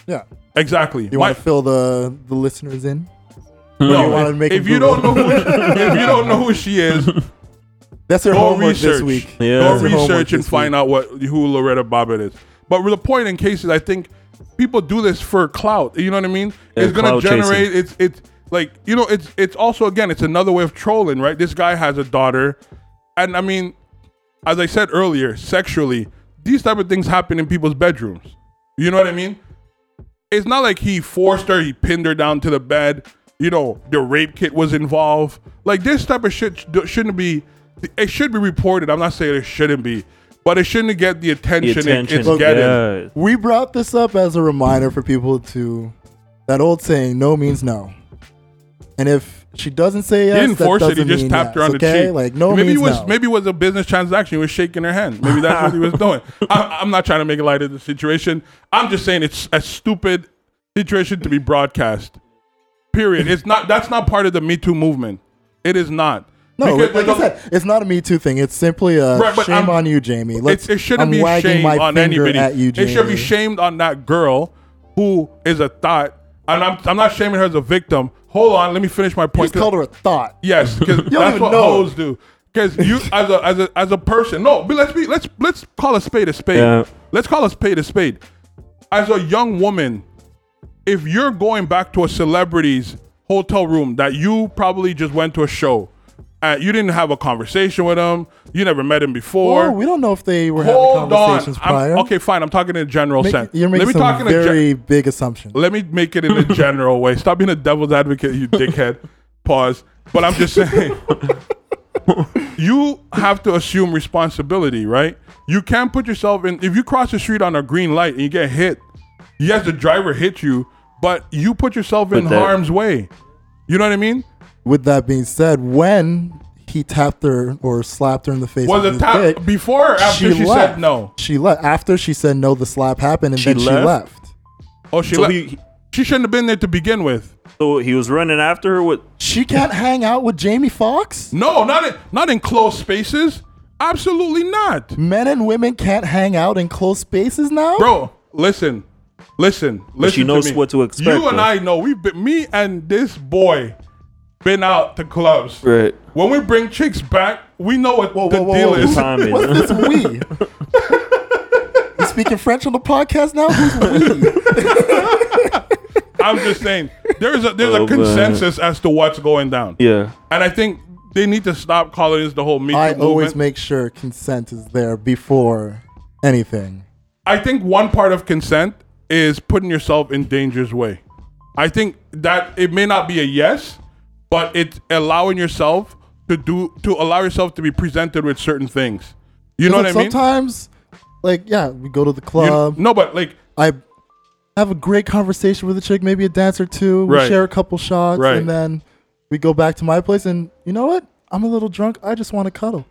A: Yeah,
B: Exactly.
A: you
B: My-
A: want to fill the the listeners in?
B: no,
A: you wanna make
B: if
A: them
B: you
A: Google.
B: don't know, who, if you don't know who she is,
A: That's their
B: Go
A: homework
B: research.
A: this week.
B: Go
C: Yeah. That's
A: your homework
B: research and
A: this
B: find out what who Loretta Bobbitt is. But the point in cases, I think people do this for clout. You know what I mean?
C: Yeah,
B: it's gonna
C: clout chasing.
B: generate. It's it's like you know it's it's also again it's another way of trolling, right? This guy has a daughter, and I mean, as I said earlier, sexually, these type of things happen in people's bedrooms. You know what I mean? It's not like he forced her, he pinned her down to the bed. You know, the rape kit was involved. Like this type of shit sh- shouldn't be. It should be reported. I'm not saying it shouldn't be, but it shouldn't get the attention, it-
C: attention,
B: it's getting.
C: yeah.
A: We brought this up as a reminder for people to that old saying, "No means no." And if she doesn't say yes,
B: He didn't
A: that
B: force it. He
A: doesn't
B: just
A: mean
B: tapped her
A: yes,
B: on the
A: okay?
B: cheek.
A: Like no
B: maybe
A: means
B: it was
A: no.
B: maybe it was a business transaction. He was shaking her hand. Maybe that's what he was doing. I, I'm not trying to make light of the situation. I'm just saying it's a stupid situation to be broadcast. Period. It's not. That's not part of the Me Too movement. It is not.
A: no,
B: Because
A: like
B: there's
A: I
B: a-
A: said, it's not a Me Too thing. It's simply a
B: Right, but
A: shame
B: I'm-
A: on you, Jamie. Let's,
B: It's, it shouldn't
A: I'm
B: be
A: wagging
B: shamed
A: my
B: on
A: finger
B: anybody.
A: At you,
B: it
A: Jamie.
B: should be shamed on that girl who is a thought. And I'm, I'm not shaming her as a victim. Hold on, let me finish my
A: You
B: point.
A: just called her a thought.
B: Yes, because that's
A: even
B: what
A: know.
B: hoes do. Because you, as a as a as a person, no, but let's be let's let's call a spade a spade.
C: Yeah.
B: Let's call a spade a spade. As a young woman, if you're going back to a celebrity's hotel room that you probably just went to a show, and you didn't have a conversation with him, you never met him before.
A: Or Oh, we don't know if they were having
B: Hold on.
A: conversations
B: I'm-
A: prior.
B: okay, fine. I'm talking in a general
A: Make-
B: sense.
A: you're making
B: Let me talk
A: some
B: in a gen-
A: very big assumptions.
B: let me make it in a general way. Stop being a devil's advocate, you dickhead. Pause. But I'm just saying, you have to assume responsibility, right? You can't put yourself in. If you cross the street on a green light and you get hit, yes, the driver hit you, but you put yourself in
C: But that-
B: harm's way. You know what I mean?
A: With that being said, when he tapped her or slapped her in the face
B: Was
A: with
B: it
A: his
B: tap
A: dick,
B: before or after she, said no?
A: She left after she said no. The slap happened, and
C: She
A: then
C: left?
A: she left.
B: Oh, she
C: So
B: left.
C: he,
B: she shouldn't have been there to begin with.
C: so he was running after her with.
A: She can't hang out with Jamie Foxx.
B: No, not in, not in closed spaces. Absolutely not.
A: Men and women can't hang out in close spaces now.
B: bro. Listen, listen, listen.
C: she knows
B: to me.
C: what to expect,
B: You and
C: though.
B: I know. We've been me and this boy been out to clubs.
C: Right.
B: When we bring chicks back, we know what
A: Whoa, whoa,
B: the
A: whoa,
B: deal
A: whoa.
B: is.
C: Time is.
A: What's this we? you speaking French on the podcast now? Who's we?
B: I'm just saying there's a there's
C: Oh,
B: a
C: man.
B: consensus as to what's going down.
C: Yeah.
B: And I think they need to stop calling this the whole Me Too
A: I always
B: movement.
A: make sure consent is there before anything.
B: I think one part of consent is putting yourself in danger's way. I think that it may not be a yes, but it's allowing yourself to do to allow yourself to be presented with certain things. You know what I
A: Because uh,
B: mean?
A: Sometimes, like yeah, we go to the
B: You-
A: club.
B: no, but like
A: I have a great conversation with a chick, maybe a dance or two. We
B: Right.
A: share a couple shots,
B: Right.
A: and then we go back to my place. And you know what? I'm a little drunk. I just want to cuddle.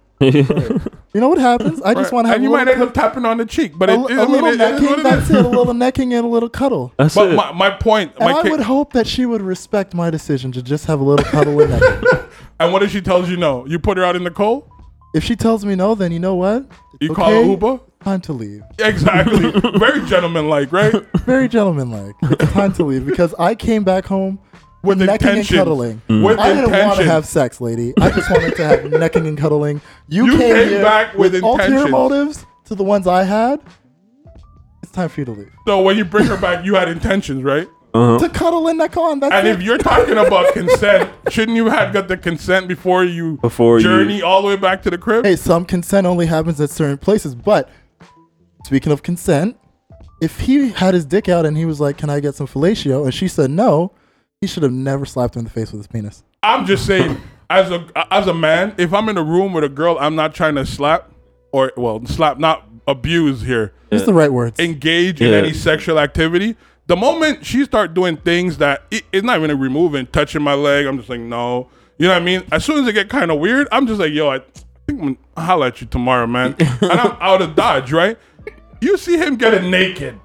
A: You know what happens? I just want to have
B: and
A: a
B: you
A: little,
B: might end up tapping on the cheek, but
A: a,
B: it,
A: a
B: it, I mean,
A: little
B: it- it is what
A: necking.
B: it is.
A: That's it. A little necking and a little cuddle.
C: That's
B: But
C: it.
B: my, my point,
A: And
B: my
A: I
B: kid,
A: would hope that she would respect my decision to just have a little cuddle with her.
B: and what if she tells you no? You put her out in the cold.
A: If she tells me no, then you know what?
B: You call
A: Okay.
B: a Uber.
A: Time to leave.
B: Exactly. Very gentlemanlike, right?
A: Very gentlemanlike. It's time to leave because I came back home
B: With
A: necking
B: intention.
A: and cuddling.
B: With
A: I didn't want to
B: intention.
A: have sex, lady. I just wanted to have necking and cuddling. You,
B: You
A: came,
B: came
A: here
B: back with
A: ulterior
B: intentions.
A: motives to the ones I had. It's time for you to leave.
B: So when you bring her back, you had intentions, right?
A: To cuddle and neck on. That's
B: And
A: it.
B: if you're talking about consent, shouldn't you have got the consent before you
C: Before you-
B: journey all the way back to the crib?
A: hey, some consent only happens at certain places. But speaking of consent, if he had his dick out and he was like, "Can I get some fellatio?" and she said no, he should have never slapped her in the face with his penis.
B: I'm just saying, as a as a man, if I'm in a room with a girl, I'm not trying to slap or well, slap, not abuse here.
A: Use the right words.
B: Engage in
C: Yeah.
B: any sexual activity. The moment she start doing things that it, it's not even removing, touching my leg, I'm just like, no. You know what I mean? As soon as it get kind of weird, I'm just like, yo, I think I'm gonna holler at you tomorrow, man. and I'm out of dodge, right? You see him getting naked.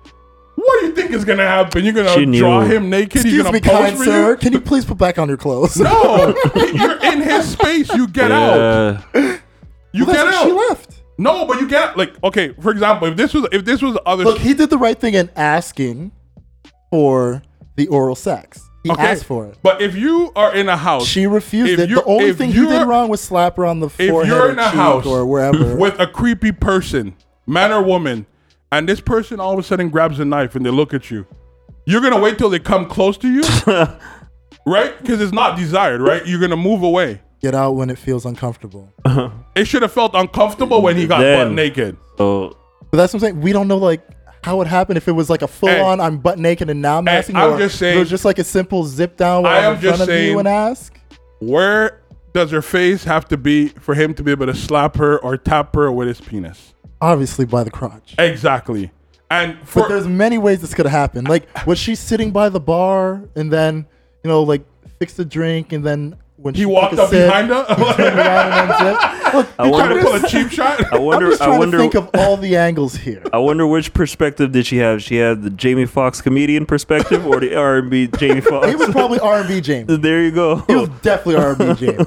B: What do you think is gonna happen? You're gonna
C: She knew.
B: draw him naked? He's
A: Excuse
B: gonna
A: me,
B: pose
A: kind
B: for
A: sir.
B: you?
A: Can you please put back on your clothes?
B: No, you're in his space. You get out.
C: yeah.
B: You
A: That's
B: get
A: what
B: out.
A: she left.
B: No, but you get like okay. For example, if this was if this was the other
A: Look, he did the right thing in asking for the oral sex. He
B: okay,
A: asked for it.
B: But if you are in a house,
A: She refused
B: If
A: it. The
B: you're-
A: only
B: if
A: thing he did
B: you're-
A: wrong was slap her on the
B: if
A: forehead
B: you're
A: or
B: in a
A: cheek
B: house
A: or wherever.
B: with a creepy person, man or woman, and this person all of a sudden grabs a knife and they look at you, you're gonna wait till they come close to you, right? Because it's not desired, right? You're gonna move away.
A: Get out when it feels uncomfortable.
B: It should have felt uncomfortable when he got
C: Then-
B: butt naked.
C: So
A: But that's what I'm saying. We don't know like how it happened. If it was like a full on, I'm butt naked and now I'm
B: Hey,
A: asking.
B: I'm
A: or if
B: just
A: It
B: saying-
A: was just like a simple zip down. Where
B: I
A: I'm
B: am
A: in
B: just
A: front of you
B: saying-
A: and ask.
B: Where does her face have to be for him to be able to slap her or tap her with his penis?
A: Obviously by the crotch.
B: Exactly. And
A: But
B: for
A: there's many ways this could have happened. Like was she sitting by the bar and then you know like fixed a drink and then when
B: he
A: she
B: walked
A: took a
B: up
A: sip,
B: behind her,
A: around and unzipped. Look,
C: I
B: trying to
C: wonder.
B: pull a cheap shot.
C: I wonder.
A: I'm just
C: I
A: trying to
C: wonder.
A: think of all the angles here.
C: I wonder which perspective did she have? She had the Jamie Foxx comedian perspective or the R and B Jamie Foxx.
A: He was probably R&B James.
C: there you
A: He was
C: go.
A: definitely R&B James.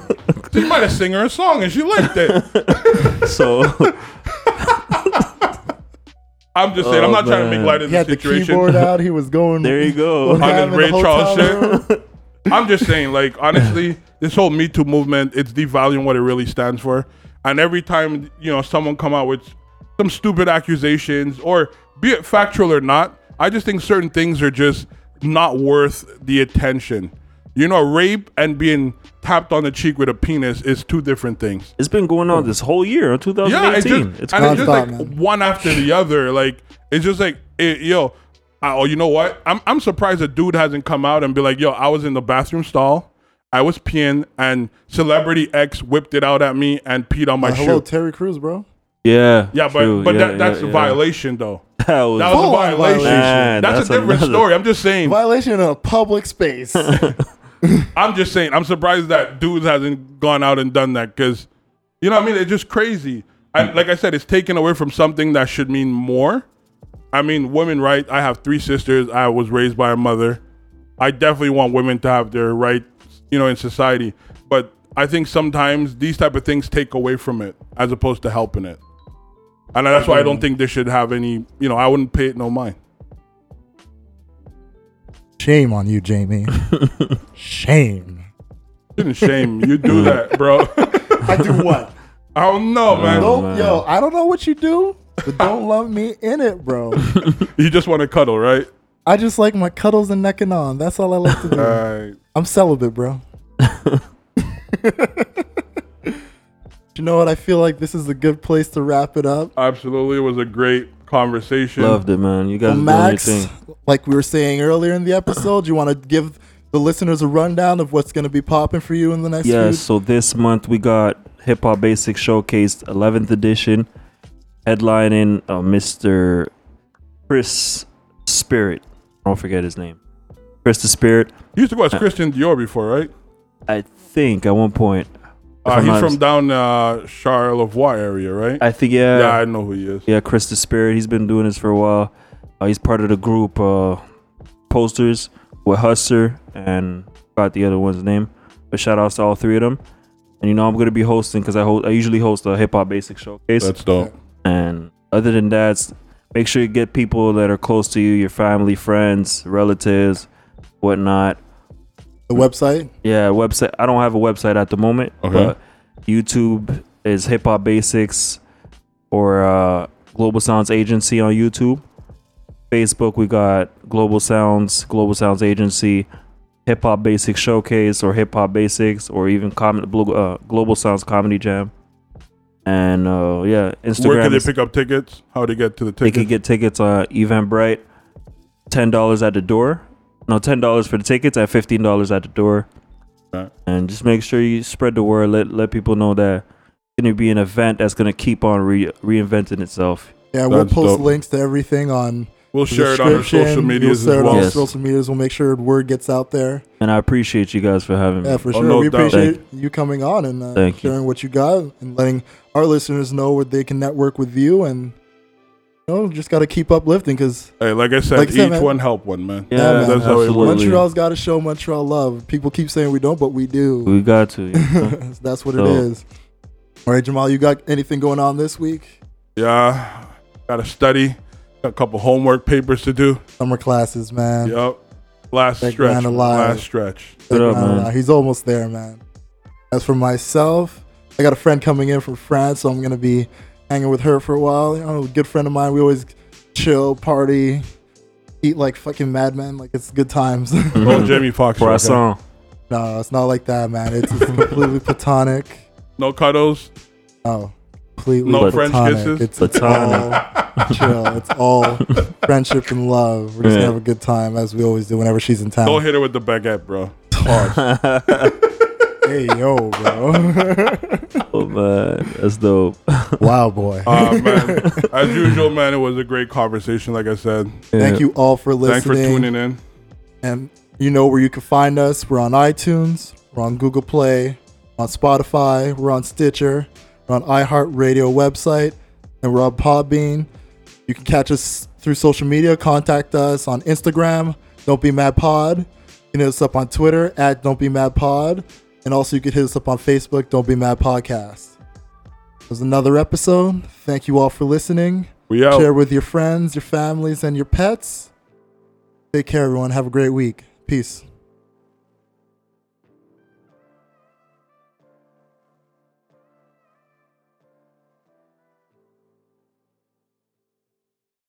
B: She might have sung her a song and she liked it.
C: So
B: I'm just saying, I'm
C: Oh,
B: not trying to
C: man.
B: make light of
A: He had
B: the
A: the
B: situation.
A: keyboard out. He was going.
C: there you
A: going
C: go.
B: On
A: down
B: his
A: in the
B: Ray Charles
A: hotel
B: shirt.
A: room.
B: I'm just saying, like, honestly, this whole Me Too movement, it's devaluing what it really stands for. And every time, you know, someone come out with some stupid accusations, or be it factual or not, I just think certain things are just not worth the attention. You know, rape and being tapped on the cheek with a penis is two different things.
C: It's been going on this whole year,
B: Yeah, it's
C: 2018.
B: just,
C: it's
B: and it's just like
A: nonstop, man.
B: one after the other. Like it's just like it, yo, I, oh, you know what? I'm I'm surprised a dude hasn't come out and be like, yo, I was in the bathroom stall, I was peeing, and celebrity X whipped it out at me and peed on my
A: Hello,
B: shoe.
A: Terry Crews, bro.
C: yeah,
B: yeah, but
C: Uh, true,
B: but
C: yeah,
B: that, that's
C: yeah,
B: a
C: yeah.
B: violation though.
C: That was,
B: That was a
A: Full-on
B: violation.
A: violation.
C: Man,
B: that's,
C: that's
B: a different
C: another-
B: story. I'm just saying.
A: Violation in a public space.
B: I'm just saying. I'm surprised that dudes hasn't gone out and done that because, you know, what I mean, it's just crazy. And like I said, it's taken away from something that should mean more. I mean, women, right? I have three sisters. I was raised by a mother. I definitely want women to have their right, you know, in society. But I think sometimes these type of things take away from it as opposed to helping it. And that's why I don't think they should have any, you know, I wouldn't pay it no mind.
A: Shame on you, Jamie. Shame.
B: Shouldn't shame you do that, bro.
A: I do what?
B: I don't know, man.
A: Don't,
C: man.
A: yo, I don't know what you do, but don't love me in it, bro.
B: You just want to cuddle, right?
A: I just like my cuddles and necking on. That's all I like to do.
B: Alright.
A: I'm celibate, bro. you know what? I feel like this is a good place to wrap it up.
B: Absolutely, it was a great conversation.
C: Loved it, man. You guys are doing your
A: Max,
C: thing.
A: like we were saying earlier in the episode, you want to give the listeners a rundown of what's going to be popping for you in the next
C: Yeah,
A: few
C: so this month we got Hip Hop Basics Showcased 11th edition, headlining uh, Mr. Chris Spirit. I don't forget his name. Chris the Spirit.
B: You used to watch Christian Dior before, right?
C: I think at one point. if
B: Uh,
C: I'm
B: he's
C: not
B: from
C: mis-
B: down uh, Charlevoix area, right?
C: I think yeah.
B: yeah, I know who he is.
C: Yeah, Chris the Spirit. He's been doing this for a while. Uh, he's part of the group uh, Posters with Husser and forgot the other one's name. But shout outs to all three of them. And you know I'm gonna be hosting because I host. I usually host a hip hop basic showcase.
B: That's dope.
C: and other than that, s- make sure you get people that are close to you, your family, friends, relatives, whatnot.
A: The website.
C: Yeah, website. I don't have a website at the moment,
B: Okay.
C: but YouTube is Hip Hop Basics or uh, Global Sounds Agency on YouTube. Facebook, we got Global Sounds, Global Sounds Agency, Hip Hop Basics Showcase or Hip Hop Basics, or even com- blo- uh, Global Sounds Comedy Jam. And uh, yeah, Instagram.
B: Where can they
C: is-
B: pick up tickets? How they get to the
C: they
B: tickets?
C: could get tickets on Eventbrite. Ten dollars at the door. No, ten dollars for the tickets at fifteen dollars at the door.
B: Right.
C: And just make sure you spread the word. Let let people know that it's gonna be an event that's gonna keep on re- reinventing itself.
A: Yeah, we'll
B: That's
A: post
B: dope.
A: links to everything on
B: we'll
A: the
B: share it on our
A: description.
B: social
A: We'll
B: medias
A: share
B: as
A: it on
B: well.
A: our
C: Yes.
A: social medias. We'll make sure word gets out there.
C: And I appreciate you guys for having me.
A: Yeah, for
B: Oh,
A: sure.
B: no
A: we
B: doubt.
A: appreciate you coming on and uh,
C: Thank you.
A: sharing what you got and letting our listeners know where they can network with you and you know, just got to keep uplifting because
B: Hey, like I said,
A: Like I
B: each
A: said, man.
B: one help one, man.
C: Yeah,
A: Yeah, man.
B: that's how it works.
C: Absolutely.
A: Montreal's got to show Montreal love. People keep saying we don't, but we do.
C: We got to. you know?
A: That's what
C: So-
A: it is. All right, Jamal, you got anything going on this week?
B: Yeah, gotta study. Got a couple homework papers to do.
A: Summer classes, man.
B: Yep. Last
A: Thank
B: stretch.
A: man alive.
B: Last stretch.
A: Check him
C: up,
A: out.
C: man?
A: He's almost there, man. As for myself, I got a friend coming in from France, so I'm gonna be hanging with her for a while. You know, a good friend of mine. We always chill, party, eat like fucking madmen. Like it's good times.
B: Oh, Jamie Foxx.
C: Mm-hmm. For our
B: okay.
C: song.
A: no, it's not like that, man. It's, it's completely platonic.
B: No cuddles.
A: Oh, completely
B: No
A: platonic.
B: French kisses?
A: It's, it's all chill. It's all friendship and love. We're just
C: Yeah.
A: gonna have a good time as we always do whenever she's in town.
B: Don't hit her with the baguette, bro.
A: Hey yo, bro.
C: Oh man, that's dope.
A: wow, boy.
B: Uh, man, as usual, man, it was a great conversation. Like I said,
A: Thank you all for listening.
B: thanks for tuning in.
A: And you know where you can find us. We're on iTunes, we're on Google Play, on Spotify, we're on Stitcher, we're on iHeartRadio website, and we're on Podbean. You can catch us through social media. Contact us on Instagram, Don't Be Mad Pod. You can hit us up on Twitter at Don't Be Mad Pod. And also you can hit us up on Facebook, Don't Be Mad Podcast. It was another episode. Thank you all for listening.
B: We out.
A: Share with your friends, your families, and your pets. Take care, everyone. Have a great week. Peace.